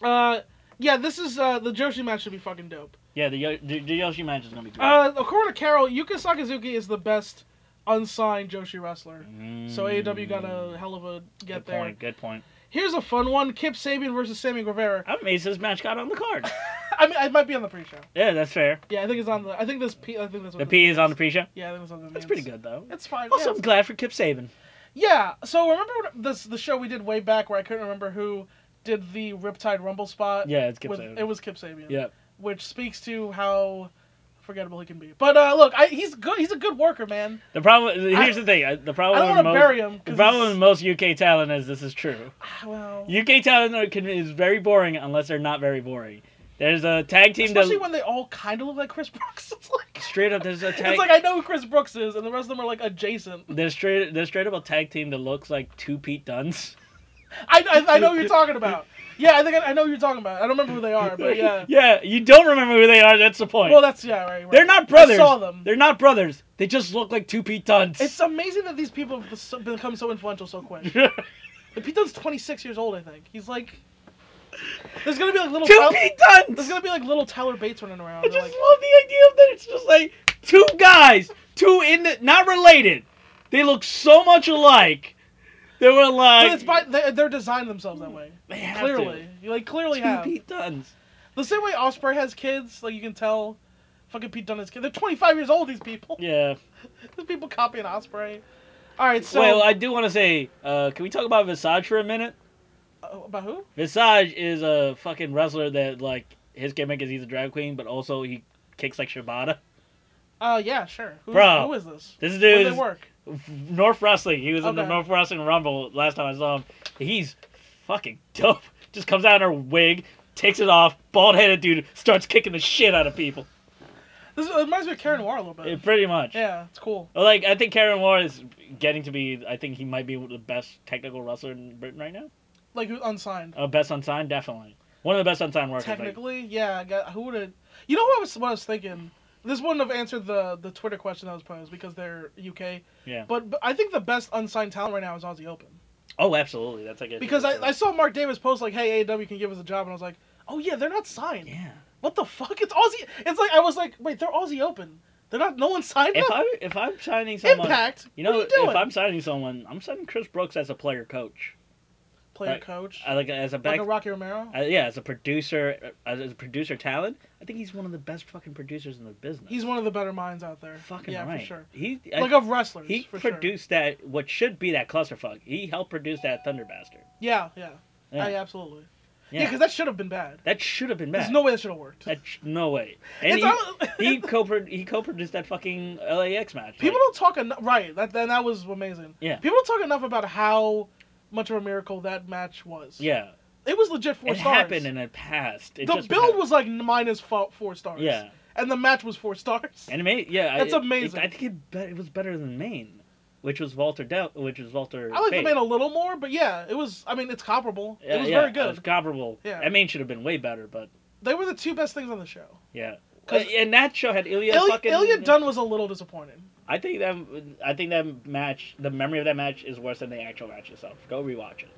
Speaker 1: uh, yeah, this is uh, the Joshi match should be fucking dope.
Speaker 2: Yeah, the, Yo- the, the Yoshi match is gonna be great.
Speaker 1: Uh, according to Carol, Yuka Sakazuki is the best unsigned Joshi wrestler. So AEW got a hell of a get
Speaker 2: Mm. good
Speaker 1: there.
Speaker 2: point. Good point.
Speaker 1: Here's a fun one: Kip Sabian versus Sammy Guevara.
Speaker 2: I'm amazed this match got on the card.
Speaker 1: I mean, it might be on the pre-show.
Speaker 2: yeah, that's fair.
Speaker 1: Yeah, I think it's on the. I think this P. I think that's what
Speaker 2: The
Speaker 1: this
Speaker 2: P is on the pre-show.
Speaker 1: Yeah, I think it's on the.
Speaker 2: That's
Speaker 1: mains.
Speaker 2: pretty good though.
Speaker 1: It's fine.
Speaker 2: Also,
Speaker 1: yeah,
Speaker 2: I'm
Speaker 1: it's-
Speaker 2: glad for Kip Saban.
Speaker 1: yeah. So remember what, this the show we did way back where I couldn't remember who did the Riptide Rumble spot.
Speaker 2: Yeah, it's Kip
Speaker 1: with,
Speaker 2: Saban.
Speaker 1: It was Kip Sabian.
Speaker 2: Yeah.
Speaker 1: Which speaks to how forgettable he can be. But uh, look, I, he's good. He's a good worker, man.
Speaker 2: The problem here's
Speaker 1: I-
Speaker 2: the thing. I- The
Speaker 1: I
Speaker 2: problem
Speaker 1: don't
Speaker 2: with
Speaker 1: want to
Speaker 2: most,
Speaker 1: bury him. 'cause
Speaker 2: the problem with
Speaker 1: he's-
Speaker 2: most UK talent is this is true.
Speaker 1: Ah, well,
Speaker 2: UK talent are, can, is very boring unless they're not very boring. There's a tag team
Speaker 1: especially
Speaker 2: that
Speaker 1: when they all kind of look like Chris Brooks. It's like
Speaker 2: straight up there's a tag
Speaker 1: it's like I know who Chris Brooks is, and the rest of them are like adjacent.
Speaker 2: there's straight there's straight up a tag team that looks like two Pete Duns.
Speaker 1: I, I, I know who you're talking about. Yeah, I think I, I know who you're talking about. I don't remember who they are, but yeah.
Speaker 2: yeah, you don't remember who they are. That's the point.
Speaker 1: Well, that's yeah, right. right.
Speaker 2: they're not
Speaker 1: I
Speaker 2: brothers.
Speaker 1: saw them.
Speaker 2: They're not brothers. They just look like two Pete Duns.
Speaker 1: It's amazing that these people have so- become so influential so quick.
Speaker 2: two
Speaker 1: Like, Pete Dunne's 26 years old, I think. He's like, there's gonna be like little. Tyler-
Speaker 2: Pete Duns.
Speaker 1: there's gonna be like little Tyler Bates running around.
Speaker 2: I
Speaker 1: They're
Speaker 2: just
Speaker 1: like,
Speaker 2: love the idea of that. It's just like two guys, two in the not related. They look so much alike. They were like,
Speaker 1: but it's by they, they're designed themselves that way.
Speaker 2: they have
Speaker 1: Clearly, you like
Speaker 2: to.
Speaker 1: clearly
Speaker 2: two
Speaker 1: have.
Speaker 2: Pete Duns.
Speaker 1: The same way Osprey has kids, like you can tell. Fucking Pete Dunne has kids. They're 25 years old. These people.
Speaker 2: Yeah.
Speaker 1: These people copying Osprey. All right, so
Speaker 2: well, I do want to say, uh, can we talk about Visage for a minute?
Speaker 1: Uh, about who?
Speaker 2: Visage is a fucking wrestler that like his gimmick is he's a drag queen, but also he kicks like Shibata.
Speaker 1: Uh, yeah, sure. Who,
Speaker 2: Bro.
Speaker 1: who is this?
Speaker 2: This
Speaker 1: Where
Speaker 2: dude
Speaker 1: do
Speaker 2: is
Speaker 1: they work?
Speaker 2: North Wrestling. He was in the
Speaker 1: Okay.
Speaker 2: North Wrestling Rumble last time I saw him. He's fucking dope. Just comes out in her wig, takes it off, bald headed dude starts kicking the shit out of people.
Speaker 1: This it reminds me of Karen Noir a little bit.
Speaker 2: It- pretty much.
Speaker 1: Uh, yeah, it's cool.
Speaker 2: Like I think Karen Moore is getting to be. I think he might be the best technical wrestler in Britain right now.
Speaker 1: Like who's unsigned.
Speaker 2: Uh, best unsigned, definitely. One of the best unsigned workers. like-
Speaker 1: Technically, yeah. I got, who would have? You know what I was what I was thinking. This wouldn't have answered the the Twitter question that was posed because they're UK.
Speaker 2: yeah.
Speaker 1: But, but I think the best unsigned talent right now is Aussie Open
Speaker 2: Oh, absolutely. That's like a
Speaker 1: because I, I saw Mark Davis post like, "Hey, AEW can give us a job," and I was like, "Oh yeah, they're not signed.
Speaker 2: Yeah.
Speaker 1: What the fuck? It's Aussie. It's like I was like, wait, they're Aussie Open. They're not. No one signed
Speaker 2: If
Speaker 1: up.
Speaker 2: I if I'm signing someone,
Speaker 1: Impact.
Speaker 2: you know,
Speaker 1: what are you
Speaker 2: if
Speaker 1: doing?
Speaker 2: I'm signing someone, I'm signing Chris Brooks as a player coach.
Speaker 1: player
Speaker 2: like,
Speaker 1: coach,
Speaker 2: I like as a uh, back
Speaker 1: like a Rocky Romero.
Speaker 2: Uh, yeah, as a producer, uh, as a producer talent, I think he's one of the best fucking producers in the business.
Speaker 1: He's one of the better minds out there.
Speaker 2: fucking
Speaker 1: yeah,
Speaker 2: right.
Speaker 1: for sure.
Speaker 2: He I-
Speaker 1: Like of wrestlers.
Speaker 2: he
Speaker 1: for Sure.
Speaker 2: produced that what should be that clusterfuck. He helped produce that Thunder Bastard.
Speaker 1: Uh, Yeah, yeah,
Speaker 2: Yeah.
Speaker 1: I, absolutely. Yeah, because that should have been bad.
Speaker 2: that should have been
Speaker 1: There's
Speaker 2: bad.
Speaker 1: no way that should have worked.
Speaker 2: That sh- no way. And
Speaker 1: It's
Speaker 2: he,
Speaker 1: all-
Speaker 2: he co he co-produced that fucking LAX match.
Speaker 1: People
Speaker 2: Like,
Speaker 1: don't talk enough. Right, that then that was amazing.
Speaker 2: Yeah.
Speaker 1: People don't talk enough about how much of a miracle that match was.
Speaker 2: yeah,
Speaker 1: It was legit four
Speaker 2: it
Speaker 1: stars.
Speaker 2: happened and it passed. It
Speaker 1: the
Speaker 2: just
Speaker 1: build
Speaker 2: happened.
Speaker 1: was like minus fo- four stars.
Speaker 2: yeah,
Speaker 1: And the match was four stars.
Speaker 2: and it made yeah.
Speaker 1: That's
Speaker 2: I- it-
Speaker 1: amazing.
Speaker 2: I think it, be- it was better than Maine, which was Walter Del, which was Walter.
Speaker 1: I like the
Speaker 2: Fate.
Speaker 1: main a little more, but yeah, it was. I mean, it's comparable.
Speaker 2: Yeah,
Speaker 1: it was
Speaker 2: yeah,
Speaker 1: very good.
Speaker 2: It was comparable.
Speaker 1: Yeah.
Speaker 2: That Maine should have been way better, but
Speaker 1: They were the two best things on the show.
Speaker 2: yeah. Uh,
Speaker 1: 'Cause-
Speaker 2: and that show had Ilya
Speaker 1: Ilya,
Speaker 2: fucking
Speaker 1: Ilya Dunn was a little disappointed.
Speaker 2: I think that I think that match, the memory of that match is worse than the actual match itself. Go rewatch it.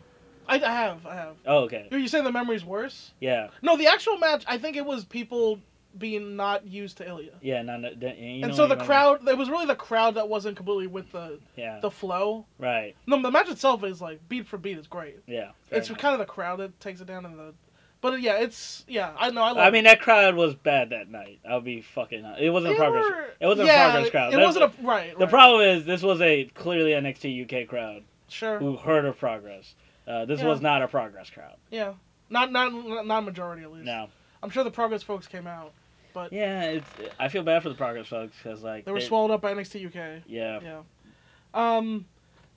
Speaker 1: I, I have, I have.
Speaker 2: Oh, okay.
Speaker 1: You're, you're saying the memory's worse?
Speaker 2: Yeah,
Speaker 1: No, the actual match. I think it was people being not used to Ilya.
Speaker 2: yeah. No, no, that- you know
Speaker 1: and so
Speaker 2: what
Speaker 1: the
Speaker 2: you wanna-
Speaker 1: crowd, it was really the crowd that wasn't completely with the
Speaker 2: Yeah.
Speaker 1: the flow.
Speaker 2: Right.
Speaker 1: No, the match itself is like beat for beat is great.
Speaker 2: Yeah.
Speaker 1: it's kind of the crowd that takes it down in the, but yeah, it's yeah. I know. I, love
Speaker 2: I mean, that crowd was bad that night. I'll be fucking. It wasn't a
Speaker 1: They
Speaker 2: progress.
Speaker 1: were-
Speaker 2: It wasn't
Speaker 1: yeah,
Speaker 2: a progress crowd.
Speaker 1: It
Speaker 2: That-
Speaker 1: wasn't a right.
Speaker 2: The
Speaker 1: right.
Speaker 2: problem is this was a clearly NXT UK crowd
Speaker 1: Sure.
Speaker 2: who heard of progress. Uh, this
Speaker 1: Yeah.
Speaker 2: was not a progress crowd.
Speaker 1: Yeah. Not not not majority at least.
Speaker 2: No.
Speaker 1: I'm sure the progress folks came out.
Speaker 2: Yeah, it's. I feel bad for the progress folks because like
Speaker 1: They were swallowed up by NXT UK.
Speaker 2: Yeah.
Speaker 1: Yeah. Um.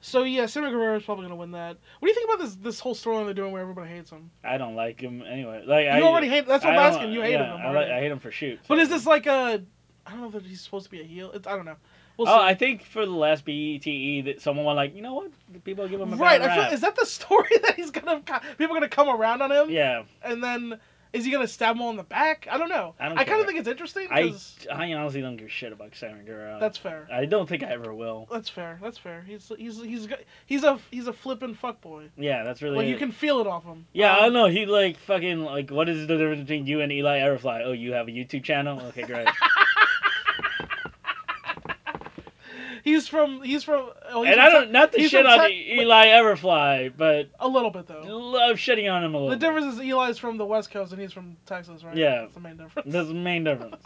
Speaker 1: So yeah, Sammy Guerrero is probably gonna win that. What do you think about this this whole storyline they're doing where everybody hates him?
Speaker 2: I don't like him anyway. Like
Speaker 1: You
Speaker 2: I
Speaker 1: already hate. That's what
Speaker 2: I
Speaker 1: I'm
Speaker 2: don't-
Speaker 1: asking. You hated
Speaker 2: yeah,
Speaker 1: him.
Speaker 2: I, like,
Speaker 1: already.
Speaker 2: I hate him for shoot.
Speaker 1: But
Speaker 2: so-
Speaker 1: is this like a? I don't know that he's supposed to be a heel. It's I don't know. We'll
Speaker 2: oh,
Speaker 1: see.
Speaker 2: I think for the last BETE E that someone was like, you know what? People give him a
Speaker 1: right.
Speaker 2: bad
Speaker 1: I
Speaker 2: rap.
Speaker 1: feel, is that the story that he's gonna co- people are gonna come around on him?
Speaker 2: Yeah,
Speaker 1: And then is he gonna stab him on the back? I don't know.
Speaker 2: I don't
Speaker 1: kind
Speaker 2: care.
Speaker 1: of think it's interesting
Speaker 2: I,
Speaker 1: 'cause
Speaker 2: I honestly don't give a shit about Sammy Guerrero.
Speaker 1: that's fair.
Speaker 2: I don't think I ever will.
Speaker 1: That's fair. That's fair. He's he's he's g- he's a he's a flippin' fuckboy.
Speaker 2: Yeah, that's really.
Speaker 1: Like you
Speaker 2: it.
Speaker 1: can feel it off him.
Speaker 2: Yeah, I
Speaker 1: Um,
Speaker 2: don't know. He like fucking like. What is the difference between you and Eli Aerofly? Oh, you have a YouTube channel. Okay, great.
Speaker 1: He's from he's from. Oh, he's
Speaker 2: and
Speaker 1: from
Speaker 2: I don't not to
Speaker 1: he's
Speaker 2: shit
Speaker 1: from
Speaker 2: on E-,
Speaker 1: Tex-
Speaker 2: Eli Everfly, but
Speaker 1: a little bit though.
Speaker 2: love shitting on him a little.
Speaker 1: The
Speaker 2: bit.
Speaker 1: difference is Eli's from the West Coast and he's from Texas, right?
Speaker 2: Yeah.
Speaker 1: That's the main difference.
Speaker 2: That's the main difference.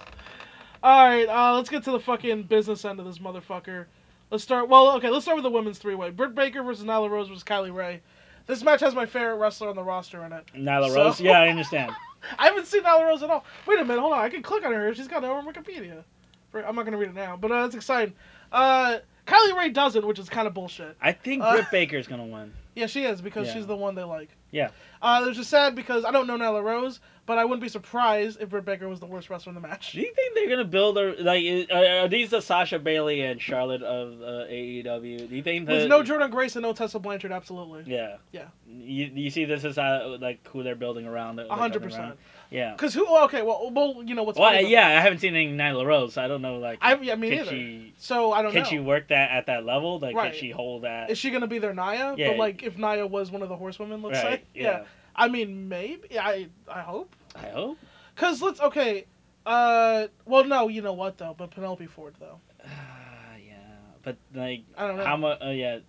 Speaker 1: All right, uh, let's get to the fucking business end of this motherfucker. Let's start. Well, okay, let's start with the women's three-way: Britt Baker versus Nyla Rose versus Kylie Ray. This match has my favorite wrestler on the roster in it.
Speaker 2: Nyla
Speaker 1: So-
Speaker 2: Rose. Yeah, I understand.
Speaker 1: I haven't seen Nyla Rose at all. Wait a minute, hold on. I can click on her. She's got that on Wikipedia. I'm not gonna read it now, but uh, it's exciting. Uh, Kylie Ray doesn't, which is kind of bullshit.
Speaker 2: I think
Speaker 1: Uh,
Speaker 2: Britt Baker's gonna win.
Speaker 1: Yeah, she is because
Speaker 2: Yeah.
Speaker 1: she's the one they like.
Speaker 2: Yeah.
Speaker 1: Uh, which is sad because I don't know Nyla Rose, but I wouldn't be surprised if Britt Baker was the worst wrestler in the match.
Speaker 2: Do you think they're gonna build a like? i- Are, are these the Sasha Bailey and Charlotte of uh, AEW? Do you think the,
Speaker 1: With no Jordan Grace and no Tessa Blanchard, absolutely.
Speaker 2: Yeah.
Speaker 1: Yeah.
Speaker 2: You, you see, this is how like who they're building around.
Speaker 1: A
Speaker 2: like,
Speaker 1: hundred
Speaker 2: around.
Speaker 1: percent.
Speaker 2: Yeah.
Speaker 1: Because who? well, Okay, well, well, you know what's.
Speaker 2: Well,
Speaker 1: funny about
Speaker 2: yeah,
Speaker 1: that-
Speaker 2: I haven't seen any Nyla Rose. So I don't know. Like,
Speaker 1: I, yeah, me
Speaker 2: can
Speaker 1: neither.
Speaker 2: she
Speaker 1: so I don't
Speaker 2: can
Speaker 1: know.
Speaker 2: she work that at that level? Like,
Speaker 1: Right.
Speaker 2: can she hold that?
Speaker 1: Is she gonna be their Naya?
Speaker 2: Yeah.
Speaker 1: But like, if Naya was one of the horsewomen, let's
Speaker 2: right.
Speaker 1: say.
Speaker 2: Yeah.
Speaker 1: I mean, maybe. I I hope.
Speaker 2: I hope.
Speaker 1: Cause let's okay. Uh, well, no, you know what though, but Penelope Ford though.
Speaker 2: Uh, yeah. But like,
Speaker 1: I don't know.
Speaker 2: how much? Uh, yeah.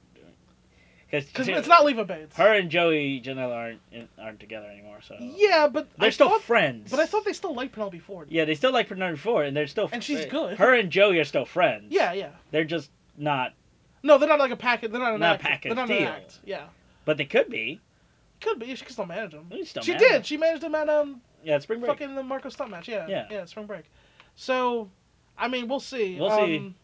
Speaker 1: Cause it's not Leva Bates.
Speaker 2: her and Joey Janela aren't in- aren't together anymore. So
Speaker 1: Yeah, but
Speaker 2: they're
Speaker 1: I
Speaker 2: still
Speaker 1: thought,
Speaker 2: friends.
Speaker 1: but I thought they still liked Penelope Ford.
Speaker 2: Yeah, they still like Penelope Ford, and they're still
Speaker 1: And she's good.
Speaker 2: Her and Joey are still friends.
Speaker 1: Yeah, yeah.
Speaker 2: they're just not,
Speaker 1: No, they're not like a packet. They're not an
Speaker 2: Not a
Speaker 1: act.
Speaker 2: package
Speaker 1: They're not an
Speaker 2: deal.
Speaker 1: act. Yeah,
Speaker 2: but they could be.
Speaker 1: could be. She could still manage them.
Speaker 2: They still
Speaker 1: She
Speaker 2: matter.
Speaker 1: did. She managed them at um
Speaker 2: Yeah, it's spring break.
Speaker 1: fucking the Marco Stunt match. Yeah,
Speaker 2: Yeah.
Speaker 1: yeah. Spring break. So, I mean, we'll see.
Speaker 2: We'll
Speaker 1: um,
Speaker 2: see.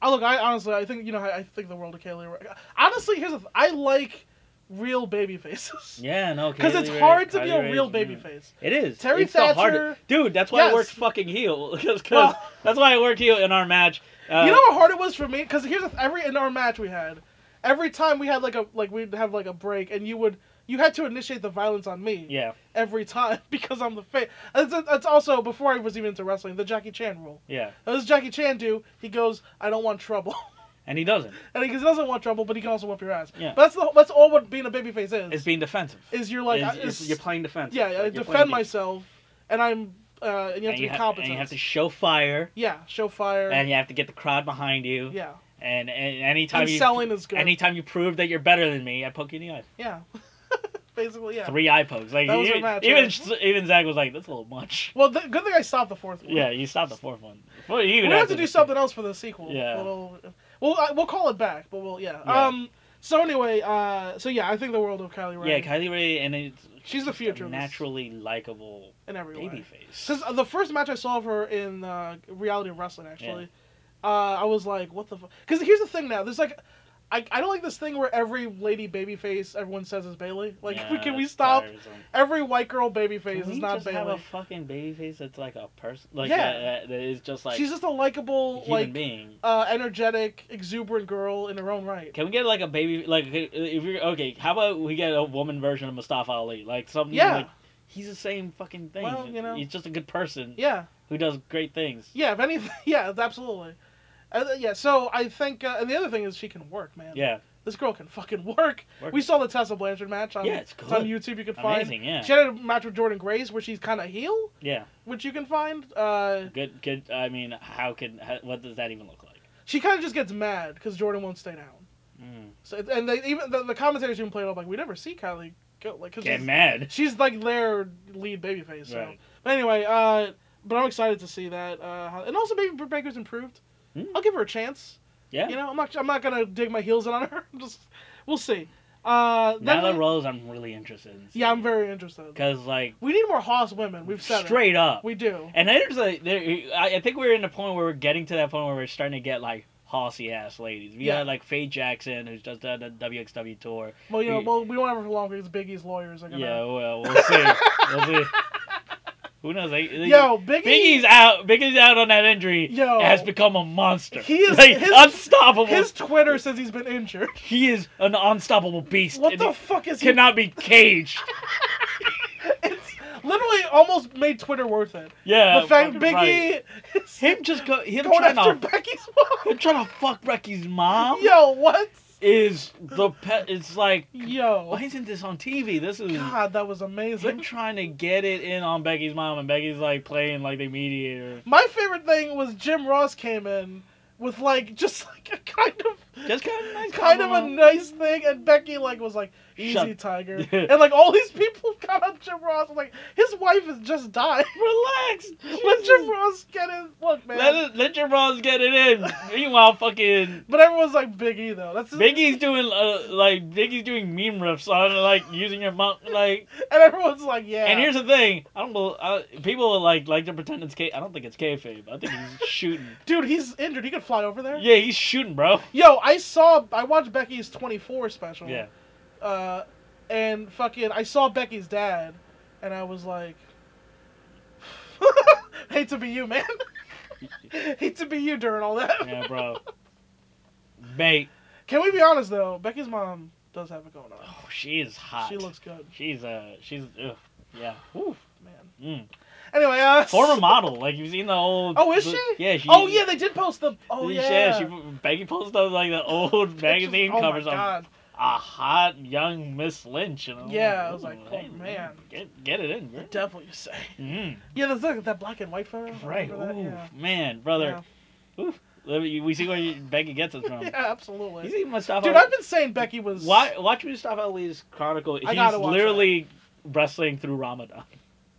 Speaker 1: I look. I honestly, I think you know. I, I think the world of Kaylee. Ray- Honestly, here's the. Th- I like real baby faces.
Speaker 2: Yeah, no,
Speaker 1: Because
Speaker 2: Kylie
Speaker 1: it's
Speaker 2: Rae- mm-hmm.
Speaker 1: hard to be a
Speaker 2: Kylie Rae's
Speaker 1: real
Speaker 2: winning.
Speaker 1: baby face.
Speaker 2: It is.
Speaker 1: Terry
Speaker 2: it's the hard-
Speaker 1: Thatcher-
Speaker 2: dude. That's why
Speaker 1: Yes.
Speaker 2: it worked fucking heel. Because
Speaker 1: Well-
Speaker 2: that's why it worked heel in our match. Uh,
Speaker 1: you know how hard it was for me? Because here's the th- every in our match we had, every time we had like a like we'd have like a break, and you would you had to initiate the violence on me
Speaker 2: Yeah,
Speaker 1: every time because I'm the face. That's, that's also before I was even into wrestling, the Jackie Chan rule.
Speaker 2: yeah,
Speaker 1: What does Jackie Chan do? He goes, I don't want trouble.
Speaker 2: and he doesn't.
Speaker 1: and he, 'cause he doesn't want trouble, but he can also whip your ass.
Speaker 2: Yeah.
Speaker 1: But that's the, that's all what being a babyface is.
Speaker 2: It's being defensive.
Speaker 1: is you're like,
Speaker 2: It's-
Speaker 1: I-
Speaker 2: it's-
Speaker 1: is-
Speaker 2: you're playing defense.
Speaker 1: yeah, I defend myself, and I'm uh, and you have
Speaker 2: And
Speaker 1: to
Speaker 2: you,
Speaker 1: be
Speaker 2: ha-
Speaker 1: competent.
Speaker 2: and you have to show fire,
Speaker 1: yeah, show fire.
Speaker 2: and you have to get the crowd behind you.
Speaker 1: yeah,
Speaker 2: And, and anytime
Speaker 1: and
Speaker 2: you
Speaker 1: selling is good.
Speaker 2: anytime you prove that you're better than me, I poke you in the eye.
Speaker 1: yeah, basically yeah.
Speaker 2: Three eye pokes. Like
Speaker 1: That was her
Speaker 2: even
Speaker 1: match,
Speaker 2: even,
Speaker 1: yeah.
Speaker 2: even Zach was like, "That's a little much."
Speaker 1: Well, the, good thing I stopped the fourth one.
Speaker 2: Yeah, you stopped the fourth one. Well, you
Speaker 1: we
Speaker 2: even
Speaker 1: have to
Speaker 2: after
Speaker 1: do
Speaker 2: the-
Speaker 1: something else for the sequel. uh,
Speaker 2: Yeah.
Speaker 1: We'll, we'll, I- we'll call it back, but we'll yeah.
Speaker 2: Yeah.
Speaker 1: Um, So anyway, uh, so yeah, I think the world of Kylie Ray.
Speaker 2: Yeah, Kylie Ray, and it's
Speaker 1: She's the
Speaker 2: just a
Speaker 1: future of this-
Speaker 2: naturally likable
Speaker 1: in every way.
Speaker 2: babyface.
Speaker 1: Because uh, the first match I saw of her in uh, Reality Wrestling, actually, uh, I was like, what the fuck? Because here's the thing now. There's like, I, I don't like this thing where every lady babyface everyone says is Bailey. Like,
Speaker 2: Yeah,
Speaker 1: can we
Speaker 2: that's
Speaker 1: stop?
Speaker 2: tiresome.
Speaker 1: Every white girl babyface
Speaker 2: Can
Speaker 1: is
Speaker 2: we
Speaker 1: not
Speaker 2: just have a
Speaker 1: Bailey.
Speaker 2: fucking babyface that's like a person, like
Speaker 1: Yeah.
Speaker 2: that, that- that is just like
Speaker 1: She's just a
Speaker 2: a
Speaker 1: likable,
Speaker 2: human
Speaker 1: like,
Speaker 2: being.
Speaker 1: uh, energetic, exuberant girl in her own right.
Speaker 2: Can we get like a baby, like if you're okay? How about we get a woman version of Mustafa Ali, like something
Speaker 1: Yeah.
Speaker 2: like he's the same fucking thing.
Speaker 1: Well, you know.
Speaker 2: he's just a good person
Speaker 1: Yeah,
Speaker 2: who does great things.
Speaker 1: yeah. If anything, yeah, absolutely. Uh, yeah. So I think, uh, and the other thing is she can work, man.
Speaker 2: Yeah,
Speaker 1: This girl can fucking work.
Speaker 2: Work.
Speaker 1: We saw the Tessa Blanchard match on,
Speaker 2: Yeah, it's
Speaker 1: it's on
Speaker 2: good.
Speaker 1: YouTube. You can find.
Speaker 2: amazing. Yeah,
Speaker 1: She had a match with Jordan Grace where she's kind of heel,
Speaker 2: yeah,
Speaker 1: which you can find. Uh,
Speaker 2: good, good. I mean, how can how, what does that even look like?
Speaker 1: she kind of just gets mad because Jordan won't stay down.
Speaker 2: Mm.
Speaker 1: So and they even the, the commentators even played up like we never see Kylie go like cause
Speaker 2: Get
Speaker 1: she's,
Speaker 2: mad.
Speaker 1: she's like their lead babyface. So,
Speaker 2: Right.
Speaker 1: but anyway, uh, but I'm excited to see that. Uh, how, and also maybe Britt Baker's improved.
Speaker 2: Hmm.
Speaker 1: I'll give her a chance.
Speaker 2: Yeah.
Speaker 1: You know, I'm not I'm not gonna dig my heels in on her. I'm just we'll see. Uh,
Speaker 2: now
Speaker 1: then
Speaker 2: that
Speaker 1: we-
Speaker 2: Rose, I'm really interested. In
Speaker 1: yeah, I'm very interested.
Speaker 2: because like
Speaker 1: We need more Haas women. We've said it.
Speaker 2: straight up.
Speaker 1: We do.
Speaker 2: And there's a there. I I think we're in the point where we're getting to that point where we're starting to get like hossy ass ladies. We
Speaker 1: Yeah.
Speaker 2: got like Faye Jackson who's just done the WXW tour.
Speaker 1: Well, you know,
Speaker 2: we-
Speaker 1: well, we won't have her for long because Biggie's lawyers are gonna.
Speaker 2: Yeah, well, we'll see. we'll see. Who knows? They, they,
Speaker 1: Yo, Biggie.
Speaker 2: Biggie's out. Biggie's out on that injury.
Speaker 1: Yo.
Speaker 2: has become a monster.
Speaker 1: He is-
Speaker 2: like,
Speaker 1: his-
Speaker 2: unstoppable.
Speaker 1: His Twitter says he's been injured.
Speaker 2: he is an unstoppable beast.
Speaker 1: What
Speaker 2: and
Speaker 1: the
Speaker 2: he
Speaker 1: fuck is he?
Speaker 2: cannot be caged.
Speaker 1: It's literally almost made Twitter worth it.
Speaker 2: Yeah,
Speaker 1: the fact
Speaker 2: fucking
Speaker 1: Biggie
Speaker 2: right.
Speaker 1: is
Speaker 2: Him just go. Him
Speaker 1: going
Speaker 2: trying
Speaker 1: after
Speaker 2: to.
Speaker 1: Becky's
Speaker 2: Him
Speaker 1: mom.
Speaker 2: trying to fuck Becky's mom.
Speaker 1: Yo, what?
Speaker 2: is the pet. It's like,
Speaker 1: Yo,
Speaker 2: why isn't this on TV? This is
Speaker 1: God, that was
Speaker 2: him
Speaker 1: amazing.
Speaker 2: trying to get it in on Becky's mom, and Becky's like playing like the mediator.
Speaker 1: My favorite thing was Jim Ross came in with like just like a kind of
Speaker 2: Just kind of nice.
Speaker 1: kind of a
Speaker 2: compliment.
Speaker 1: nice thing, and Becky like was like easy
Speaker 2: Shut-
Speaker 1: tiger, and like all these people got on Jim Ross. like his wife has just died.
Speaker 2: relax.
Speaker 1: Let Jim Ross get in. Look, man.
Speaker 2: Let, it, let your bros get it in. Meanwhile, fucking
Speaker 1: But everyone's like Biggie though. That's
Speaker 2: Biggie's doing uh, like Biggie's doing meme riffs on like using your mom like.
Speaker 1: and everyone's like, yeah.
Speaker 2: And here's the thing, I don't. bel- I, people like like to pretend it's K. I don't think it's kayfabe. I think he's shooting.
Speaker 1: dude, he's injured. He could fly over there.
Speaker 2: Yeah, he's shooting, bro.
Speaker 1: Yo, I saw. I watched Becky's 24 special.
Speaker 2: Yeah.
Speaker 1: Uh, and fucking, I saw Becky's dad, and I was like, hate to be you, man. hate to be you during all that.
Speaker 2: Yeah, bro. Mate.
Speaker 1: Can we be honest though? Becky's mom does have it going on.
Speaker 2: Oh, she is hot.
Speaker 1: She looks good,
Speaker 2: She's uh. She's. Ugh, yeah.
Speaker 1: man.
Speaker 2: Mm.
Speaker 1: Anyway, uh,
Speaker 2: Former model. Like you've seen the old.
Speaker 1: Oh, is
Speaker 2: the-
Speaker 1: she?
Speaker 2: Yeah. She,
Speaker 1: Oh yeah, they did post the. Oh
Speaker 2: yeah.
Speaker 1: yeah.
Speaker 2: She Becky posted up, like the old
Speaker 1: Pictures-
Speaker 2: magazine
Speaker 1: oh
Speaker 2: covers
Speaker 1: my
Speaker 2: of
Speaker 1: god.
Speaker 2: a hot young Miss Lynch. And I'm
Speaker 1: Yeah, I was like,
Speaker 2: "Ooh,
Speaker 1: oh, man."
Speaker 2: Get get it in,
Speaker 1: The
Speaker 2: bro.
Speaker 1: devil, you say.
Speaker 2: Mm.
Speaker 1: Yeah, there's like that black and white photo. I
Speaker 2: Right.
Speaker 1: remember that,
Speaker 2: Ooh,
Speaker 1: yeah.
Speaker 2: man, brother. Oof. Let me- We see where you, Becky gets it
Speaker 1: Yeah.
Speaker 2: from. You
Speaker 1: absolutely.
Speaker 2: see Mustafa.
Speaker 1: Dude, I've been saying Becky was.
Speaker 2: Um, Why, watch Mustafa Ali's Chronicle. He's
Speaker 1: gotta watch that.
Speaker 2: literally wrestling through Ramadan.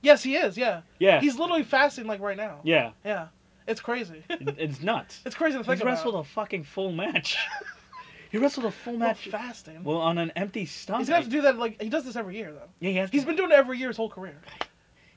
Speaker 1: Yes, he is. Yeah.
Speaker 2: Yeah.
Speaker 1: He's literally fasting like right now. Yeah.
Speaker 2: yeah.
Speaker 1: It's crazy.
Speaker 2: It- It's nuts.
Speaker 1: It's crazy to think
Speaker 2: He's
Speaker 1: about.
Speaker 2: wrestled a fucking full match. he wrestled a full
Speaker 1: Well,
Speaker 2: match.
Speaker 1: fasting.
Speaker 2: Well, on an empty stomach.
Speaker 1: He's gonna have to do that. Like he does this every year though.
Speaker 2: yeah, he has.
Speaker 1: He's been doing it every year his whole career.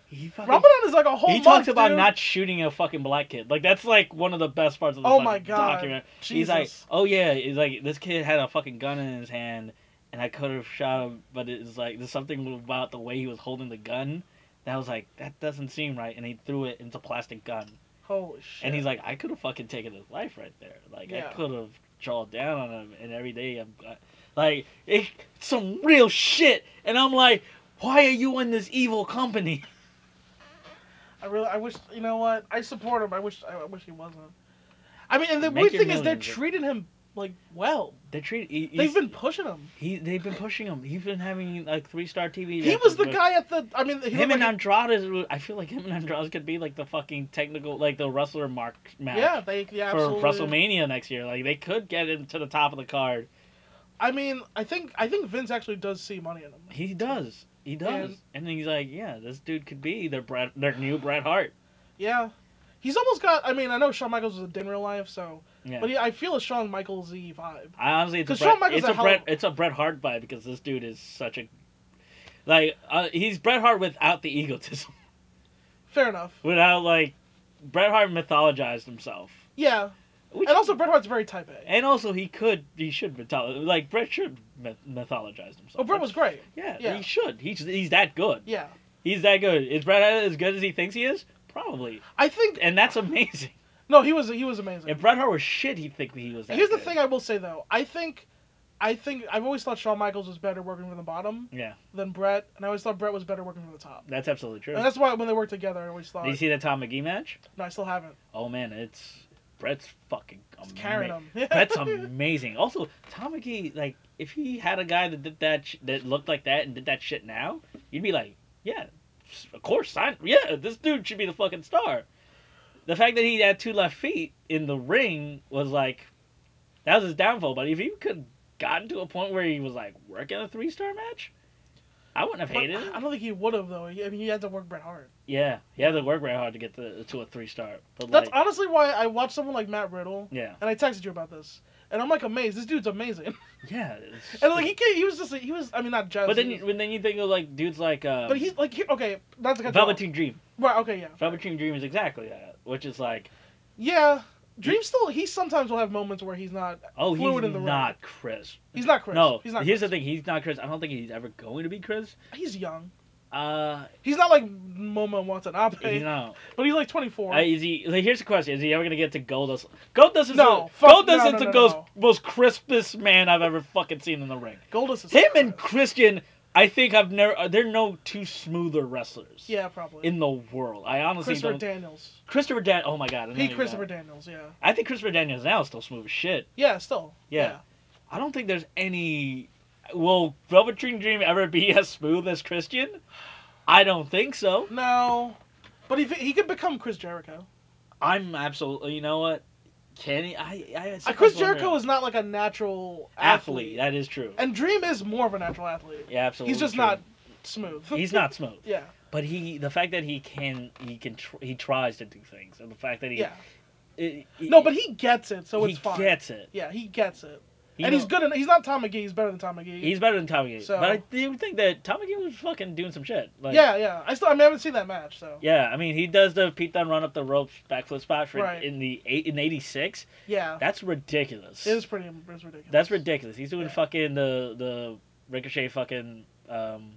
Speaker 2: He, fucking,
Speaker 1: Ramadan is like a whole.
Speaker 2: he
Speaker 1: month,
Speaker 2: talks about
Speaker 1: dude.
Speaker 2: not shooting a fucking black kid. Like that's like one of the best parts of the
Speaker 1: Oh
Speaker 2: fucking
Speaker 1: my God.
Speaker 2: documentary.
Speaker 1: Jesus.
Speaker 2: He's like, oh yeah, he's like this kid had a fucking gun in his hand, and I could have shot him, but it's like there's something about the way he was holding the gun that was like that doesn't seem right, and he threw it into plastic gun,
Speaker 1: holy shit.
Speaker 2: and he's like, I could have fucking taken his life right there, like
Speaker 1: Yeah.
Speaker 2: I could have jawed down on him, and every day I'm I- like it, some real shit, and I'm like, why are you in this evil company?
Speaker 1: I really, I wish. You know what? I support him. I wish. I wish he wasn't. I mean, and the
Speaker 2: Make
Speaker 1: weird
Speaker 2: your
Speaker 1: thing is they're
Speaker 2: millions.
Speaker 1: treating him like well.
Speaker 2: They treat he,
Speaker 1: They've
Speaker 2: he's-
Speaker 1: been pushing him.
Speaker 2: he they've been pushing him. He's been having like three star TV.
Speaker 1: He was the
Speaker 2: guy.
Speaker 1: guy at the. I mean, he
Speaker 2: Him
Speaker 1: looked
Speaker 2: and
Speaker 1: like,
Speaker 2: Andrade, I feel like him and Andrade could be like the fucking technical, like the wrestler mark match
Speaker 1: yeah, they yeah,
Speaker 2: for
Speaker 1: absolutely.
Speaker 2: WrestleMania next year. Like they could get him to the top of the card.
Speaker 1: I mean, I think I think Vince actually does see money in him.
Speaker 2: He does, he does,
Speaker 1: And-
Speaker 2: and, he's like, yeah, this dude could be their Bret, their new Bret Hart.
Speaker 1: Yeah, he's almost got. I mean, I know Shawn Michaels was a dick in real life, so
Speaker 2: Yeah.
Speaker 1: But yeah, I feel a Shawn Michaels Z vibe.
Speaker 2: I honestly, it's a
Speaker 1: 'Cause Shawn
Speaker 2: Bret,
Speaker 1: Michaels
Speaker 2: it's
Speaker 1: a
Speaker 2: a
Speaker 1: hell-
Speaker 2: Bret, it's a Bret Hart vibe because this dude is such a, like, uh, he's Bret Hart without the egotism,
Speaker 1: Fair enough.
Speaker 2: without like, Bret Hart mythologized himself,
Speaker 1: Yeah,
Speaker 2: Which-
Speaker 1: and also Bret Hart's very type A.
Speaker 2: and also he could, he should mythologize, like Bret should myth- mythologize himself.
Speaker 1: Oh, Bret was great.
Speaker 2: Yeah,
Speaker 1: yeah.
Speaker 2: he should. He's he's that good.
Speaker 1: Yeah,
Speaker 2: He's that good. Is Bret Hart as good as he thinks he is? Probably,
Speaker 1: I think
Speaker 2: and that's amazing.
Speaker 1: no, he was he was amazing.
Speaker 2: If Bret Hart was shit, he'd think he was. That
Speaker 1: Here's the
Speaker 2: good.
Speaker 1: thing I will say though. I think I think I've always thought Shawn Michaels was better working from the bottom
Speaker 2: Yeah,
Speaker 1: than Brett, and I always thought Brett was better working from the top.
Speaker 2: that's absolutely true.
Speaker 1: And that's why when they worked together, I always thought
Speaker 2: Did you see that Tom McGee match?
Speaker 1: no, I still haven't.
Speaker 2: Oh man, it's Brett's fucking
Speaker 1: It's
Speaker 2: amazing.
Speaker 1: carrying him.
Speaker 2: Brett's amazing. Also, Tom McGee, like, if he had a guy that did that sh- that looked like that and did that shit now, you'd be like, yeah, s- of course, sign. Yeah, this dude should be the fucking star. The fact that he had two left feet in the ring was like, that was his downfall. But if he could gotten to a point where he was like working a three star match, I wouldn't have
Speaker 1: But
Speaker 2: hated
Speaker 1: I
Speaker 2: it.
Speaker 1: don't think he would have though. He- I mean, he had to work Bret Hart.
Speaker 2: Yeah, he had to work very hard to get the, to a three star. But
Speaker 1: That's
Speaker 2: like,
Speaker 1: honestly why I watched someone like Matt Riddle,
Speaker 2: yeah,
Speaker 1: and I texted you about this, and I'm like amazed. This dude's amazing.
Speaker 2: yeah. it's-
Speaker 1: And like he can, he was just he was. I mean, not just.
Speaker 2: But then,
Speaker 1: he was-
Speaker 2: you, but then you think of like dudes like um,
Speaker 1: but he's like he, okay. That's a
Speaker 2: Velveteen Dream.
Speaker 1: Right. Okay. Yeah.
Speaker 2: Velveteen Dream is exactly that, which is like,
Speaker 1: Yeah. Dream still. He sometimes will have moments where he's not.
Speaker 2: oh, he's
Speaker 1: Fluid in the ring.
Speaker 2: not Chris.
Speaker 1: He's not Chris.
Speaker 2: No,
Speaker 1: He's not.
Speaker 2: here's
Speaker 1: Chris.
Speaker 2: the thing: he's not Chris. I don't think he's ever going to be Chris.
Speaker 1: He's young.
Speaker 2: Uh,
Speaker 1: He's not like Momo Watanabe,
Speaker 2: you know,
Speaker 1: but he's like 24.
Speaker 2: uh, is he? Like, here's the question: Is he ever gonna get to Goldust? Goldust is
Speaker 1: No,
Speaker 2: the,
Speaker 1: fuck-
Speaker 2: Goldust
Speaker 1: no,
Speaker 2: is
Speaker 1: no,
Speaker 2: the
Speaker 1: no,
Speaker 2: most,
Speaker 1: no.
Speaker 2: most crispest man I've ever fucking seen in the ring.
Speaker 1: Goldust is
Speaker 2: Him and
Speaker 1: Chris.
Speaker 2: Christian, I think I've never. uh, There are no two smoother wrestlers
Speaker 1: Yeah, probably.
Speaker 2: in the world. I honestly
Speaker 1: Christopher
Speaker 2: don't.
Speaker 1: Daniels.
Speaker 2: Christopher Dan. Oh my god, I know
Speaker 1: He
Speaker 2: you
Speaker 1: Christopher
Speaker 2: got-
Speaker 1: Daniels. Yeah.
Speaker 2: I think Christopher Daniels now is still smooth as shit.
Speaker 1: Yeah. Still.
Speaker 2: Yeah. I don't think there's any. Will Velveteen Dream ever be as smooth as Christian? I don't think so.
Speaker 1: No. But if he could become Chris Jericho,
Speaker 2: I'm absolutely. You know what? Can he? I. I
Speaker 1: Uh,
Speaker 2: sometimes
Speaker 1: Chris
Speaker 2: wonder-
Speaker 1: Jericho is not like a natural athlete,
Speaker 2: athlete. That is true.
Speaker 1: and Dream is more of a natural athlete.
Speaker 2: Yeah, absolutely.
Speaker 1: he's just
Speaker 2: true.
Speaker 1: not smooth.
Speaker 2: He's not smooth,
Speaker 1: yeah,
Speaker 2: but he. The fact that he can, he can, tr- he tries to do things, and the fact that he.
Speaker 1: yeah.
Speaker 2: it- it-
Speaker 1: No, but he gets it, so
Speaker 2: he
Speaker 1: it's fine.
Speaker 2: gets it.
Speaker 1: Yeah, he gets it,
Speaker 2: He
Speaker 1: and
Speaker 2: know-
Speaker 1: he's good. En- he's not Tom McGee. He's better than Tom McGee.
Speaker 2: He's better than Tommy. Gate.
Speaker 1: So-
Speaker 2: But I do think that Tommy Gate was fucking doing some shit. Like,
Speaker 1: yeah, yeah. I still, I, mean, I haven't seen that match, so yeah,
Speaker 2: Yeah, I mean, he does the Pete Dunne run up the ropes backflip spot for
Speaker 1: Right.
Speaker 2: in the eight in '86. That's ridiculous.
Speaker 1: it is pretty. It's ridiculous.
Speaker 2: That's ridiculous. He's doing
Speaker 1: Yeah.
Speaker 2: fucking the the ricochet fucking um,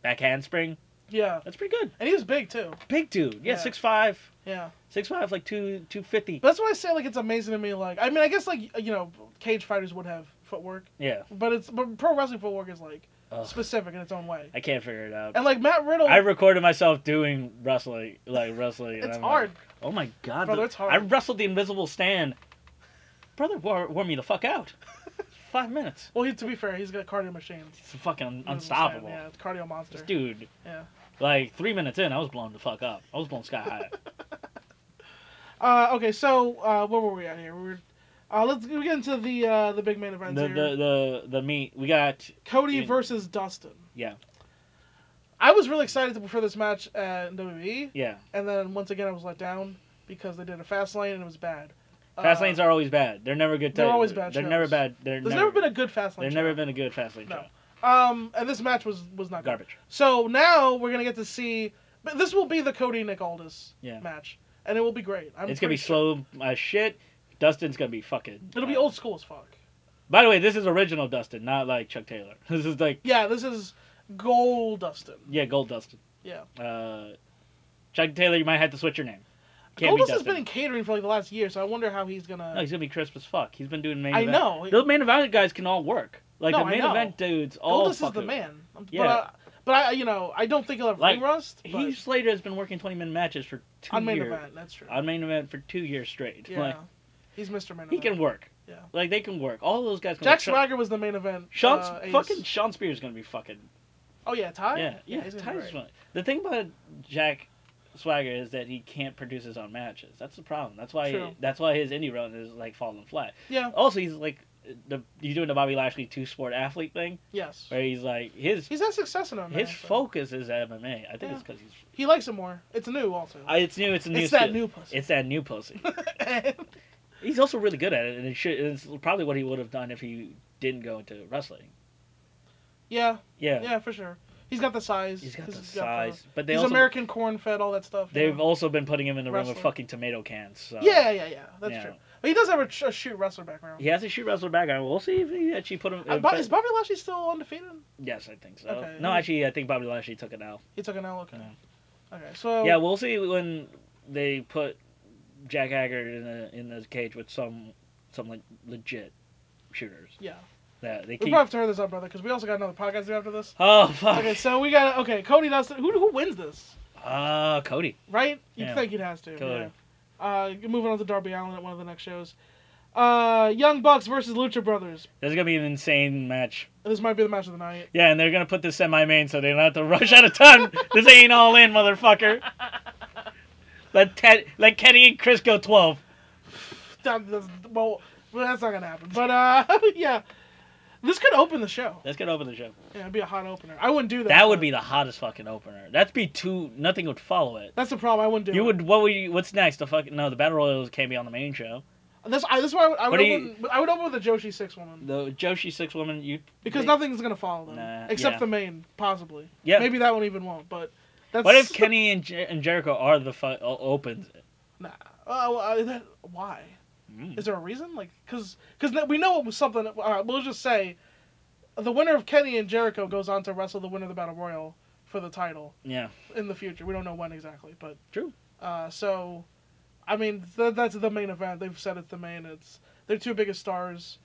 Speaker 2: back handspring.
Speaker 1: Yeah,
Speaker 2: That's pretty good.
Speaker 1: and he was big too.
Speaker 2: Big dude. Yeah,
Speaker 1: Yeah.
Speaker 2: six five,
Speaker 1: Yeah,
Speaker 2: six five, like two two fifty.
Speaker 1: but that's why I say like it's amazing to me. Like, I mean, I guess like you know, cage fighters would have footwork,
Speaker 2: Yeah,
Speaker 1: but it's but pro wrestling footwork is like
Speaker 2: Ugh,
Speaker 1: specific in its own way.
Speaker 2: I can't figure it out.
Speaker 1: And like Matt Riddle,
Speaker 2: I recorded myself doing wrestling, like wrestling. and
Speaker 1: it's
Speaker 2: I'm like,
Speaker 1: hard.
Speaker 2: oh my god,
Speaker 1: Brother,
Speaker 2: the-
Speaker 1: it's hard.
Speaker 2: I wrestled the invisible stand. Brother wore, wore me the fuck out. Five minutes.
Speaker 1: Well, he, to be fair, he's got cardio machines.
Speaker 2: It's fucking
Speaker 1: You know what I'm saying?
Speaker 2: unstoppable.
Speaker 1: Yeah, it's cardio monster.
Speaker 2: This dude.
Speaker 1: Yeah.
Speaker 2: Like three minutes in, I was blown the fuck up. I was blown sky high.
Speaker 1: Uh, okay, so uh, where were we at here? We were. Uh, let's we get into the uh, the big main
Speaker 2: the,
Speaker 1: event
Speaker 2: the
Speaker 1: here.
Speaker 2: the the meat we got.
Speaker 1: Cody
Speaker 2: yeah.
Speaker 1: versus Dustin.
Speaker 2: Yeah.
Speaker 1: I was really excited for this match at WWE,
Speaker 2: Yeah,
Speaker 1: and then once again I was let down because they did a fast lane and it was bad.
Speaker 2: fast
Speaker 1: Uh,
Speaker 2: lanes are always bad. They're never good.
Speaker 1: they're
Speaker 2: type-
Speaker 1: always bad
Speaker 2: They're
Speaker 1: shows.
Speaker 2: never bad. They're
Speaker 1: There's
Speaker 2: never,
Speaker 1: never been a good fast lane.
Speaker 2: There's
Speaker 1: show.
Speaker 2: never been a good fast lane
Speaker 1: No.
Speaker 2: show.
Speaker 1: Um, and this match was was not good.
Speaker 2: Garbage.
Speaker 1: So now we're gonna get to see. But this will be the Cody Nick Aldis
Speaker 2: Yeah.
Speaker 1: match, and it will be great. I'm
Speaker 2: it's gonna be
Speaker 1: pretty sure.
Speaker 2: slow as shit. Dustin's gonna be fucking.
Speaker 1: It'll be
Speaker 2: uh,
Speaker 1: old school as fuck.
Speaker 2: By the way, this is original Dustin, not like Chuck Taylor. This is like
Speaker 1: Yeah, this is gold Dustin.
Speaker 2: yeah, Gold Dustin.
Speaker 1: Yeah.
Speaker 2: Uh, Chuck Taylor, you might have to switch your name. Can't
Speaker 1: Goldust
Speaker 2: be
Speaker 1: has
Speaker 2: Dustin.
Speaker 1: been in catering for like the last year, so I wonder how he's gonna.
Speaker 2: No, he's gonna be crisp as fuck. He's been doing main.
Speaker 1: I
Speaker 2: event.
Speaker 1: know.
Speaker 2: Those main event guys can all work. Like
Speaker 1: No,
Speaker 2: the
Speaker 1: I
Speaker 2: main
Speaker 1: know.
Speaker 2: event dudes, all
Speaker 1: Goldust is
Speaker 2: fuck
Speaker 1: the
Speaker 2: it.
Speaker 1: man. But,
Speaker 2: Yeah.
Speaker 1: I, but I, you know, I don't think he'll have
Speaker 2: Like,
Speaker 1: ring rust. But
Speaker 2: Heath Slater has been working twenty minute matches for two
Speaker 1: on main
Speaker 2: years
Speaker 1: event. That's true.
Speaker 2: on main event for two years straight.
Speaker 1: yeah,
Speaker 2: Like
Speaker 1: he's Mr. Main.
Speaker 2: he
Speaker 1: event.
Speaker 2: can work.
Speaker 1: Yeah.
Speaker 2: Like they can work. All those guys can
Speaker 1: Jack
Speaker 2: work.
Speaker 1: Swagger was the main event.
Speaker 2: Sean,
Speaker 1: uh, ace.
Speaker 2: fucking Sean Spears is gonna be fucking
Speaker 1: Oh yeah, Ty.
Speaker 2: yeah yeah.
Speaker 1: he's gonna be
Speaker 2: Tyler's
Speaker 1: great.
Speaker 2: fine. the thing about Jack Swagger is that he can't produce his own matches. That's the problem. That's why
Speaker 1: True.
Speaker 2: that's why his indie run is like falling flat.
Speaker 1: Yeah.
Speaker 2: Also, he's like the you doing the Bobby Lashley two sport athlete thing
Speaker 1: Yes.
Speaker 2: where he's like his
Speaker 1: He's had success in him.
Speaker 2: his focus is MMA. I think
Speaker 1: Yeah.
Speaker 2: it's because he's
Speaker 1: He likes it more. It's new also.
Speaker 2: I, it's new. It's a new.
Speaker 1: it's that
Speaker 2: skill.
Speaker 1: new pussy.
Speaker 2: It's that new pussy. He's also really good at it, and it should, it's probably what he would have done if he didn't go into wrestling.
Speaker 1: Yeah,
Speaker 2: Yeah,
Speaker 1: yeah, for sure. He's got the size.
Speaker 2: he's got the size, but they
Speaker 1: he's
Speaker 2: also
Speaker 1: American corn fed, all that stuff. you
Speaker 2: they've
Speaker 1: know?
Speaker 2: also been putting him in the room with
Speaker 1: Wrestler.
Speaker 2: fucking tomato cans. So.
Speaker 1: yeah, yeah, yeah. That's
Speaker 2: yeah.
Speaker 1: true. But he does have a, ch- a shoot wrestler background.
Speaker 2: He has a shoot wrestler background. We'll see if he actually put him.
Speaker 1: Uh,
Speaker 2: if-
Speaker 1: Bo- is Bobby Lashley still undefeated?
Speaker 2: yes, I think so.
Speaker 1: Okay.
Speaker 2: No, actually, I think Bobby Lashley took it out.
Speaker 1: He took an L. Okay. Okay. So
Speaker 2: Yeah, we'll see when they put Jack Haggard in the in the cage with some some like legit shooters.
Speaker 1: yeah.
Speaker 2: That
Speaker 1: We
Speaker 2: they keep.
Speaker 1: probably have to hurry this up, brother, because we also got another podcast to do after this.
Speaker 2: Oh fuck!
Speaker 1: Okay, so we got okay. Cody does. Who who wins this?
Speaker 2: Ah, Cody.
Speaker 1: Right? You
Speaker 2: Yeah.
Speaker 1: would think it has to.
Speaker 2: Cody.
Speaker 1: Yeah. Uh, moving on to Darby Allen at one of the next shows. Uh, Young Bucks versus Lucha Brothers.
Speaker 2: This is gonna be an insane match.
Speaker 1: This might be the match of the night.
Speaker 2: Yeah, and they're gonna put this semi-main so they don't have to rush out of time. this ain't all in, motherfucker. Let Ted, let Kenny and Chris go twelve.
Speaker 1: That, that's, well, well, that's not gonna happen. But uh, yeah, this could open the show.
Speaker 2: Let's get over the show.
Speaker 1: Yeah, it'd be a hot opener. I wouldn't do that.
Speaker 2: That would
Speaker 1: but
Speaker 2: be the hottest fucking opener. That'd be too. Nothing would follow it.
Speaker 1: That's the problem. I wouldn't do.
Speaker 2: You
Speaker 1: it.
Speaker 2: would. What would you? What's next? The fucking no. The battle royals can't be on the main show.
Speaker 1: That's I, that's why I would, I would
Speaker 2: What do you-
Speaker 1: open. I would open with a Joshi six woman
Speaker 2: The Joshi six woman. You
Speaker 1: because
Speaker 2: they-
Speaker 1: nothing's gonna follow them
Speaker 2: Nah,
Speaker 1: except
Speaker 2: yeah.
Speaker 1: the main possibly.
Speaker 2: Yeah.
Speaker 1: Maybe that one even won't. But that's
Speaker 2: What if Kenny and, Jer- and Jericho are the fu- o- opens? it?
Speaker 1: Nah. Uh, well, I- that, why?
Speaker 2: Mm.
Speaker 1: Is there a reason? Like, cause, cause we know it was something. All right, we'll just say, the winner of Kenny and Jericho goes on to wrestle the winner of the Battle Royal for the title
Speaker 2: Yeah.
Speaker 1: in the future. We don't know when exactly, but
Speaker 2: True.
Speaker 1: Uh, so, I mean, th- that's the main event. They've said it's the main. It's their two biggest stars,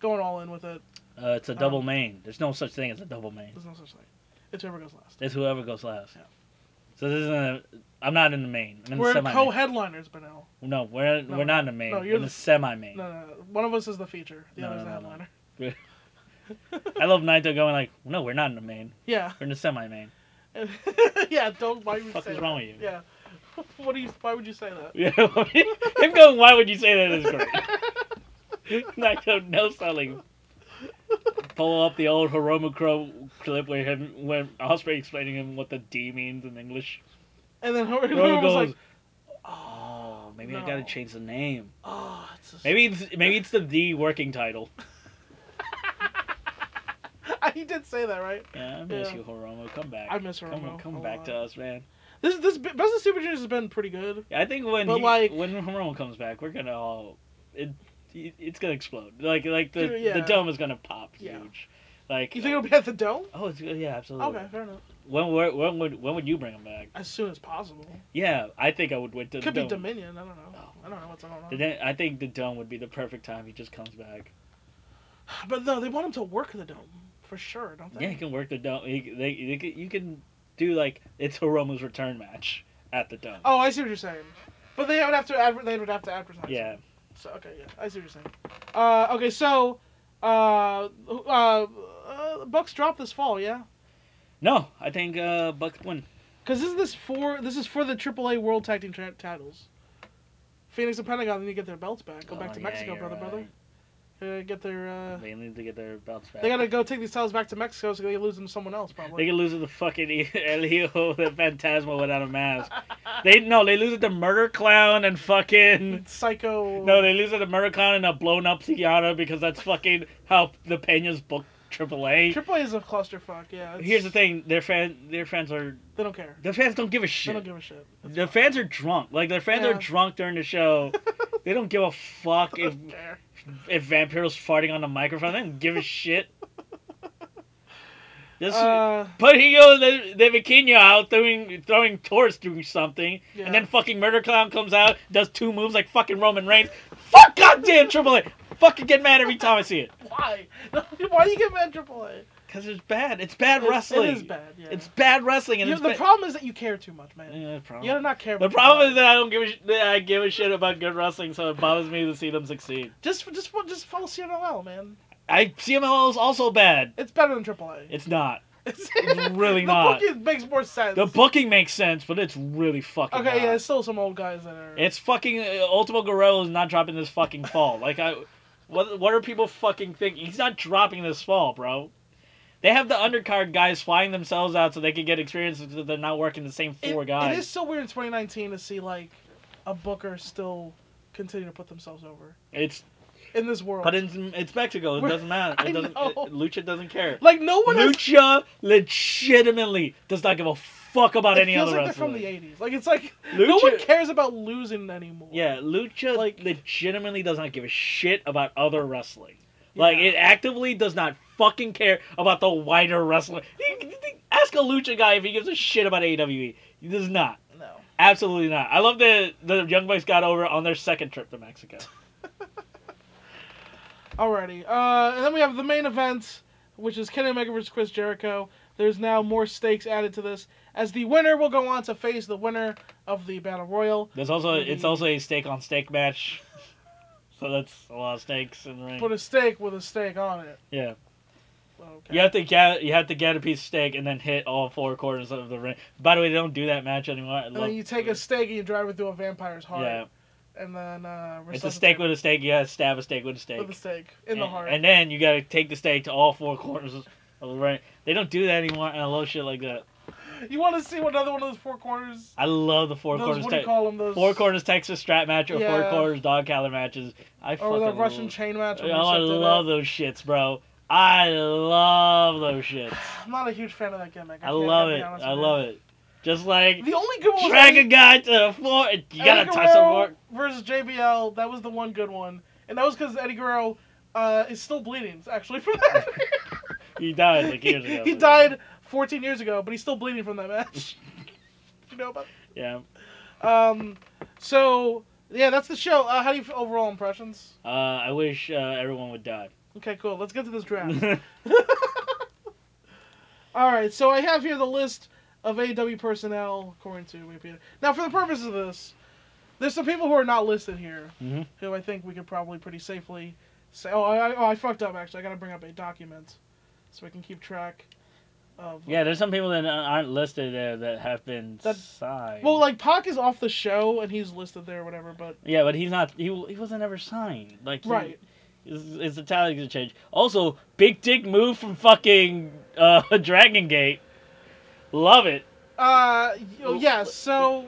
Speaker 1: going all in with it.
Speaker 2: Uh, it's a
Speaker 1: Um,
Speaker 2: double main. There's no such thing as a double main.
Speaker 1: There's no such thing. It's whoever goes last.
Speaker 2: It's whoever goes last.
Speaker 1: Yeah.
Speaker 2: So this isn't. A, I'm not in the main. I'm in
Speaker 1: We're
Speaker 2: the semi.
Speaker 1: co-headliners, but now
Speaker 2: no, we're
Speaker 1: No,
Speaker 2: we're not in the main.
Speaker 1: no,
Speaker 2: we're
Speaker 1: you're
Speaker 2: in the
Speaker 1: the-
Speaker 2: semi main.
Speaker 1: no, no, no, one of us is the feature. The
Speaker 2: No,
Speaker 1: other's the
Speaker 2: no, no, no.
Speaker 1: headliner.
Speaker 2: I love Naito going like, no, we're not in the main.
Speaker 1: Yeah,
Speaker 2: We're in the semi main.
Speaker 1: yeah. Don't. Why would you
Speaker 2: Fuck
Speaker 1: say
Speaker 2: is
Speaker 1: that?
Speaker 2: wrong with you?
Speaker 1: Yeah. What do you? Why would you say that?
Speaker 2: Yeah. Him going, why would you say that is great. Naito no selling. Pull up the old Hiromu Crow clip where him when Osprey explaining him what the D means in English.
Speaker 1: And then
Speaker 2: Hiromu
Speaker 1: Hiromu was
Speaker 2: goes,
Speaker 1: like,
Speaker 2: oh, maybe I
Speaker 1: No.
Speaker 2: gotta change the name.
Speaker 1: "Oh, it's a...
Speaker 2: Maybe it's maybe it's the D working title.
Speaker 1: he did say that, right?"
Speaker 2: Yeah, I miss
Speaker 1: Yeah.
Speaker 2: you, Hiromu. Come back.
Speaker 1: I miss her.
Speaker 2: Come, come back to us, man.
Speaker 1: This this Best of Super Juniors has been pretty good.
Speaker 2: Yeah, I think when
Speaker 1: But,
Speaker 2: he,
Speaker 1: like-
Speaker 2: when Hiromu comes back, we're gonna all it, it- it's gonna explode. Like like the
Speaker 1: Dude, yeah.
Speaker 2: the dome is gonna pop
Speaker 1: Yeah.
Speaker 2: huge. Like
Speaker 1: You think it'll be at the dome?
Speaker 2: Oh, it's, yeah, absolutely.
Speaker 1: Okay, fair enough.
Speaker 2: When, where, when would when would you bring him back?
Speaker 1: As soon as possible.
Speaker 2: Yeah, I think I would wait. The
Speaker 1: Could be
Speaker 2: dome.
Speaker 1: Dominion. I don't know.
Speaker 2: Oh.
Speaker 1: I don't know what's going on.
Speaker 2: The da- I think the dome would be the perfect time. He just comes back.
Speaker 1: But no, they want him to work the dome for sure, don't they?
Speaker 2: Yeah, he can work the dome. He, they, they, can- you can do like it's Hiromu's return match at the dome.
Speaker 1: Oh, I see what you're saying. But they would have to adver- they would have to advertise. it.
Speaker 2: yeah,
Speaker 1: So okay, yeah, I see what you're saying. Uh, okay, so, uh, uh, uh, Bucks drop this fall, yeah.
Speaker 2: no, I think uh, Buck win.
Speaker 1: Because isn't this for this is for the AAA World Tag Team tra- titles? Phoenix and Pentagon need to get their belts back. Go back
Speaker 2: Oh,
Speaker 1: to
Speaker 2: yeah,
Speaker 1: Mexico,
Speaker 2: you're
Speaker 1: brother, brother. Uh, get their. Uh,
Speaker 2: right. They need to get their belts back.
Speaker 1: they gotta go take these titles back to Mexico so they lose them to someone else probably.
Speaker 2: They could lose it to fucking El Hijo the Phantasma without a mask. They no, they lose it to Murder Clown and fucking
Speaker 1: Psycho.
Speaker 2: no, they lose it to Murder Clown and a blown up Tiana because that's fucking how the Peñas book AAA.
Speaker 1: AAA is a clusterfuck. Yeah. it's-
Speaker 2: Here's the thing: their fan, their fans are
Speaker 1: They don't care.
Speaker 2: their fans don't give a
Speaker 1: They don't
Speaker 2: shit.
Speaker 1: give a shit.
Speaker 2: Their fans are drunk. Like their fans are
Speaker 1: Yeah.
Speaker 2: drunk during the show. they don't give a fuck if
Speaker 1: Don't care.
Speaker 2: if Vampiro's farting on the microphone. They don't give a shit. This,
Speaker 1: Uh,
Speaker 2: But he goes the, the Vikingo out throwing throwing Taurus doing something,
Speaker 1: Yeah.
Speaker 2: and then fucking Murder Clown comes out, does two moves like fucking Roman Reigns. Fuck goddamn Triple A! Fucking get mad every time I see it.
Speaker 1: why? why do you get mad at AAA?
Speaker 2: Cause it's bad. It's bad
Speaker 1: It-
Speaker 2: wrestling.
Speaker 1: It is bad. Yeah.
Speaker 2: It's bad wrestling, and
Speaker 1: You-
Speaker 2: it's
Speaker 1: the
Speaker 2: bad-
Speaker 1: problem is that you care too much, man.
Speaker 2: Yeah,
Speaker 1: You gotta
Speaker 2: problem.
Speaker 1: not care.
Speaker 2: The
Speaker 1: about
Speaker 2: problem is
Speaker 1: that.
Speaker 2: that I don't give a sh- that I give a shit about good wrestling, so it bothers me to see them succeed.
Speaker 1: just just just follow CMLL, man.
Speaker 2: I CMLL is also bad.
Speaker 1: It's better than AAA.
Speaker 2: It's not.
Speaker 1: It's
Speaker 2: really
Speaker 1: the
Speaker 2: not.
Speaker 1: booking makes more sense.
Speaker 2: The booking makes sense, but it's really fucking.
Speaker 1: Okay,
Speaker 2: not.
Speaker 1: yeah, it's still some old guys that are.
Speaker 2: It's fucking uh, Ultimo Guerrero is not dropping this fucking fall. Like I, what what are people fucking thinking? He's not dropping this fall, bro. They have the undercard guys flying themselves out so they can get experience because they're not working the same
Speaker 1: It-
Speaker 2: four guys.
Speaker 1: It is so weird in 2019 to see like a booker still continue to put themselves over
Speaker 2: It's
Speaker 1: in this world.
Speaker 2: but it's, it's Mexico. It
Speaker 1: We're-
Speaker 2: doesn't matter.
Speaker 1: I
Speaker 2: It doesn't.
Speaker 1: know.
Speaker 2: it- Lucha doesn't care.
Speaker 1: like no one has.
Speaker 2: Lucha legitimately does not give a fuck about
Speaker 1: It
Speaker 2: any
Speaker 1: feels
Speaker 2: other
Speaker 1: like they're
Speaker 2: wrestler.
Speaker 1: from the '80s. Like it's like
Speaker 2: Lucha,
Speaker 1: no one cares about losing anymore.
Speaker 2: Yeah, Lucha
Speaker 1: Like-
Speaker 2: like legitimately does not give a shit about other wrestling. Like
Speaker 1: Yeah.
Speaker 2: it actively does not fucking care about the wider wrestling. Ask a Lucha guy if he gives a shit about AEW. He does not.
Speaker 1: No.
Speaker 2: Absolutely not. I love that the Young Bucks got over on their second trip to Mexico.
Speaker 1: Alrighty. Uh, and then we have the main event, which is Kenny Omega versus Chris Jericho. There's now more stakes added to this, as the winner will go on to face the winner of the Battle Royal.
Speaker 2: There's also it's
Speaker 1: Mhm.
Speaker 2: also a stake on stake match. So that's a lot of stakes in the ring.
Speaker 1: Put a stake with a stake on it.
Speaker 2: Yeah.
Speaker 1: Okay.
Speaker 2: You have to get you have to get a piece of steak and then hit all four corners of the ring. By the way, they don't do that match anymore. I
Speaker 1: And
Speaker 2: love-
Speaker 1: then you take a stake and you drive it through a vampire's heart.
Speaker 2: Yeah.
Speaker 1: And then uh,
Speaker 2: It's a steak with a steak. You gotta stab a steak with a
Speaker 1: resuscitate
Speaker 2: steak.
Speaker 1: with a stake in the
Speaker 2: and,
Speaker 1: heart.
Speaker 2: and then you gotta take the steak to all four corners of the ring. They don't do that anymore, and I love shit like that.
Speaker 1: you want to see what another one of those four corners?
Speaker 2: I love the four
Speaker 1: those
Speaker 2: corners.
Speaker 1: what do you
Speaker 2: Te-
Speaker 1: call them? Those
Speaker 2: Four corners Texas strap match or
Speaker 1: Yeah.
Speaker 2: four corners dog collar matches. I fucking
Speaker 1: or the Russian
Speaker 2: love-
Speaker 1: chain match.
Speaker 2: Oh,
Speaker 1: or Rusev
Speaker 2: I
Speaker 1: did
Speaker 2: love
Speaker 1: it.
Speaker 2: those shits, bro. I love those shits.
Speaker 1: I'm not a huge fan of that gimmick. I,
Speaker 2: I love it. I love it. Just like
Speaker 1: The only good one was
Speaker 2: drag a guy to the floor. and You gotta
Speaker 1: Eddie
Speaker 2: touch the
Speaker 1: Guerrero
Speaker 2: floor.
Speaker 1: versus JBL. That was the one good one, and that was because Eddie Guerrero uh, is still bleeding actually from that.
Speaker 2: He died like
Speaker 1: he,
Speaker 2: years ago.
Speaker 1: he
Speaker 2: but-
Speaker 1: died 14 years ago, but he's still bleeding from that match. you know about.
Speaker 2: Yeah.
Speaker 1: Um, so yeah, that's the show. Uh, how do you feel overall impressions?
Speaker 2: Uh, I wish uh, everyone would die.
Speaker 1: Okay, cool. Let's get to this draft. All right, so I have here the list of AW personnel according to Wikipedia. Now, for the purpose of this, there's some people who are not listed here
Speaker 2: Mhm.
Speaker 1: who I think we could probably pretty safely say. Oh, I, I- oh, I fucked up actually. I gotta bring up a document so we can keep track of.
Speaker 2: Yeah, there's some people that aren't listed there that have been
Speaker 1: That-
Speaker 2: signed.
Speaker 1: uh, Well, like Pac is off the show and he's listed there, or whatever. But
Speaker 2: yeah, but he's not. He, he wasn't ever signed. Like he-
Speaker 1: right,
Speaker 2: his, his Italian gonna change. Also, big dick move from fucking uh, Dragon Gate. Love it.
Speaker 1: uh, y- yeah. So,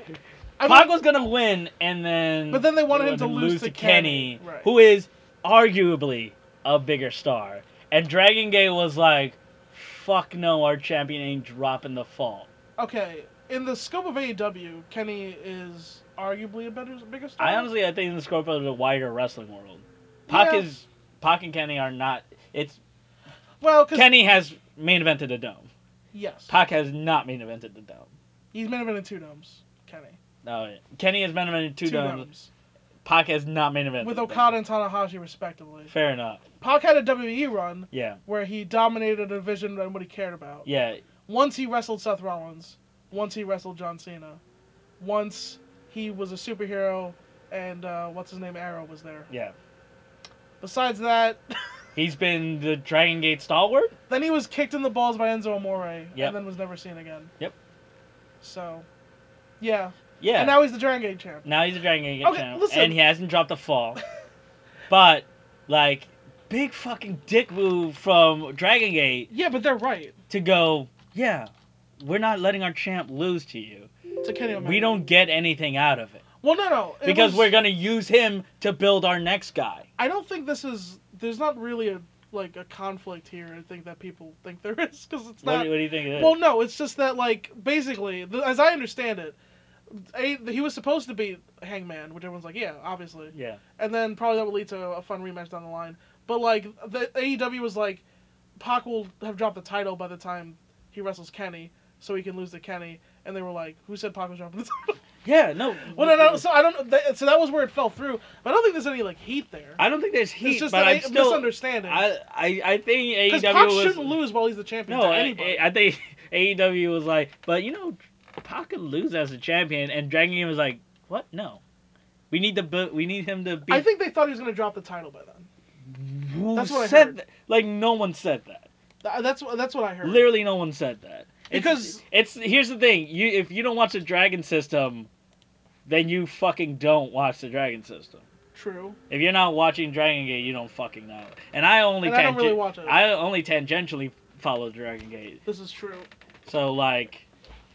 Speaker 1: I
Speaker 2: Pac
Speaker 1: mean,
Speaker 2: was gonna win, and then
Speaker 1: But then they wanted him
Speaker 2: and
Speaker 1: to
Speaker 2: then
Speaker 1: lose to Kenny, right.
Speaker 2: who is arguably a bigger star. And Dragon Gate was like, "Fuck no, our champion ain't dropping the fault."
Speaker 1: okay. In the scope of AEW, Kenny is arguably a better, bigger star.
Speaker 2: I honestly, I think the scope of the wider wrestling world, Pac
Speaker 1: Uh, Yeah.
Speaker 2: is Pac and Kenny are not. It's
Speaker 1: well, because
Speaker 2: Kenny has main evented the dome.
Speaker 1: yes,
Speaker 2: Pac has not main evented the dome.
Speaker 1: he's main evented two domes. Kenny,
Speaker 2: No, Kenny has main evented two,
Speaker 1: two
Speaker 2: domes.
Speaker 1: domes
Speaker 2: Pac has not main evented
Speaker 1: with
Speaker 2: the
Speaker 1: Okada and Tanahashi respectively.
Speaker 2: dome. Fair enough.
Speaker 1: Pac had a WWE run
Speaker 2: Yeah,
Speaker 1: where he dominated a division and what he cared about.
Speaker 2: yeah.
Speaker 1: Once he wrestled Seth Rollins, once he wrestled John Cena, once he was a superhero, and uh, what's his name, Arrow was there.
Speaker 2: Yeah.
Speaker 1: Besides that,
Speaker 2: He's been the Dragon Gate stalwart.
Speaker 1: then he was kicked in the balls by Enzo Amore,
Speaker 2: Yep.
Speaker 1: and then was never seen again.
Speaker 2: Yep.
Speaker 1: So, yeah.
Speaker 2: Yeah.
Speaker 1: And now he's the Dragon Gate champ.
Speaker 2: Now he's a Dragon Gate
Speaker 1: Okay,
Speaker 2: champ,
Speaker 1: listen.
Speaker 2: and he hasn't dropped a fall. but like, big fucking dick move from Dragon Gate
Speaker 1: Yeah, but they're right.
Speaker 2: to go. Yeah, we're not letting our champ lose to you.
Speaker 1: To Kenny Omega.
Speaker 2: We don't get anything out of it
Speaker 1: Well, no, no. it
Speaker 2: because
Speaker 1: was-
Speaker 2: we're gonna use him to build our next guy.
Speaker 1: I don't think this is. There's not really a like a conflict here. I think that people think there is because it's
Speaker 2: What,
Speaker 1: not.
Speaker 2: do- what do you think it is?
Speaker 1: Well, no, it's just that like basically, th- as I understand it, a, he was supposed to be Hangman, which everyone's like, yeah, obviously,
Speaker 2: yeah,
Speaker 1: and then probably that would lead to a fun rematch down the line. But like the AEW was like, Pac will have dropped the title by the time he wrestles Kenny, so he can lose to Kenny. And they were like, "Who said Pac was dropping the title?"
Speaker 2: yeah. No.
Speaker 1: well, no, no. So I don't. That, so that was where it fell through. But I don't think there's any like heat there.
Speaker 2: I don't think there's heat,
Speaker 1: it's just
Speaker 2: but
Speaker 1: an
Speaker 2: I'm
Speaker 1: a-
Speaker 2: still.
Speaker 1: misunderstanding.
Speaker 2: I, I I think
Speaker 1: Because
Speaker 2: AEW
Speaker 1: Pac
Speaker 2: was
Speaker 1: shouldn't lose while he's the champion
Speaker 2: No,
Speaker 1: to
Speaker 2: I,
Speaker 1: anybody.
Speaker 2: I think AEW was like, but you know, Pac could lose as a champion, and Dragon Gate was like, what? No, we need to bu- we need him to be.
Speaker 1: I think they thought he was going to drop the title by then.
Speaker 2: Who
Speaker 1: that's what I
Speaker 2: said
Speaker 1: heard.
Speaker 2: that? Like no one said that.
Speaker 1: Th- That's what that's what I heard.
Speaker 2: Literally, no one said that. It's-
Speaker 1: Because-
Speaker 2: it's, here's the thing: you if you don't watch the Dragon System, then you fucking don't watch the Dragon System.
Speaker 1: True.
Speaker 2: If you're not watching Dragon Gate, you don't fucking know. And I only
Speaker 1: And I don't
Speaker 2: tangen-
Speaker 1: really watch it.
Speaker 2: I only tangentially follow Dragon Gate.
Speaker 1: This is true.
Speaker 2: So like,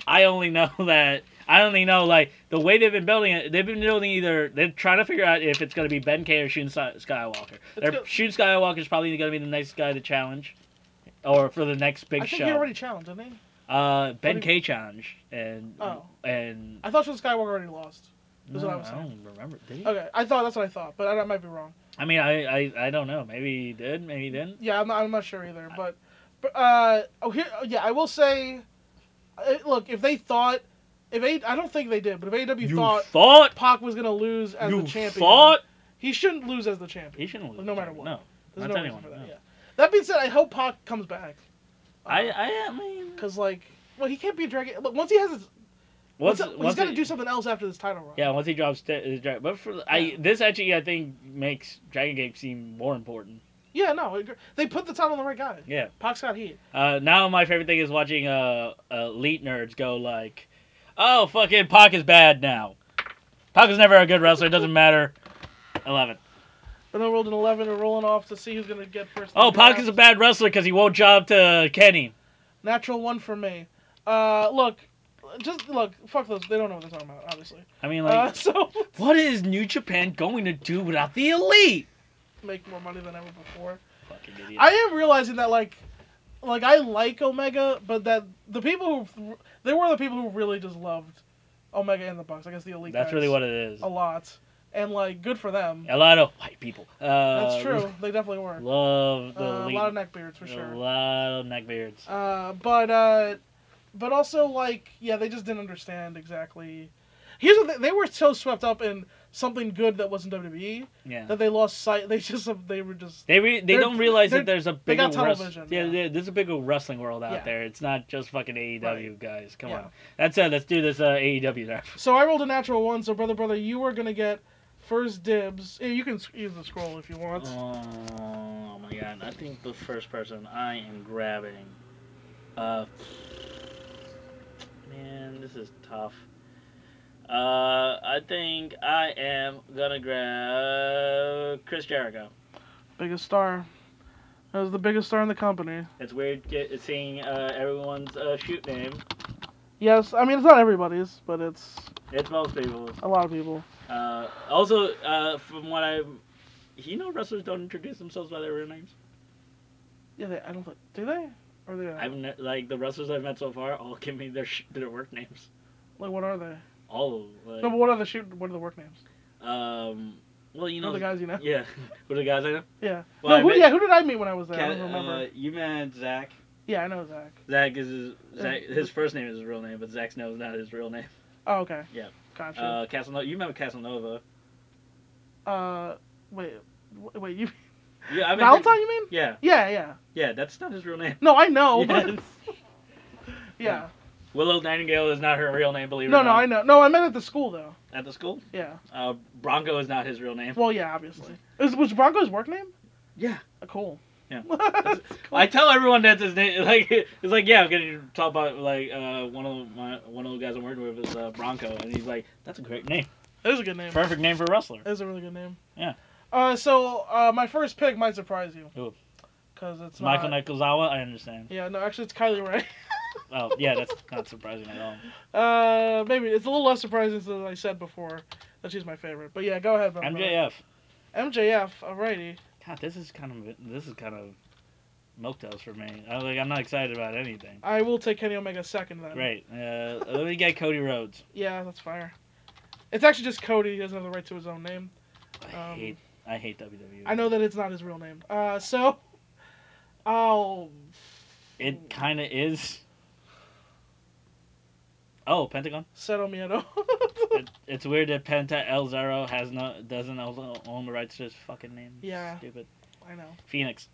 Speaker 2: I only know that I don't even know. Like the way they've been building it, they've been building either they're trying to figure out if it's going to be Ben K or Shun Sky- Skywalker. They're,
Speaker 1: go-
Speaker 2: Shun Skywalker's probably going to be the next guy to challenge, or for the next big
Speaker 1: I think
Speaker 2: show.
Speaker 1: he already challenged, didn't he?
Speaker 2: Uh, Ben
Speaker 1: What
Speaker 2: K challenge and
Speaker 1: Oh.
Speaker 2: and
Speaker 1: I thought Sean Skywalker already lost. That's
Speaker 2: no,
Speaker 1: what I was
Speaker 2: I
Speaker 1: saying.
Speaker 2: don't remember. Did he?
Speaker 1: Okay, I thought that's what I thought, but I, I might be wrong.
Speaker 2: I mean, I, I I don't know. Maybe he did. Maybe he didn't.
Speaker 1: Yeah, I'm not, I'm not sure either. But, but uh, oh here, oh, yeah, I will say, uh, look, if they thought, if a, I don't think they did, but if AW
Speaker 2: You
Speaker 1: thought
Speaker 2: thought
Speaker 1: Pac was gonna lose as
Speaker 2: you
Speaker 1: the champion,
Speaker 2: thought
Speaker 1: he shouldn't lose as the champion.
Speaker 2: he shouldn't lose.
Speaker 1: No matter what. Uh-huh.
Speaker 2: No,
Speaker 1: There's no
Speaker 2: Not to
Speaker 1: reason
Speaker 2: anyone,
Speaker 1: for that.
Speaker 2: no.
Speaker 1: Yeah. That being said, I hope Pac comes back.
Speaker 2: I I, I mean,
Speaker 1: because like, well, he can't be a dragon. Look, once he has his, once,
Speaker 2: once, once
Speaker 1: he's got to
Speaker 2: he-
Speaker 1: do something else after this title run.
Speaker 2: Yeah, once he drops Dra- uh, Dra- but for
Speaker 1: Yeah.
Speaker 2: I this actually I think makes Dragon Gate seem more important.
Speaker 1: Yeah, no, I agree. they put the title on the right guy.
Speaker 2: Yeah.
Speaker 1: Pac's got heat.
Speaker 2: Uh, now my favorite thing is watching uh, uh elite nerds go like, "Oh fucking Pac is bad now. Pac was never a good wrestler. It doesn't mater." I love it.
Speaker 1: But I rolled an eleven and rolling off to see who's gonna get first.
Speaker 2: Oh, Pac is a bad wrestler because he won't job to Kenny.
Speaker 1: natural one for me. Uh, look, just look. Fuck those. They don't know what they're talking about, obviously.
Speaker 2: I mean,
Speaker 1: Uh,
Speaker 2: like,
Speaker 1: so
Speaker 2: what is New Japan going to do without the elite?
Speaker 1: make more money than ever before.
Speaker 2: Fucking idiot.
Speaker 1: I am realizing that like, like I like Omega, but that the people who they were the people who really just loved Omega and the Bucks. I guess the elite.
Speaker 2: That's
Speaker 1: guys,
Speaker 2: really what it is.
Speaker 1: a lot, and like good for them.
Speaker 2: A lot of white people. Uh,
Speaker 1: That's true. They definitely were.
Speaker 2: Love
Speaker 1: Uh,
Speaker 2: the
Speaker 1: a
Speaker 2: elite.
Speaker 1: lot of neckbeards for
Speaker 2: A
Speaker 1: sure.
Speaker 2: lot of neckbeards.
Speaker 1: Uh, but uh, but also like yeah, they just didn't understand exactly. Here's what they, they were so swept up in something good that wasn't WWE
Speaker 2: Yeah.
Speaker 1: that they lost sight. They just they were just
Speaker 2: They re- they
Speaker 1: They're-
Speaker 2: don't realize
Speaker 1: they're-
Speaker 2: that there's a
Speaker 1: they
Speaker 2: bigger
Speaker 1: got tunnel
Speaker 2: wrest-
Speaker 1: vision,
Speaker 2: yeah,
Speaker 1: yeah.
Speaker 2: there- there's a bigger wrestling world out
Speaker 1: Yeah.
Speaker 2: there. It's not just fucking AEW
Speaker 1: Right.
Speaker 2: guys. Come
Speaker 1: Yeah.
Speaker 2: on, that's it. Let's do this uh, AEW there.
Speaker 1: so I rolled a natural one. So brother, brother, you were gonna get first dibs. Yeah, You can s- use the scroll if you want.
Speaker 2: Oh my god! I think the first person I am grabbing, uh, man, this is tough. Uh, I think I am gonna grab Chris Jericho.
Speaker 1: Biggest star. That was the biggest star in the company.
Speaker 2: It's weird get, seeing uh, everyone's uh, shoot name.
Speaker 1: Yes, I mean it's not everybody's, but it's
Speaker 2: It's most people's.
Speaker 1: a lot of people.
Speaker 2: Uh, also, uh, from what I, you know, wrestlers don't introduce themselves by their real names.
Speaker 1: Yeah, they, I don't think do they or they don't?
Speaker 2: I've ne- like the wrestlers I've met so far all give me their sh- their work names.
Speaker 1: like what are they?
Speaker 2: All
Speaker 1: No, but
Speaker 2: like,
Speaker 1: what are the shoot? What are the work names?
Speaker 2: um, well, you
Speaker 1: You
Speaker 2: know,
Speaker 1: know the guys you know.
Speaker 2: yeah, who are the guys I know?
Speaker 1: Yeah.
Speaker 2: Well, I
Speaker 1: no, who,
Speaker 2: met-
Speaker 1: yeah, who did I meet when I was there? I
Speaker 2: Cat-
Speaker 1: don't remember.
Speaker 2: uh, you met Zach.
Speaker 1: yeah, I know Zach.
Speaker 2: Zach is his, Zach,
Speaker 1: Yeah.
Speaker 2: his first name is his real name, but Zach Snow is not his real name.
Speaker 1: Oh, okay.
Speaker 2: Yeah.
Speaker 1: Gotcha.
Speaker 2: Uh, Casanova, you met Casanova.
Speaker 1: Uh, wait, w- wait, you
Speaker 2: Yeah, I met
Speaker 1: Valentine? You mean?
Speaker 2: Yeah,
Speaker 1: Yeah, yeah.
Speaker 2: yeah, that's not his real name.
Speaker 1: No, I know. but-
Speaker 2: Yes.
Speaker 1: yeah.
Speaker 2: Willow Nightingale is not her real name, believe it
Speaker 1: No,
Speaker 2: or
Speaker 1: no,
Speaker 2: not.
Speaker 1: I know. No, I meant at the school though.
Speaker 2: At the school,
Speaker 1: Yeah.
Speaker 2: uh, Bronco is not his real name.
Speaker 1: Well, yeah, obviously. Is, was Bronco's work name?
Speaker 2: Yeah.
Speaker 1: Uh, cool.
Speaker 2: Yeah.
Speaker 1: cool.
Speaker 2: I tell everyone that's his name. Like it's like yeah, I'm gonna talk about like uh, one of my one of the guys I'm working with is uh, Bronco, and he's like, that's a great name,
Speaker 1: That is a good name. That
Speaker 2: perfect name for a wrestler.
Speaker 1: is a really good name.
Speaker 2: Yeah.
Speaker 1: Uh, so uh, my first pick might surprise you.
Speaker 2: Ooh.
Speaker 1: Because it's
Speaker 2: Michael
Speaker 1: not.
Speaker 2: Nakazawa, I understand.
Speaker 1: Yeah, no, actually, it's Kylie Ray.
Speaker 2: Oh yeah, that's not surprising at all.
Speaker 1: Uh, maybe it's a little less surprising than I said before that she's my favorite. But yeah, go ahead. Brother
Speaker 2: MJF,
Speaker 1: Brother. MJF. Alrighty.
Speaker 2: God, this is kind of this is kind of milk toast for me. I, like I'm not excited about anything.
Speaker 1: I will take Kenny Omega second then.
Speaker 2: Great. Uh, let me get Cody Rhodes.
Speaker 1: Yeah, that's fire. It's actually just Cody. He doesn't have the right to his own name.
Speaker 2: I
Speaker 1: Um,
Speaker 2: hate I hate E. WWE.
Speaker 1: I know that it's not his real name. Uh, so. Oh.
Speaker 2: it kind of is. Oh, Pentagon.
Speaker 1: Seto Miedo.
Speaker 2: it, it's weird that Penta El Zero has no doesn't also own the rights to his fucking name.
Speaker 1: Yeah.
Speaker 2: Stupid.
Speaker 1: I know.
Speaker 2: Phoenix.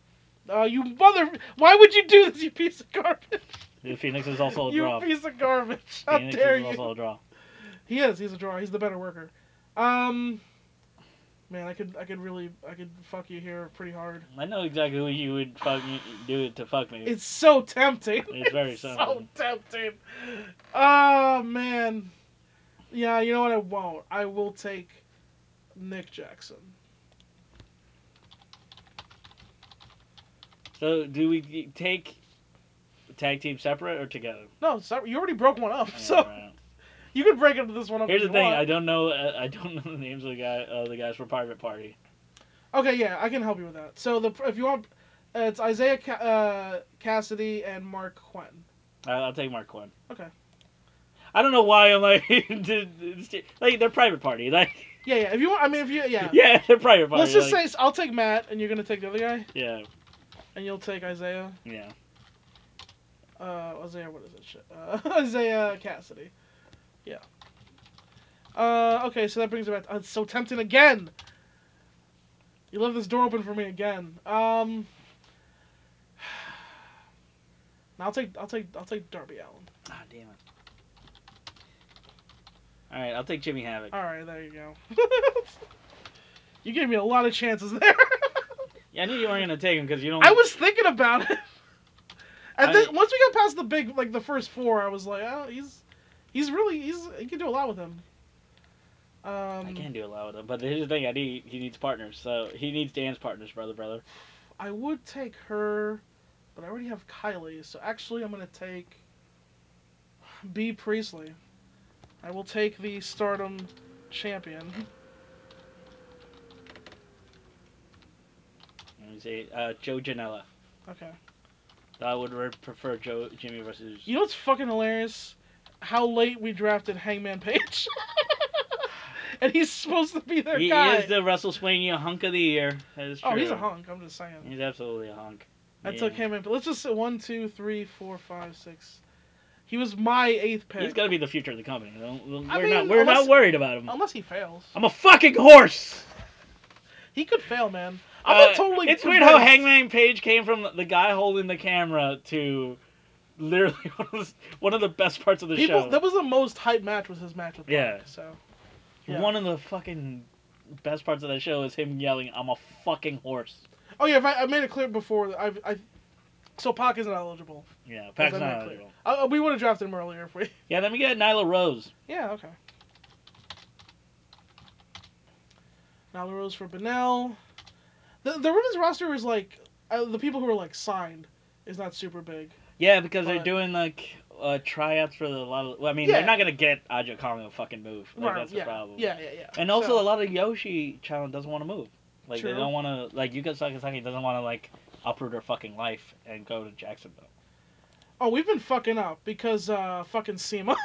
Speaker 1: Oh, you mother. Why would you do this, you piece of garbage?
Speaker 2: The Phoenix is also a
Speaker 1: you
Speaker 2: draw.
Speaker 1: piece of garbage. How
Speaker 2: Phoenix
Speaker 1: dare
Speaker 2: Oh, is
Speaker 1: you.
Speaker 2: also a draw.
Speaker 1: He is. He's a draw. He's the better worker. Um, man, I could I could really I could fuck you here pretty hard.
Speaker 2: I know exactly who you would fuck me, do it to fuck me.
Speaker 1: It's so tempting.
Speaker 2: It's very
Speaker 1: so
Speaker 2: tempting.
Speaker 1: tempting. Oh man, yeah. You know what? I won't. I will take Nick Jackson.
Speaker 2: so do we take tag team separate or together?
Speaker 1: No, sorry, you already broke one up.
Speaker 2: Yeah,
Speaker 1: so
Speaker 2: right.
Speaker 1: You can break into this one up.
Speaker 2: Here's
Speaker 1: if
Speaker 2: the
Speaker 1: you
Speaker 2: thing:
Speaker 1: want.
Speaker 2: I don't know. Uh, I don't know the names of the guy. Uh, the guys from Private Party.
Speaker 1: Okay, yeah, I can help you with that. So the if you want, uh, it's Isaiah Ca- uh, Cassidy and Mark Quentin.
Speaker 2: I, I'll take Mark Quinn.
Speaker 1: Okay.
Speaker 2: I don't know why I'm like, like they're Private Party. Like,
Speaker 1: Yeah, yeah. If you want, I mean, if you, yeah.
Speaker 2: yeah, they're Private Party.
Speaker 1: Let's just
Speaker 2: like,
Speaker 1: say I'll take Matt, and you're gonna take the other guy,
Speaker 2: yeah,
Speaker 1: and you'll take Isaiah.
Speaker 2: yeah.
Speaker 1: Uh, Isaiah, what is it? Shit. Uh, Isaiah Cassidy. Yeah. Uh, okay, so that brings it back. oh, it's so tempting again. You left this door open for me again. Um. I'll take I'll take I'll take Darby Allen.
Speaker 2: Ah, damn it. All right, I'll take Jimmy Havoc.
Speaker 1: All right, there you go. you gave me a lot of chances there.
Speaker 2: Yeah, I knew you weren't gonna take him because you don't.
Speaker 1: I was thinking about it, and
Speaker 2: I-
Speaker 1: then once we got past the big, like the first four, I was like, oh, he's, he's really, he's, he can do a lot with him. Um,
Speaker 2: I
Speaker 1: I,
Speaker 2: can do a lot with him, but here's the thing: I need he needs partners, so he needs Dan's partners, brother, brother.
Speaker 1: would take her, but I already have Kylie, so actually I'm gonna take B Priestley. I will take the Stardom champion.
Speaker 2: Let me see, uh, Joe Janela.
Speaker 1: Okay.
Speaker 2: I would re- prefer Joe Jimmy versus.
Speaker 1: You know what's fucking hilarious? How late we drafted Hangman Page. and he's supposed to be their
Speaker 2: He
Speaker 1: guy.
Speaker 2: is the WrestleMania hunk of the year. That is true.
Speaker 1: oh, he's a hunk. I'm just saying.
Speaker 2: He's absolutely a hunk.
Speaker 1: I
Speaker 2: Yeah.
Speaker 1: took him in. But let's just say one, two, three, four, five, six. He was my eighth pick.
Speaker 2: He's gonna be the future of the company. Don't- We're
Speaker 1: I
Speaker 2: not.
Speaker 1: mean,
Speaker 2: We're
Speaker 1: unless-
Speaker 2: not worried about him.
Speaker 1: Unless he fails,
Speaker 2: I'm a fucking horse.
Speaker 1: he could fail, man. I'm not
Speaker 2: Uh,
Speaker 1: totally.
Speaker 2: It's weird how
Speaker 1: convinced.
Speaker 2: Hangman Page came from the guy holding the camera to literally one of the, one of the best parts of the
Speaker 1: people.
Speaker 2: show.
Speaker 1: That was the most hype match was his match with Pac,
Speaker 2: Yeah.
Speaker 1: So yeah.
Speaker 2: One of the fucking best parts of that show is him yelling, "I'm a fucking horse."
Speaker 1: oh yeah, if I, I made it clear before. that I've, I so Pac isn't eligible.
Speaker 2: Yeah, Pac's
Speaker 1: As I
Speaker 2: not
Speaker 1: made clear.
Speaker 2: eligible.
Speaker 1: Uh, we would have drafted him earlier if we.
Speaker 2: Yeah, then we get Nyla Rose.
Speaker 1: Yeah. Okay. Now the rules for Benel. The the women's roster is like uh, the people who are like signed is not super big.
Speaker 2: Yeah, because they're
Speaker 1: But-
Speaker 2: doing like uh, tryouts for the, a lot of. Well, I mean,
Speaker 1: Yeah.
Speaker 2: they're not gonna get Aja Kong a fucking move. Like,
Speaker 1: Right,
Speaker 2: That's
Speaker 1: yeah,
Speaker 2: the problem.
Speaker 1: Yeah, yeah, yeah.
Speaker 2: And also,
Speaker 1: So-
Speaker 2: a lot of Yoshi Chan doesn't want to move. Like
Speaker 1: True.
Speaker 2: they don't want to. Like Yuka Sakazaki doesn't want to like uproot her fucking life and go to Jacksonville.
Speaker 1: Oh, we've been fucking up because uh fucking SEMA.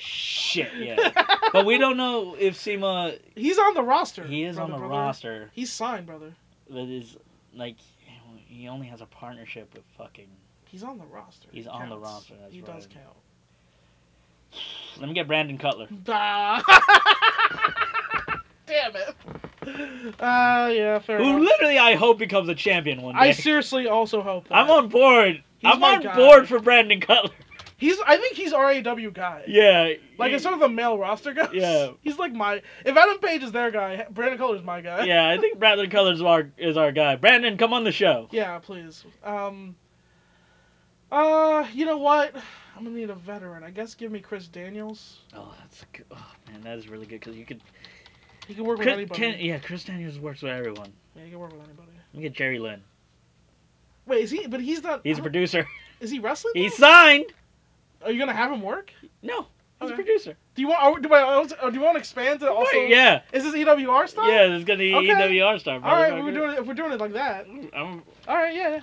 Speaker 2: Shit, yeah. but we don't know if Sema.
Speaker 1: He's on the roster.
Speaker 2: He is on
Speaker 1: brother,
Speaker 2: the
Speaker 1: brother.
Speaker 2: roster
Speaker 1: He's signed, brother.
Speaker 2: that is like he only has a partnership with fucking.
Speaker 1: He's on the roster.
Speaker 2: He's
Speaker 1: He
Speaker 2: on the
Speaker 1: counts.
Speaker 2: roster, that's
Speaker 1: he does
Speaker 2: right.
Speaker 1: count.
Speaker 2: Let me get Brandon Cutler.
Speaker 1: Ah. Damn it. Uh yeah, fair
Speaker 2: Who
Speaker 1: enough.
Speaker 2: literally I hope becomes a champion one day.
Speaker 1: I seriously also hope. That.
Speaker 2: I'm on board.
Speaker 1: He's
Speaker 2: I'm
Speaker 1: my
Speaker 2: on
Speaker 1: guy.
Speaker 2: board for Brandon Cutler.
Speaker 1: He's. I think he's RAW guy.
Speaker 2: Yeah.
Speaker 1: Like
Speaker 2: he-
Speaker 1: as sort of the male roster guy.
Speaker 2: Yeah.
Speaker 1: He's like my. If Adam Page is their guy, Brandon Cutler's my guy.
Speaker 2: yeah, I think Brandon Cutler is our is our guy. Brandon, come on the show.
Speaker 1: Yeah, please. Um. Uh, you know what? I'm gonna need a veteran. I guess give me Chris Daniels.
Speaker 2: Oh, that's good. Oh man, that is really good because you could.
Speaker 1: He can work with
Speaker 2: Chris,
Speaker 1: anybody.
Speaker 2: can, yeah, Chris Daniels works with everyone.
Speaker 1: Yeah, he can work with anybody.
Speaker 2: Let me get Jerry Lynn.
Speaker 1: Wait, is he? But he's not. I
Speaker 2: He's a
Speaker 1: don't-
Speaker 2: producer.
Speaker 1: Is he wrestling?
Speaker 2: He's
Speaker 1: though?
Speaker 2: signed.
Speaker 1: Are you gonna have him work?
Speaker 2: No, he's
Speaker 1: Okay.
Speaker 2: a producer.
Speaker 1: Do you want? Are, do I? also- Do you want to expand to also?
Speaker 2: Right, yeah,
Speaker 1: Is this EWR stuff?
Speaker 2: yeah. There's gonna be
Speaker 1: Okay.
Speaker 2: EWR star.
Speaker 1: All right, we're doing it. If we're doing it like that,
Speaker 2: doing. I'm,
Speaker 1: all right, yeah. yeah.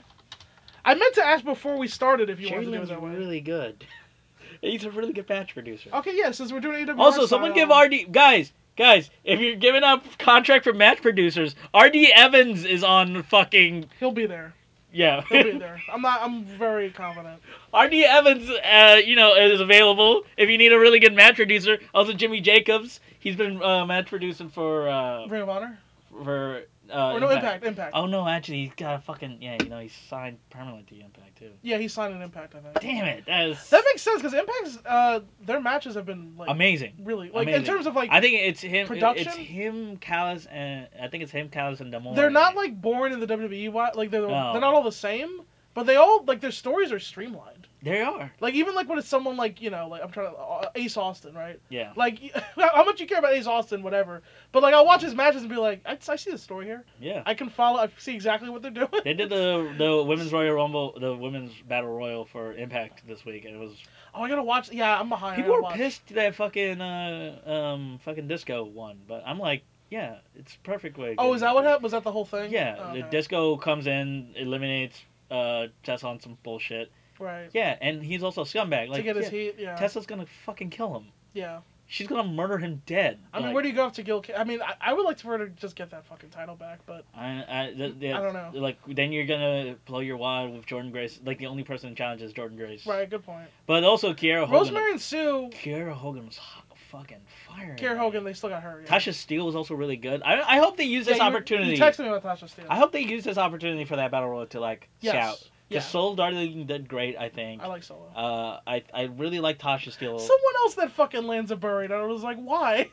Speaker 1: I meant to ask before we started if you
Speaker 2: Jerry
Speaker 1: wanted to do it
Speaker 2: Lynn's
Speaker 1: that way. Oh,
Speaker 2: really good. he's a really good match producer.
Speaker 1: Okay, yeah. Since we're doing EWR.
Speaker 2: Also, someone give
Speaker 1: style-
Speaker 2: RD guys, guys. If you're giving up contract for match producers, RD Evans is on fucking
Speaker 1: He'll be there.
Speaker 2: yeah.
Speaker 1: He'll be there. I'm not. I'm very confident.
Speaker 2: RD Evans, uh, you know, is available if you need a really good match producer. Also, Jimmy Jacobs, he's been uh, match producing for uh,
Speaker 1: Ring of Honor.
Speaker 2: for uh,
Speaker 1: or no impact. Impact.
Speaker 2: Oh no, actually, he's got a fucking yeah. You know, he's signed permanently to Impact too.
Speaker 1: Yeah, he signed an Impact. I think.
Speaker 2: Damn it, that is
Speaker 1: That makes sense because Impact's uh, their matches have been like
Speaker 2: amazing.
Speaker 1: really like in
Speaker 2: Amazing.
Speaker 1: terms of like
Speaker 2: I think it's him.
Speaker 1: production?
Speaker 2: It's him, Callis, and I think it's him, Callis, and Damore.
Speaker 1: they're not E like born in the WWE. wi- Like they're
Speaker 2: No.
Speaker 1: they're not all the same, but they all like their stories are streamlined.
Speaker 2: They are.
Speaker 1: Like even like when it's someone like you know like I'm trying to uh, Ace Austin, right?
Speaker 2: Yeah.
Speaker 1: Like how much you care about Ace Austin, whatever. But like I'll watch his matches and be like, I, I see the story here.
Speaker 2: Yeah.
Speaker 1: I can follow. I see exactly what they're doing.
Speaker 2: They did the the women's Royal Rumble, the women's Battle Royal for Impact this week, and it was
Speaker 1: Oh, I gotta watch. Yeah, I'm behind. I
Speaker 2: people
Speaker 1: gotta
Speaker 2: were
Speaker 1: watch.
Speaker 2: pissed that fucking uh um fucking Disco won, but I'm like, yeah, it's perfect way. to
Speaker 1: Oh,
Speaker 2: get
Speaker 1: is
Speaker 2: it.
Speaker 1: that what happened? Was that the whole thing?
Speaker 2: Yeah,
Speaker 1: Oh,
Speaker 2: the
Speaker 1: okay.
Speaker 2: Disco comes in, eliminates uh Tessa on some bullshit.
Speaker 1: right.
Speaker 2: Yeah, and he's also a scumbag. Like
Speaker 1: to get his
Speaker 2: yeah,
Speaker 1: heat. Yeah.
Speaker 2: Tessa's gonna fucking kill him.
Speaker 1: yeah.
Speaker 2: She's gonna murder him dead.
Speaker 1: I mean,
Speaker 2: Like,
Speaker 1: where do you go after Gil? K- I mean, I, I would like for her to just get that fucking title back, but
Speaker 2: I, I, th- th-
Speaker 1: I don't know.
Speaker 2: Like then you're gonna blow your wad with Jordan Grace. Like the only person who challenges Jordan Grace.
Speaker 1: right, good point.
Speaker 2: But also Kiara Hogan.
Speaker 1: Rosemary and Sue,
Speaker 2: Kiara Hogan was hot, fucking fire.
Speaker 1: Kier Hogan, they still got her. Yeah.
Speaker 2: Tasha Steele was also really good. I, I hope they use
Speaker 1: Yeah,
Speaker 2: this
Speaker 1: you-
Speaker 2: opportunity.
Speaker 1: You texted me about Tasha Steele.
Speaker 2: I hope they use this opportunity for that battle royal to like
Speaker 1: yes.
Speaker 2: shout.
Speaker 1: Yeah.
Speaker 2: Because Soul Darling did great, I think.
Speaker 1: I like Solo.
Speaker 2: Uh, I I really like Tasha Steele.
Speaker 1: Someone else that fucking lands a buried. I was like, why?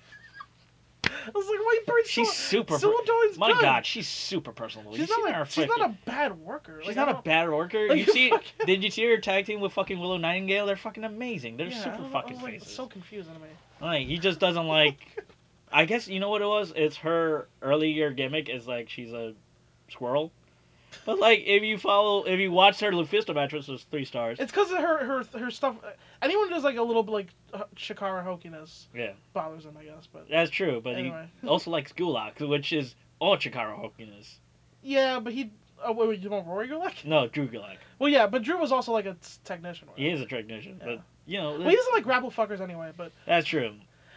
Speaker 1: I was like, why you buried
Speaker 2: she's
Speaker 1: Solo?
Speaker 2: super.
Speaker 1: Solo Darling's
Speaker 2: my
Speaker 1: good.
Speaker 2: God, she's super personal.
Speaker 1: she's
Speaker 2: you
Speaker 1: not
Speaker 2: seen her
Speaker 1: like, she's not
Speaker 2: freaking-
Speaker 1: a bad worker.
Speaker 2: She's
Speaker 1: Like, I
Speaker 2: not a
Speaker 1: don't-
Speaker 2: bad worker.
Speaker 1: Like,
Speaker 2: you
Speaker 1: you
Speaker 2: see?
Speaker 1: fucking-
Speaker 2: Did you see her tag team with fucking Willow Nightingale? They're fucking amazing. They're
Speaker 1: yeah, I
Speaker 2: super
Speaker 1: don't know, I
Speaker 2: fucking
Speaker 1: was like,
Speaker 2: faces.
Speaker 1: It's so confusing to me.
Speaker 2: Like he just doesn't like. I guess you know what it was. It's her earlier gimmick is like she's a squirrel, but like if you follow, if you watch her Lufisto match, which was three stars.
Speaker 1: It's because of her, her, her stuff. uh, Anyone who does like a little bit like uh, Shikara hokiness
Speaker 2: Yeah,
Speaker 1: bothers him, I guess. But
Speaker 2: that's true. But
Speaker 1: anyway,
Speaker 2: he also likes Gulak, which is all Chikara Hokiness.
Speaker 1: yeah, but he. Oh wait, wait, you want Rory Gulak?
Speaker 2: No, Drew Gulak.
Speaker 1: Well, yeah, but Drew was also like a t- technician. Right?
Speaker 2: He is a technician,
Speaker 1: Yeah.
Speaker 2: but you know
Speaker 1: Well, he doesn't like grapple fuckers anyway. But
Speaker 2: that's true.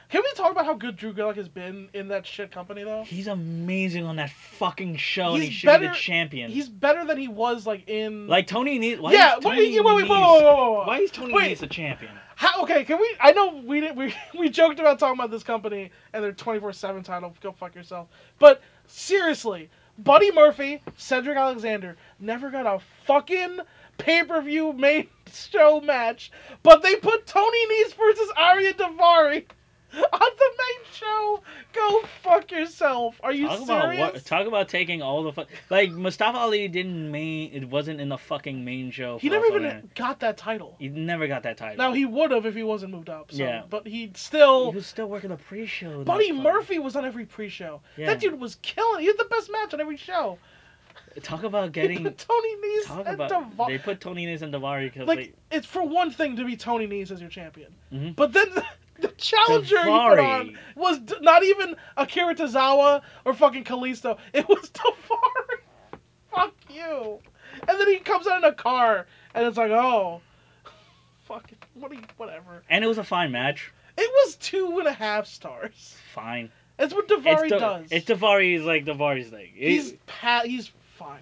Speaker 1: can we talk about how good Drew Gulak has been in that shit company though?
Speaker 2: He's amazing on that fucking show, and he
Speaker 1: He's
Speaker 2: should be the
Speaker 1: better-
Speaker 2: champion.
Speaker 1: He's better than he was like in.
Speaker 2: like Tony Nese. Why
Speaker 1: yeah.
Speaker 2: is
Speaker 1: Wait,
Speaker 2: Tony
Speaker 1: wait, wait, wait, whoa,
Speaker 2: Nese-
Speaker 1: whoa, whoa, whoa.
Speaker 2: Why is Tony
Speaker 1: Wait.
Speaker 2: Nese a champion?
Speaker 1: How, okay, can we? I know we didn't. We we joked about talking about this company and their twenty four seven title. Go fuck yourself. But seriously, Buddy Murphy, Cedric Alexander never got a fucking pay per view main show match, but they put Tony Nese versus Arya Davari on the main show. Go fuck yourself. Are you
Speaker 2: Talk about
Speaker 1: serious?
Speaker 2: what? Talk about taking all the fu- like Mustafa Ali didn't main. It wasn't in the fucking main show.
Speaker 1: he
Speaker 2: for
Speaker 1: never
Speaker 2: WrestleMania.
Speaker 1: even got that title.
Speaker 2: He never got that title.
Speaker 1: Now he would have if he wasn't moved up. So,
Speaker 2: Yeah.
Speaker 1: But he still.
Speaker 2: He was still working the pre-show. with
Speaker 1: Buddy
Speaker 2: Mustafa.
Speaker 1: Murphy was on every pre-show.
Speaker 2: Yeah.
Speaker 1: That dude was killing. He had the best match on every show.
Speaker 2: Talk about
Speaker 1: he
Speaker 2: getting.
Speaker 1: put Tony Nese
Speaker 2: talk
Speaker 1: and
Speaker 2: about.
Speaker 1: Deva-
Speaker 2: They put Tony Nese and Davari because
Speaker 1: like it's for one thing to be Tony Nese as your champion,
Speaker 2: Mhm.
Speaker 1: but then the, challenger he put on
Speaker 2: Daivari.
Speaker 1: was d- not even Akira Tozawa or fucking Kalisto. It was Davari. Fuck you. And then he comes out in a car, and it's like, oh, fucking what? Are you, whatever.
Speaker 2: and it was a fine match.
Speaker 1: It was two and a half stars.
Speaker 2: Fine.
Speaker 1: That's what Davari
Speaker 2: it's Da-
Speaker 1: does.
Speaker 2: It's Davari's like Davari's thing. It-
Speaker 1: He's pa- he's fine.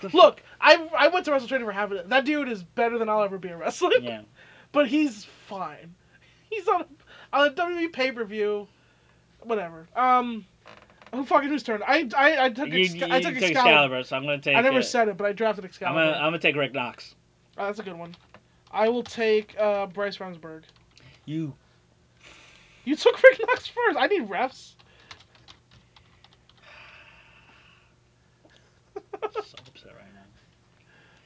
Speaker 2: the fu-
Speaker 1: Look, I I went to Wrestle Training for half of it. That dude is better than I'll ever be a wrestler.
Speaker 2: Yeah.
Speaker 1: But he's fine. He's on on a WWE pay per view, whatever. Um, who fucking whose turn? I I, I took
Speaker 2: You,
Speaker 1: Exca-
Speaker 2: you
Speaker 1: I took
Speaker 2: took
Speaker 1: Excalibur.
Speaker 2: Excalibur, so I'm gonna take.
Speaker 1: I never
Speaker 2: uh,
Speaker 1: said it, but I drafted Excalibur.
Speaker 2: I'm gonna, I'm gonna take Rick Knox.
Speaker 1: Oh, that's a good one. I will take uh, Bryce Rumsberg.
Speaker 2: You.
Speaker 1: You took Rick Knox first. I need refs.
Speaker 2: I'm so upset right now.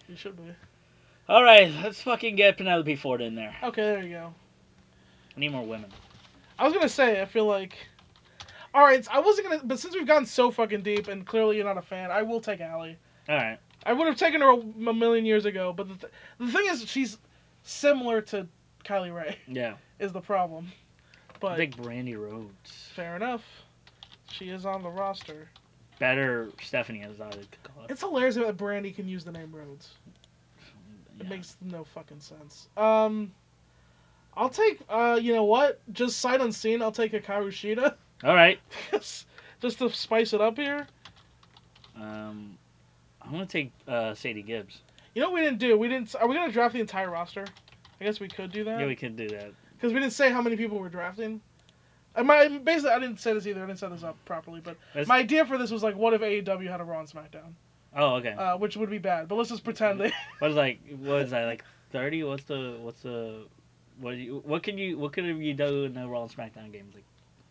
Speaker 1: You should be.
Speaker 2: All right, let's fucking get Penelope Ford in there.
Speaker 1: Okay, there you go.
Speaker 2: I need more women.
Speaker 1: I was gonna say, I feel like. All right, I wasn't gonna, but since we've gotten so fucking deep, and clearly you're not a fan, I will take Allie.
Speaker 2: All right.
Speaker 1: I would have taken her a, a million years ago, but the, th- the thing is, she's similar to Kylie Ray
Speaker 2: Yeah.
Speaker 1: is the problem.
Speaker 2: I
Speaker 1: But
Speaker 2: think Brandy Rhodes.
Speaker 1: fair enough, she is on the roster.
Speaker 2: Better Stephanie as I would call it.
Speaker 1: It's hilarious that Brandy can use the name Rhodes. It
Speaker 2: Yeah.
Speaker 1: makes no fucking sense. Um, I'll take. Uh, you know what? Just sight unseen, I'll take a Karushita.
Speaker 2: All right.
Speaker 1: just to spice it up here.
Speaker 2: Um, I'm gonna take uh, Sadie Gibbs.
Speaker 1: You know what we didn't do? We didn't. Are we gonna draft the entire roster? I guess we could do that.
Speaker 2: Yeah, we can do that.
Speaker 1: Because we didn't say how many people we're drafting. And my basically, I didn't say this either. I didn't set this up properly. But
Speaker 2: That's-
Speaker 1: my idea for this was like, what if AEW had a Raw and SmackDown,
Speaker 2: Oh, okay.
Speaker 1: uh, which would be bad. But let's just pretend they.
Speaker 2: What is like? What is that? Like thirty? What's the? What's the? What? do You, what can you? What could you do in the Raw and SmackDown games? Like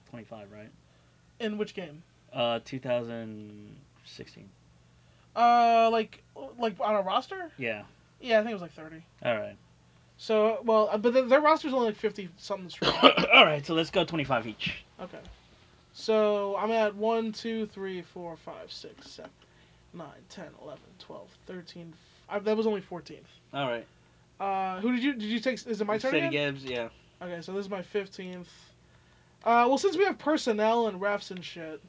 Speaker 2: twenty-five, right?
Speaker 1: In which game?
Speaker 2: Uh, 2016.
Speaker 1: Uh, like, like on a roster?
Speaker 2: Yeah.
Speaker 1: Yeah, I think it was like thirty.
Speaker 2: All right.
Speaker 1: So well, uh, but their- their roster's only like fifty something strong.
Speaker 4: All right, so let's go 25 each.
Speaker 1: Okay. So I'm at 1, 2, 3, 4, 5, 6, 7, 9, 10, 11, 12, 13. I, that was only 14.
Speaker 4: All right.
Speaker 1: Uh, who did you did you take? Is it my turn
Speaker 4: City
Speaker 1: again?
Speaker 4: Gibbs, yeah.
Speaker 1: Okay, so this is my 15th. Uh, well, since we have personnel and refs and shit,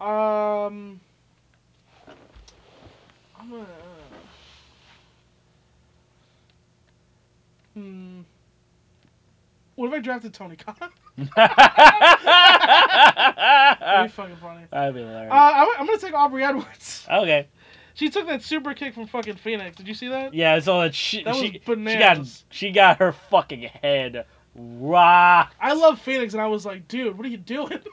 Speaker 1: um, I'm gonna. uh, Hmm. What if I drafted Tony Khan? That'd be
Speaker 2: That'd
Speaker 1: fucking funny.
Speaker 2: be hilarious.
Speaker 1: Uh, I'm, I'm gonna take Aubrey Edwards.
Speaker 2: okay.
Speaker 1: She took that super kick from fucking Phoenix. Did you see that?
Speaker 2: Yeah, so that she
Speaker 1: That was
Speaker 2: she, she got
Speaker 1: bananas.
Speaker 2: she got her fucking head rocked.
Speaker 1: I love Phoenix, and I was like, dude, what are you doing?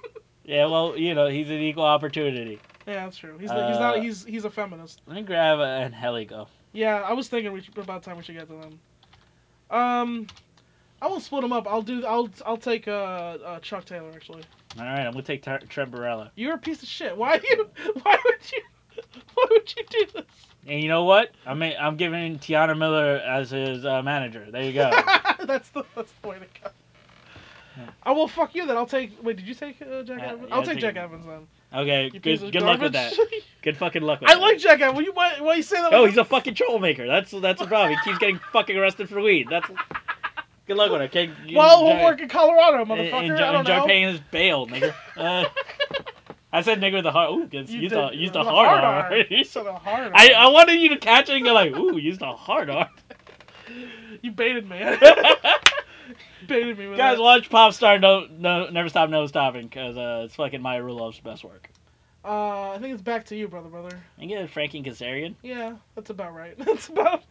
Speaker 2: Yeah, well, you know, he's an equal opportunity.
Speaker 1: yeah, that's true. He's, he's not.
Speaker 2: Uh,
Speaker 1: He's he's a feminist.
Speaker 2: Let me grab uh, Angelico.
Speaker 1: Yeah, I was thinking we should, about time we should get to them. Um, I won't split them up. I'll do. I'll I'll take uh, uh Chuck Taylor actually.
Speaker 2: All right, I'm gonna take Ter- Trent Barella.
Speaker 1: You're a piece of shit. Why you? Why would you? Why would you do this?
Speaker 2: And you know what? I'm a- I'm giving Tiana Miller as his uh, manager. There you go.
Speaker 1: that's the that's the way to go.
Speaker 2: Oh. Yeah.
Speaker 1: Oh well, fuck you. Then I'll take. Wait, did you take uh, Jack
Speaker 2: Uh,
Speaker 1: Evans?
Speaker 2: yeah,
Speaker 1: I'll
Speaker 2: I
Speaker 1: take
Speaker 2: think-
Speaker 1: Jack Evans then.
Speaker 2: Okay,
Speaker 1: You piece
Speaker 2: good
Speaker 1: of
Speaker 2: good luck with that.
Speaker 1: garbage.
Speaker 2: Good fucking luck with
Speaker 1: I
Speaker 2: that.
Speaker 1: like Jack Evans. Why you why, why you say that?
Speaker 2: Oh,
Speaker 1: like
Speaker 2: he's a fucking troublemaker. That's that's a problem. He keeps getting fucking arrested for weed. That's good luck with it. Okay, you-
Speaker 1: Well,
Speaker 2: enjoy-
Speaker 1: we'll work in Colorado,
Speaker 2: en-
Speaker 1: motherfucker.
Speaker 2: enjoy,
Speaker 1: I don't
Speaker 2: enjoy
Speaker 1: know.
Speaker 2: paying his bail, nigga. Uh, I said nigga with the hard. Ooh, good.
Speaker 1: You
Speaker 2: Use
Speaker 1: did-
Speaker 2: the use the
Speaker 1: the
Speaker 2: hard
Speaker 1: hard
Speaker 2: R.
Speaker 1: R.
Speaker 2: Use
Speaker 1: So
Speaker 2: the-
Speaker 1: the hard.
Speaker 2: I, um, I wanted you to catch it and go like, ooh, use the hard R.
Speaker 1: you baited me. baited me with
Speaker 2: Guys,
Speaker 1: that.
Speaker 2: watch Popstar No No Never Stop No Stopping because uh, it's fucking Maya Ruloff's best work.
Speaker 1: Uh, I think it's back to you, brother, brother.
Speaker 2: And get Frankie Kazarian.
Speaker 1: Yeah, that's about right. That's about.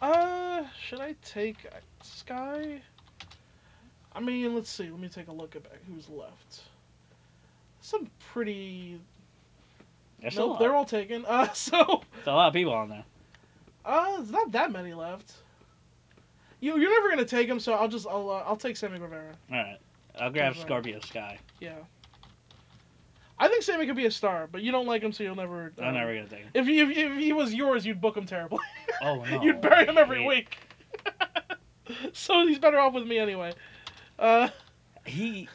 Speaker 1: Uh, should I take Sky? I mean, let's see. Let me take a look at who's left. Some pretty.
Speaker 2: There's a
Speaker 1: nope,
Speaker 2: lot.
Speaker 1: they're all taken. Uh, so.
Speaker 2: There's a lot of people on there.
Speaker 1: Uh, there's not that many left. You you're never gonna take him, so I'll just I'll uh, I'll take Sammy Guevara.
Speaker 2: All right, I'll grab
Speaker 1: Kazarian.
Speaker 2: Scorpio Sky.
Speaker 1: Yeah. I think Sammy could be a star, but you don't like him, so you'll never.
Speaker 2: I'm
Speaker 1: um,
Speaker 2: never gonna take him.
Speaker 1: If, you, if, if he was yours, you'd book him terribly.
Speaker 2: Oh no.
Speaker 1: you'd bury him every
Speaker 2: Wait.
Speaker 1: week. so he's better off with me anyway. Uh,
Speaker 2: he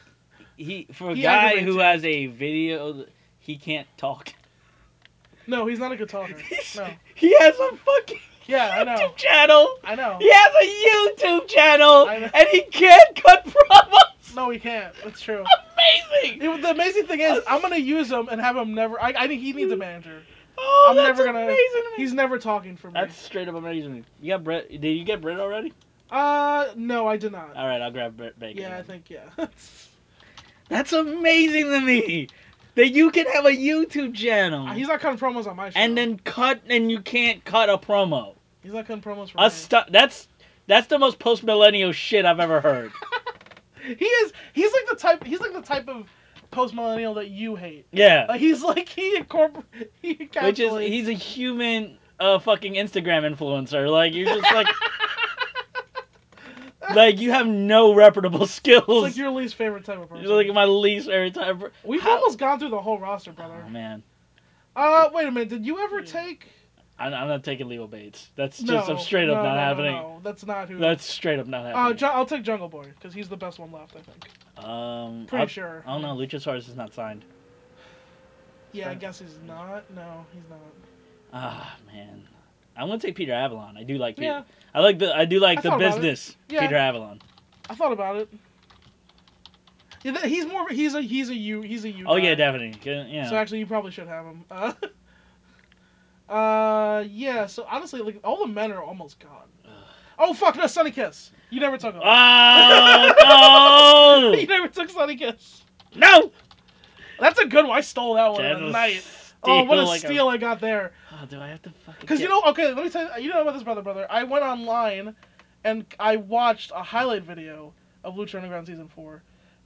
Speaker 2: he for a
Speaker 1: He
Speaker 2: guy
Speaker 1: aggravates
Speaker 2: who
Speaker 1: it.
Speaker 2: has a video he can't talk
Speaker 1: no, he's not a good talker. No.
Speaker 2: he has a fucking
Speaker 1: Yeah, I know.
Speaker 2: youtube channel
Speaker 1: I know.
Speaker 2: he has a youtube channel
Speaker 1: I know.
Speaker 2: and he can't cut promos
Speaker 1: No, he can't. That's true.
Speaker 2: amazing
Speaker 1: It- the amazing thing is, I'm gonna use him and have him never. I, I think he needs a manager.
Speaker 2: oh
Speaker 1: I'm
Speaker 2: that's
Speaker 1: never gonna-
Speaker 2: amazing to me.
Speaker 1: He's never talking for me.
Speaker 2: that's straight up amazing you got Brett did you get Brett already
Speaker 1: Uh, no, I did not.
Speaker 2: all right I'll grab Brett Baker
Speaker 1: yeah, I
Speaker 2: then.
Speaker 1: think yeah.
Speaker 2: that's amazing to me that you can have a YouTube channel
Speaker 1: he's not cutting promos on my show.
Speaker 2: Mm. and then cut and you can't cut a promo
Speaker 1: he's not cutting promos for
Speaker 2: A
Speaker 1: us.
Speaker 2: stu- that's that's the most post millennial shit I've ever heard.
Speaker 1: He is. He's like the type. He's like the type of post millennial that you hate.
Speaker 2: Yeah,
Speaker 1: Like he's like he incorporates. He
Speaker 2: which is
Speaker 1: encapsulates-
Speaker 2: he's a human uh, fucking Instagram influencer. Like you're just like like you have no reputable
Speaker 1: It's
Speaker 2: skills.
Speaker 1: like your least favorite type of person.
Speaker 2: you're like my least every time.
Speaker 1: We've
Speaker 2: How-
Speaker 1: almost gone through the whole roster, brother.
Speaker 2: Oh man,
Speaker 1: Uh, wait a minute. Did you ever
Speaker 4: Yeah.
Speaker 1: take?
Speaker 2: I'm, I'm not taking Leo Bates. That's
Speaker 1: No,
Speaker 2: just I'm straight up
Speaker 1: no,
Speaker 2: not
Speaker 1: no, no,
Speaker 2: happening.
Speaker 1: no. That's not who.
Speaker 2: That's straight up not
Speaker 1: Uh,
Speaker 2: happening.
Speaker 1: Ju- I'll take Jungle Boy because he's the best one left. I think.
Speaker 2: um,
Speaker 1: Pretty
Speaker 2: I,
Speaker 1: sure.
Speaker 2: I don't know. Luchasaurus is not signed.
Speaker 1: Yeah, I guess he's not. No, he's not.
Speaker 2: Ah man, I'm gonna take Peter Avalon. I do like Peter.
Speaker 1: Yeah.
Speaker 2: I like the I do like
Speaker 1: I
Speaker 2: the
Speaker 1: thought about it.
Speaker 2: business.
Speaker 1: Yeah.
Speaker 2: Peter Avalon.
Speaker 1: I thought about it. Yeah, th- he's more. of a- He's a. He's a you. He's a you.
Speaker 2: Oh
Speaker 1: guy.
Speaker 2: yeah, definitely. Can- Yeah.
Speaker 1: So actually, you probably should have him. Uh, uh, yeah. So honestly, like all the men are almost gone. Oh fuck no, Sunny Kiss. You never took him.
Speaker 2: oh
Speaker 1: you never took Sunny Kiss.
Speaker 2: no! No!
Speaker 1: That's a good one. I stole that one.
Speaker 2: That's a
Speaker 1: Nice.
Speaker 2: steal
Speaker 1: Oh, what a
Speaker 2: like
Speaker 1: steal I got there.
Speaker 2: Oh, do I have to fucking?
Speaker 1: Because you
Speaker 2: get-
Speaker 1: know, okay, let me tell you, you know about this, brother, brother. I went online, and I watched a highlight video of Lucha Underground season four,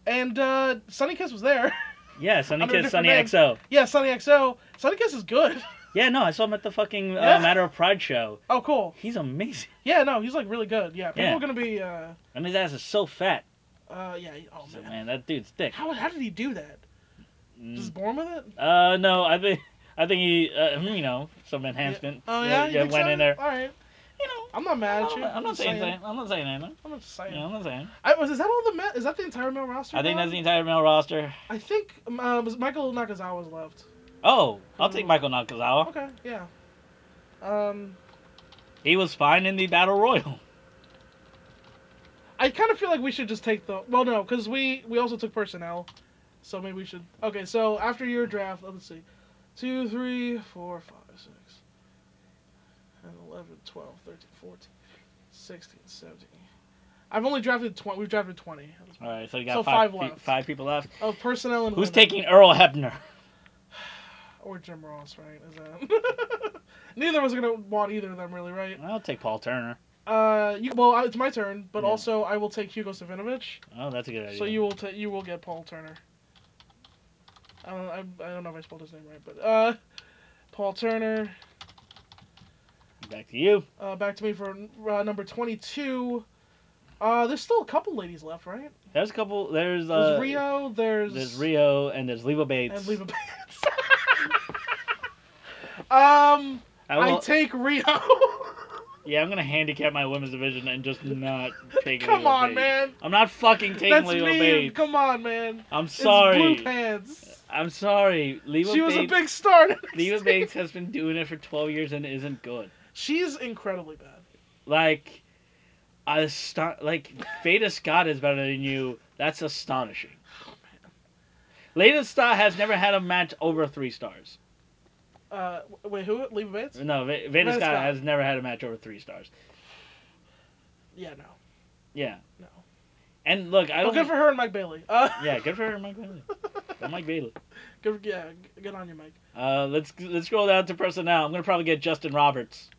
Speaker 1: and uh, Sunny Kiss was there.
Speaker 2: Yeah, Sunny
Speaker 1: under a
Speaker 2: Kiss, Sunny
Speaker 1: different
Speaker 2: XO.
Speaker 1: yeah, Sunny XO. Sunny Kiss is good.
Speaker 2: Yeah, no, I saw him at the fucking uh,
Speaker 1: Yeah.
Speaker 2: Matter of Pride show.
Speaker 1: Oh, cool.
Speaker 2: He's amazing,
Speaker 1: Yeah, no, he's like really good. Yeah, people
Speaker 2: Yeah.
Speaker 1: are gonna be. Uh,
Speaker 2: and his ass is so fat.
Speaker 1: Uh, yeah. he- Oh
Speaker 2: So,
Speaker 1: man.
Speaker 2: man, that dude's thick.
Speaker 1: How, how did he do that?
Speaker 2: Mm.
Speaker 1: Just born with it?
Speaker 2: Uh, no, I think I think he, uh, you know, some enhancement.
Speaker 1: Oh yeah. you
Speaker 2: yeah
Speaker 1: think
Speaker 2: went
Speaker 1: so?
Speaker 2: in there.
Speaker 1: All right.
Speaker 2: You know,
Speaker 1: I'm not mad at
Speaker 2: I'm
Speaker 1: you.
Speaker 2: not- I'm not
Speaker 1: just
Speaker 2: saying anything. I'm not saying anything.
Speaker 1: I'm not saying.
Speaker 2: You know, I'm not saying.
Speaker 1: I, was, is that all the ma- is that the entire male roster?
Speaker 2: I think
Speaker 1: now?
Speaker 2: that's the entire male roster.
Speaker 1: I think um, uh, was Michael Nakazawa's left.
Speaker 2: Oh, I'll
Speaker 1: Hmm.
Speaker 2: take Michael Nakazawa.
Speaker 1: Okay, yeah. Um,
Speaker 2: He was fine in the battle royal.
Speaker 1: I kind of feel like we should just take the well, no, because we we also took personnel, so maybe we should. Okay, so after your draft, let's see, two, three, four, five, six, and 11, 12, 13, 14, 16, 17. I've only drafted twenty. We've drafted twenty
Speaker 2: All right, so we got
Speaker 1: So five
Speaker 2: five pe-
Speaker 1: left.
Speaker 2: five people left.
Speaker 1: of personnel and
Speaker 2: Who's
Speaker 1: women.
Speaker 2: taking Earl Hebner?
Speaker 1: or Jim Ross, right? Is that neither of us are gonna want either of them, really, right?
Speaker 2: I'll take Paul Turner.
Speaker 1: Uh, you, well, I- it's my turn, but
Speaker 2: Yeah.
Speaker 1: also I will take Hugo Savinovich.
Speaker 2: Oh, that's a good idea.
Speaker 1: So you will ta you will get Paul Turner. I don't I, I don't know if I spelled his name right, but uh, Paul Turner.
Speaker 2: back to you.
Speaker 1: Uh, back to me for uh, number twenty two. Uh, there's still a couple ladies left, right?
Speaker 2: There's a couple. There's uh.
Speaker 1: There's Rio. There's
Speaker 2: There's Rio and there's Leva Bates.
Speaker 1: and Leva Bates. um,
Speaker 2: I
Speaker 1: I,
Speaker 2: will-
Speaker 1: take Rio.
Speaker 2: yeah, I'm gonna handicap my women's division and just not take.
Speaker 1: Come
Speaker 2: Leva
Speaker 1: on,
Speaker 2: Bates.
Speaker 1: man.
Speaker 2: I'm not fucking taking
Speaker 1: That's
Speaker 2: Leva
Speaker 1: mean.
Speaker 2: Bates.
Speaker 1: Come on, man.
Speaker 2: I'm
Speaker 1: It's blue
Speaker 2: sorry.
Speaker 1: pants.
Speaker 2: I'm sorry. Leva
Speaker 1: she
Speaker 2: Bates.
Speaker 1: was a big star. in
Speaker 2: Leva
Speaker 1: NXT.
Speaker 2: Bates has been doing it for 12 years and isn't good.
Speaker 1: She's incredibly bad.
Speaker 2: Like, aston- like Feta Scott is better than you. That's astonishing.
Speaker 1: Oh,
Speaker 2: Leda Scott has never had a match over three stars.
Speaker 1: Uh, w- wait, who? Leva Bates?
Speaker 2: No, Ve- Veda
Speaker 1: Veta
Speaker 2: Scott
Speaker 1: Scott.
Speaker 2: has never had a match over three stars.
Speaker 1: Yeah, no,
Speaker 2: Yeah.
Speaker 1: no.
Speaker 2: And look, I
Speaker 1: Oh,
Speaker 2: don't.
Speaker 1: good for her and Mike Bailey. Uh,
Speaker 2: yeah, good for her, Mike Bailey. Go Mike Bailey.
Speaker 1: good, for- yeah, g- good on you, Mike.
Speaker 2: Uh, let's let's scroll down to personnel. I'm gonna probably get Justin Roberts.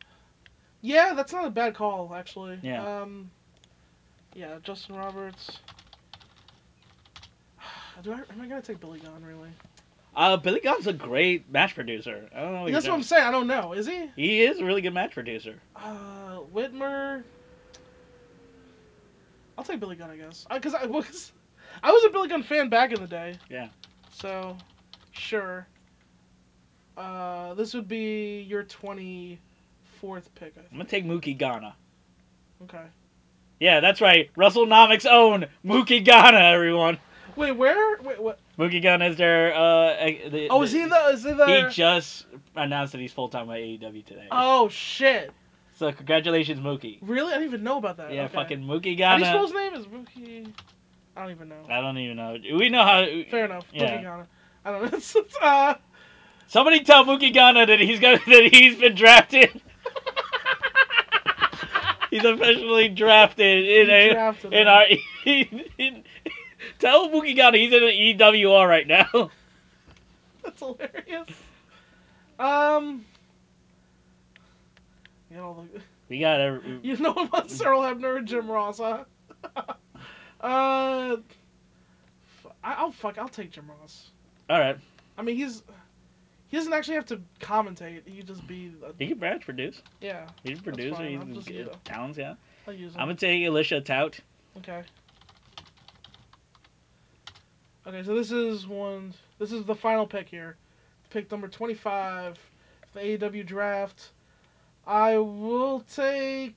Speaker 1: Yeah, that's not a bad call actually.
Speaker 2: Yeah.
Speaker 1: Um, yeah, Justin Roberts. Do I, am I gonna take Billy Gunn really?
Speaker 2: Uh, Billy Gunn's a great match producer. I don't know.
Speaker 1: That's what I'm saying. I don't know. Is he?
Speaker 2: He is a really good match producer.
Speaker 1: Uh, Whitmer. I'll take Billy Gunn, I guess. I, Cause I was, I was a Billy Gunn fan back in the day.
Speaker 2: Yeah.
Speaker 1: So, sure. Uh, this would be your twenty fourth pick. I think.
Speaker 2: I'm gonna take Mookie Ghana.
Speaker 1: Okay.
Speaker 2: Yeah, that's right. Russell Nomics own Mookie Ghana, everyone.
Speaker 1: Wait, where? Wait, what?
Speaker 2: Mookie Ghana is their. Uh, eh, the,
Speaker 1: Oh, is he the? Is he the?
Speaker 2: He just announced that he's full time at AEW E today.
Speaker 1: oh shit!
Speaker 2: So congratulations, Mookie.
Speaker 1: Really? I didn't even know about that.
Speaker 2: Yeah,
Speaker 1: Uh, okay.
Speaker 2: fucking Mookie
Speaker 1: How do you
Speaker 2: Ghana.
Speaker 1: spell his name? Is Mookie? I don't even know.
Speaker 2: I don't even know. We know how.
Speaker 1: Fair enough.
Speaker 2: Uh, Yeah.
Speaker 1: Mookie Ghana. I don't know. It's, it's, uh,
Speaker 2: Somebody tell Mookie Ghana that he's got that he's been drafted. he's officially drafted in
Speaker 1: he
Speaker 2: a
Speaker 1: drafted
Speaker 2: in
Speaker 1: him.
Speaker 2: our. In, in, tell Mookie Ghana he's in an EWR right now.
Speaker 1: That's hilarious. Um. You know,
Speaker 2: We got every.
Speaker 1: you know one wants Earl Hebner and Jim Ross, huh? uh, fu- I, I'll fuck. I'll take Jim Ross.
Speaker 2: All right,
Speaker 1: I mean, he's he doesn't actually have to commentate. He just be a,
Speaker 2: he can branch produce.
Speaker 1: yeah.
Speaker 2: He's a producer.
Speaker 1: fine,
Speaker 2: He's
Speaker 1: I'm just-
Speaker 2: good talents. Yeah,
Speaker 1: I'll use him.
Speaker 2: I'm gonna take Alicia Tout.
Speaker 1: Okay. Okay, so this is one. This is the final pick here. Pick number 25, the AEW draft. I will take.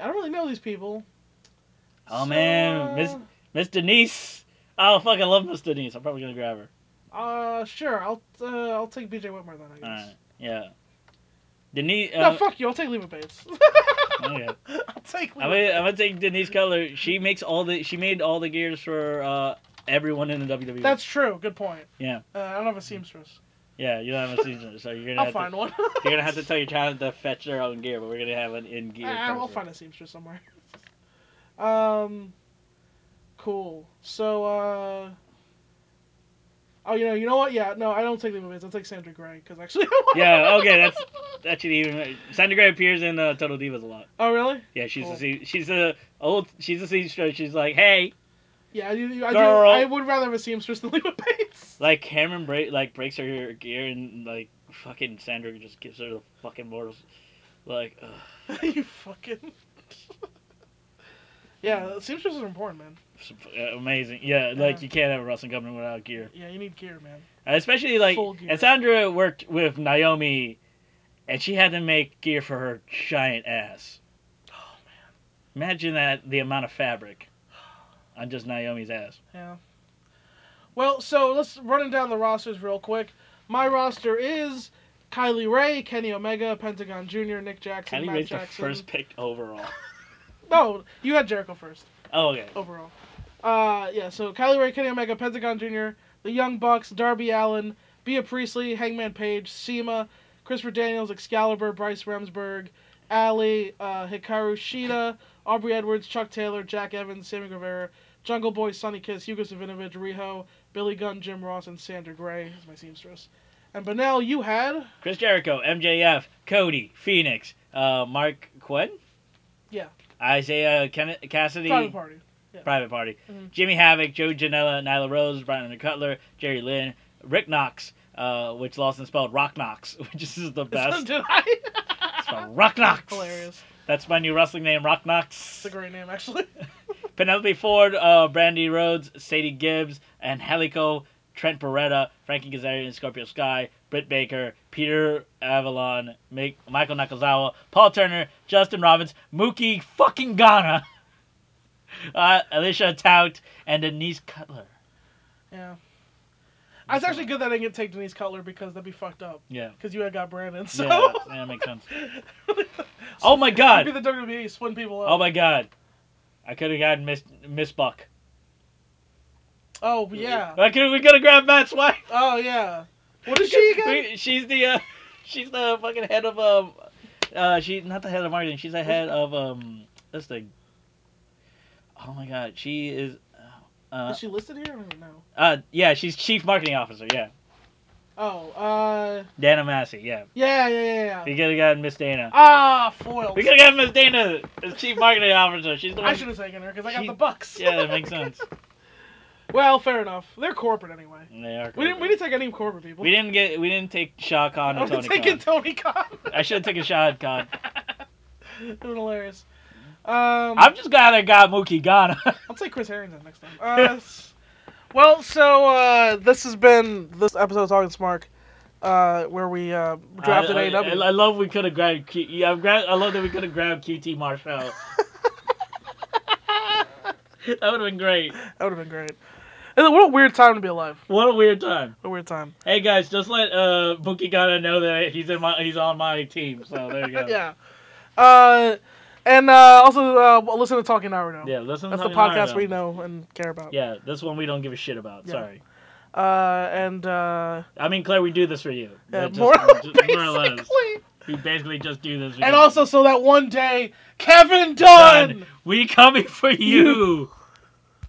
Speaker 1: I don't really know these people.
Speaker 2: Oh man,
Speaker 1: um,
Speaker 2: Miss Miss Denise. Oh fuck, I love Miss Denise. I'm probably gonna grab her.
Speaker 1: Uh, sure. I'll uh, I'll take BJ Whitmer then. I
Speaker 2: All
Speaker 1: guess.
Speaker 2: right, yeah. Denise.
Speaker 1: no,
Speaker 2: Uh,
Speaker 1: fuck you. I'll take Leva Bates.
Speaker 2: okay.
Speaker 1: I'll take
Speaker 2: I'm
Speaker 1: Leva.
Speaker 2: gonna, I'm gonna take Denise Cutler. She makes all the she made all the gears for uh, everyone in the E. WWE.
Speaker 1: That's true. Good point.
Speaker 2: Yeah.
Speaker 1: Uh, I don't have a seamstress.
Speaker 2: yeah. You don't have a season, so you're gonna
Speaker 1: I'll
Speaker 2: have
Speaker 1: find
Speaker 2: to,
Speaker 1: one.
Speaker 2: you're gonna have to tell your child to fetch their own gear, but we're gonna have an in gear.
Speaker 1: I, Ah, I'll
Speaker 2: person.
Speaker 1: find a seamstress somewhere. um, cool. So, uh, oh, you know, you know what? Yeah, no, I don't take the movies. I'll take Sandra Gray because actually.
Speaker 2: Yeah. Okay. That's that should even. Sandra Gray appears in uh, Total Divas a lot.
Speaker 1: Oh really?
Speaker 2: Yeah. She's
Speaker 1: Cool.
Speaker 2: a se- she's a old she's a seamstress. She's like, hey,
Speaker 1: Yeah, I, do- I, do,
Speaker 2: Girl.
Speaker 1: I would rather have a seamstress than Leva Bates.
Speaker 2: like Cameron break like breaks her gear and like fucking Sandra just gives her the fucking mortals. Like, ugh.
Speaker 1: you fucking. yeah, seamstresses are important, man.
Speaker 2: It's amazing. Yeah. Like
Speaker 1: Yeah.
Speaker 2: you can't have a wrestling company without gear.
Speaker 1: Yeah, you need gear, man.
Speaker 2: And especially like
Speaker 1: Full gear.
Speaker 2: and Sandra worked with Naomi and she had to make gear for her giant ass.
Speaker 1: Oh man.
Speaker 2: Imagine that the amount of fabric on just Naomi's ass.
Speaker 1: Yeah. Well, so let's running down the rosters real quick. My roster is Kylie Ray, Kenny Omega, Pentagon Jr., Nick Jackson,
Speaker 2: Kylie
Speaker 1: Matt
Speaker 2: Ray's the
Speaker 1: Jackson.
Speaker 2: first pick overall.
Speaker 1: No, you had Jericho first
Speaker 2: Oh, okay.
Speaker 1: overall. Uh, yeah. So Kylie Ray, Kenny Omega, Pentagon Jr., the Young Bucks, Darby Allen, Bea Priestley, Hangman Page, Sema, Christopher Daniels, Excalibur, Bryce Remsburg, Ali, uh, Hikaru Shida, Aubrey Edwards, Chuck Taylor, Jack Evans, Sammy Guevara, Jungle Boy, Sonny Kiss, Hugo Savinovich, Riho, Billy Gunn, Jim Ross, and Sandra Gray is my seamstress. And Benel, you had
Speaker 2: Chris Jericho, MJF, Cody, Phoenix, uh, Mark Quinn?
Speaker 1: Yeah.
Speaker 2: Isaiah Ken- Cassidy,
Speaker 1: Private Party.
Speaker 2: Private Party,
Speaker 1: Mhm.
Speaker 2: Jimmy Havoc, Joe Janela, Nyla Rose, Brian Under Cutler, Jerry Lynn, Rick Knox, uh, which Lawson spelled Rock Knox, which is the best.
Speaker 1: Did I?
Speaker 2: It's spelled Rock Knox.
Speaker 1: Hilarious.
Speaker 2: That's my new wrestling name, Rock Knox.
Speaker 1: It's a great name, actually.
Speaker 2: Penelope Ford, uh, Brandy Rhodes, Sadie Gibbs, and Helico, Trent Beretta, Frankie Kazarian, Scorpio Sky, Britt Baker, Peter Avalon, Mick, Michael Nakazawa, Paul Turner, Justin Robbins, Mookie fucking Ghana, uh, Alicia Tout, and Denise Cutler.
Speaker 1: Yeah. It's actually good that I didn't take Denise Cutler because that'd be fucked up.
Speaker 2: Yeah.
Speaker 1: Because you had got Brandon, so.
Speaker 2: Yeah, yeah, that makes sense. Oh my god!
Speaker 1: Maybe the WWE spun people up.
Speaker 2: Oh my god! I could have gotten Miss Miss Buck.
Speaker 1: Oh
Speaker 2: E.
Speaker 1: yeah.
Speaker 2: I could we could have grabbed Matt's wife.
Speaker 1: Oh yeah. What is she again?
Speaker 2: We- she's the uh, she's the fucking head of um, uh, she's not the head of marketing. She's the head of um, this thing. Oh my god, she is. Uh,
Speaker 1: Is she listed here? I don't know.
Speaker 2: uh, yeah, she's chief marketing officer. Yeah,
Speaker 1: Oh, uh,
Speaker 2: Dana Massey. Yeah,
Speaker 1: yeah, yeah, yeah, yeah.
Speaker 2: we could have gotten Miss Dana.
Speaker 1: Ah, foiled.
Speaker 2: We could have gotten Miss Dana as chief marketing officer. She's the
Speaker 1: I
Speaker 2: one.
Speaker 1: should have taken her because I got
Speaker 2: She-
Speaker 1: the bucks.
Speaker 2: Yeah, that makes sense.
Speaker 1: well, fair enough. They're corporate anyway.
Speaker 2: They are
Speaker 1: We didn't. We
Speaker 2: corporate.
Speaker 1: didn't take any corporate people.
Speaker 2: We didn't get. We didn't take Shah Khan
Speaker 1: I'm
Speaker 2: and Tony
Speaker 1: taking
Speaker 2: Khan.
Speaker 1: Tony Khan.
Speaker 2: I should have taken Shah Khan.
Speaker 1: it was hilarious. Um,
Speaker 2: I'm just glad I got Mookie Ghana.
Speaker 1: I'll take Chris Harrington next time. Uh, s- well, so uh, this has been this episode of Talking Smart, uh, where we uh, drafted
Speaker 2: I, I-
Speaker 1: AEW.
Speaker 2: I, I love we could have grabbed. Q, yeah, I'm gra- I love that we could have grabbed QT Marshall. that would have been great.
Speaker 1: that would have been great. And what a weird time to be alive.
Speaker 2: What a weird time.
Speaker 1: What a weird time.
Speaker 2: Hey guys, just let uh, Mookie Ghana know that he's in my he's on my team. So there you go.
Speaker 1: yeah. Uh, and uh, also uh, well, listen to Talking Naruto.
Speaker 2: Yeah, listen. to
Speaker 1: That's the
Speaker 2: Tommy
Speaker 1: podcast
Speaker 2: Lauren.
Speaker 1: we know and care about.
Speaker 2: Yeah, this one we don't give a shit about.
Speaker 1: Yeah.
Speaker 2: Sorry.
Speaker 1: Uh, and uh,
Speaker 2: I mean, Claire, we do this for you.
Speaker 1: yeah,
Speaker 2: That just-
Speaker 1: more,
Speaker 2: just-
Speaker 1: basically.
Speaker 2: more or less. We basically just do this. For
Speaker 1: And
Speaker 2: you.
Speaker 1: also, so that one day, Kevin Dunn.
Speaker 2: we coming for you.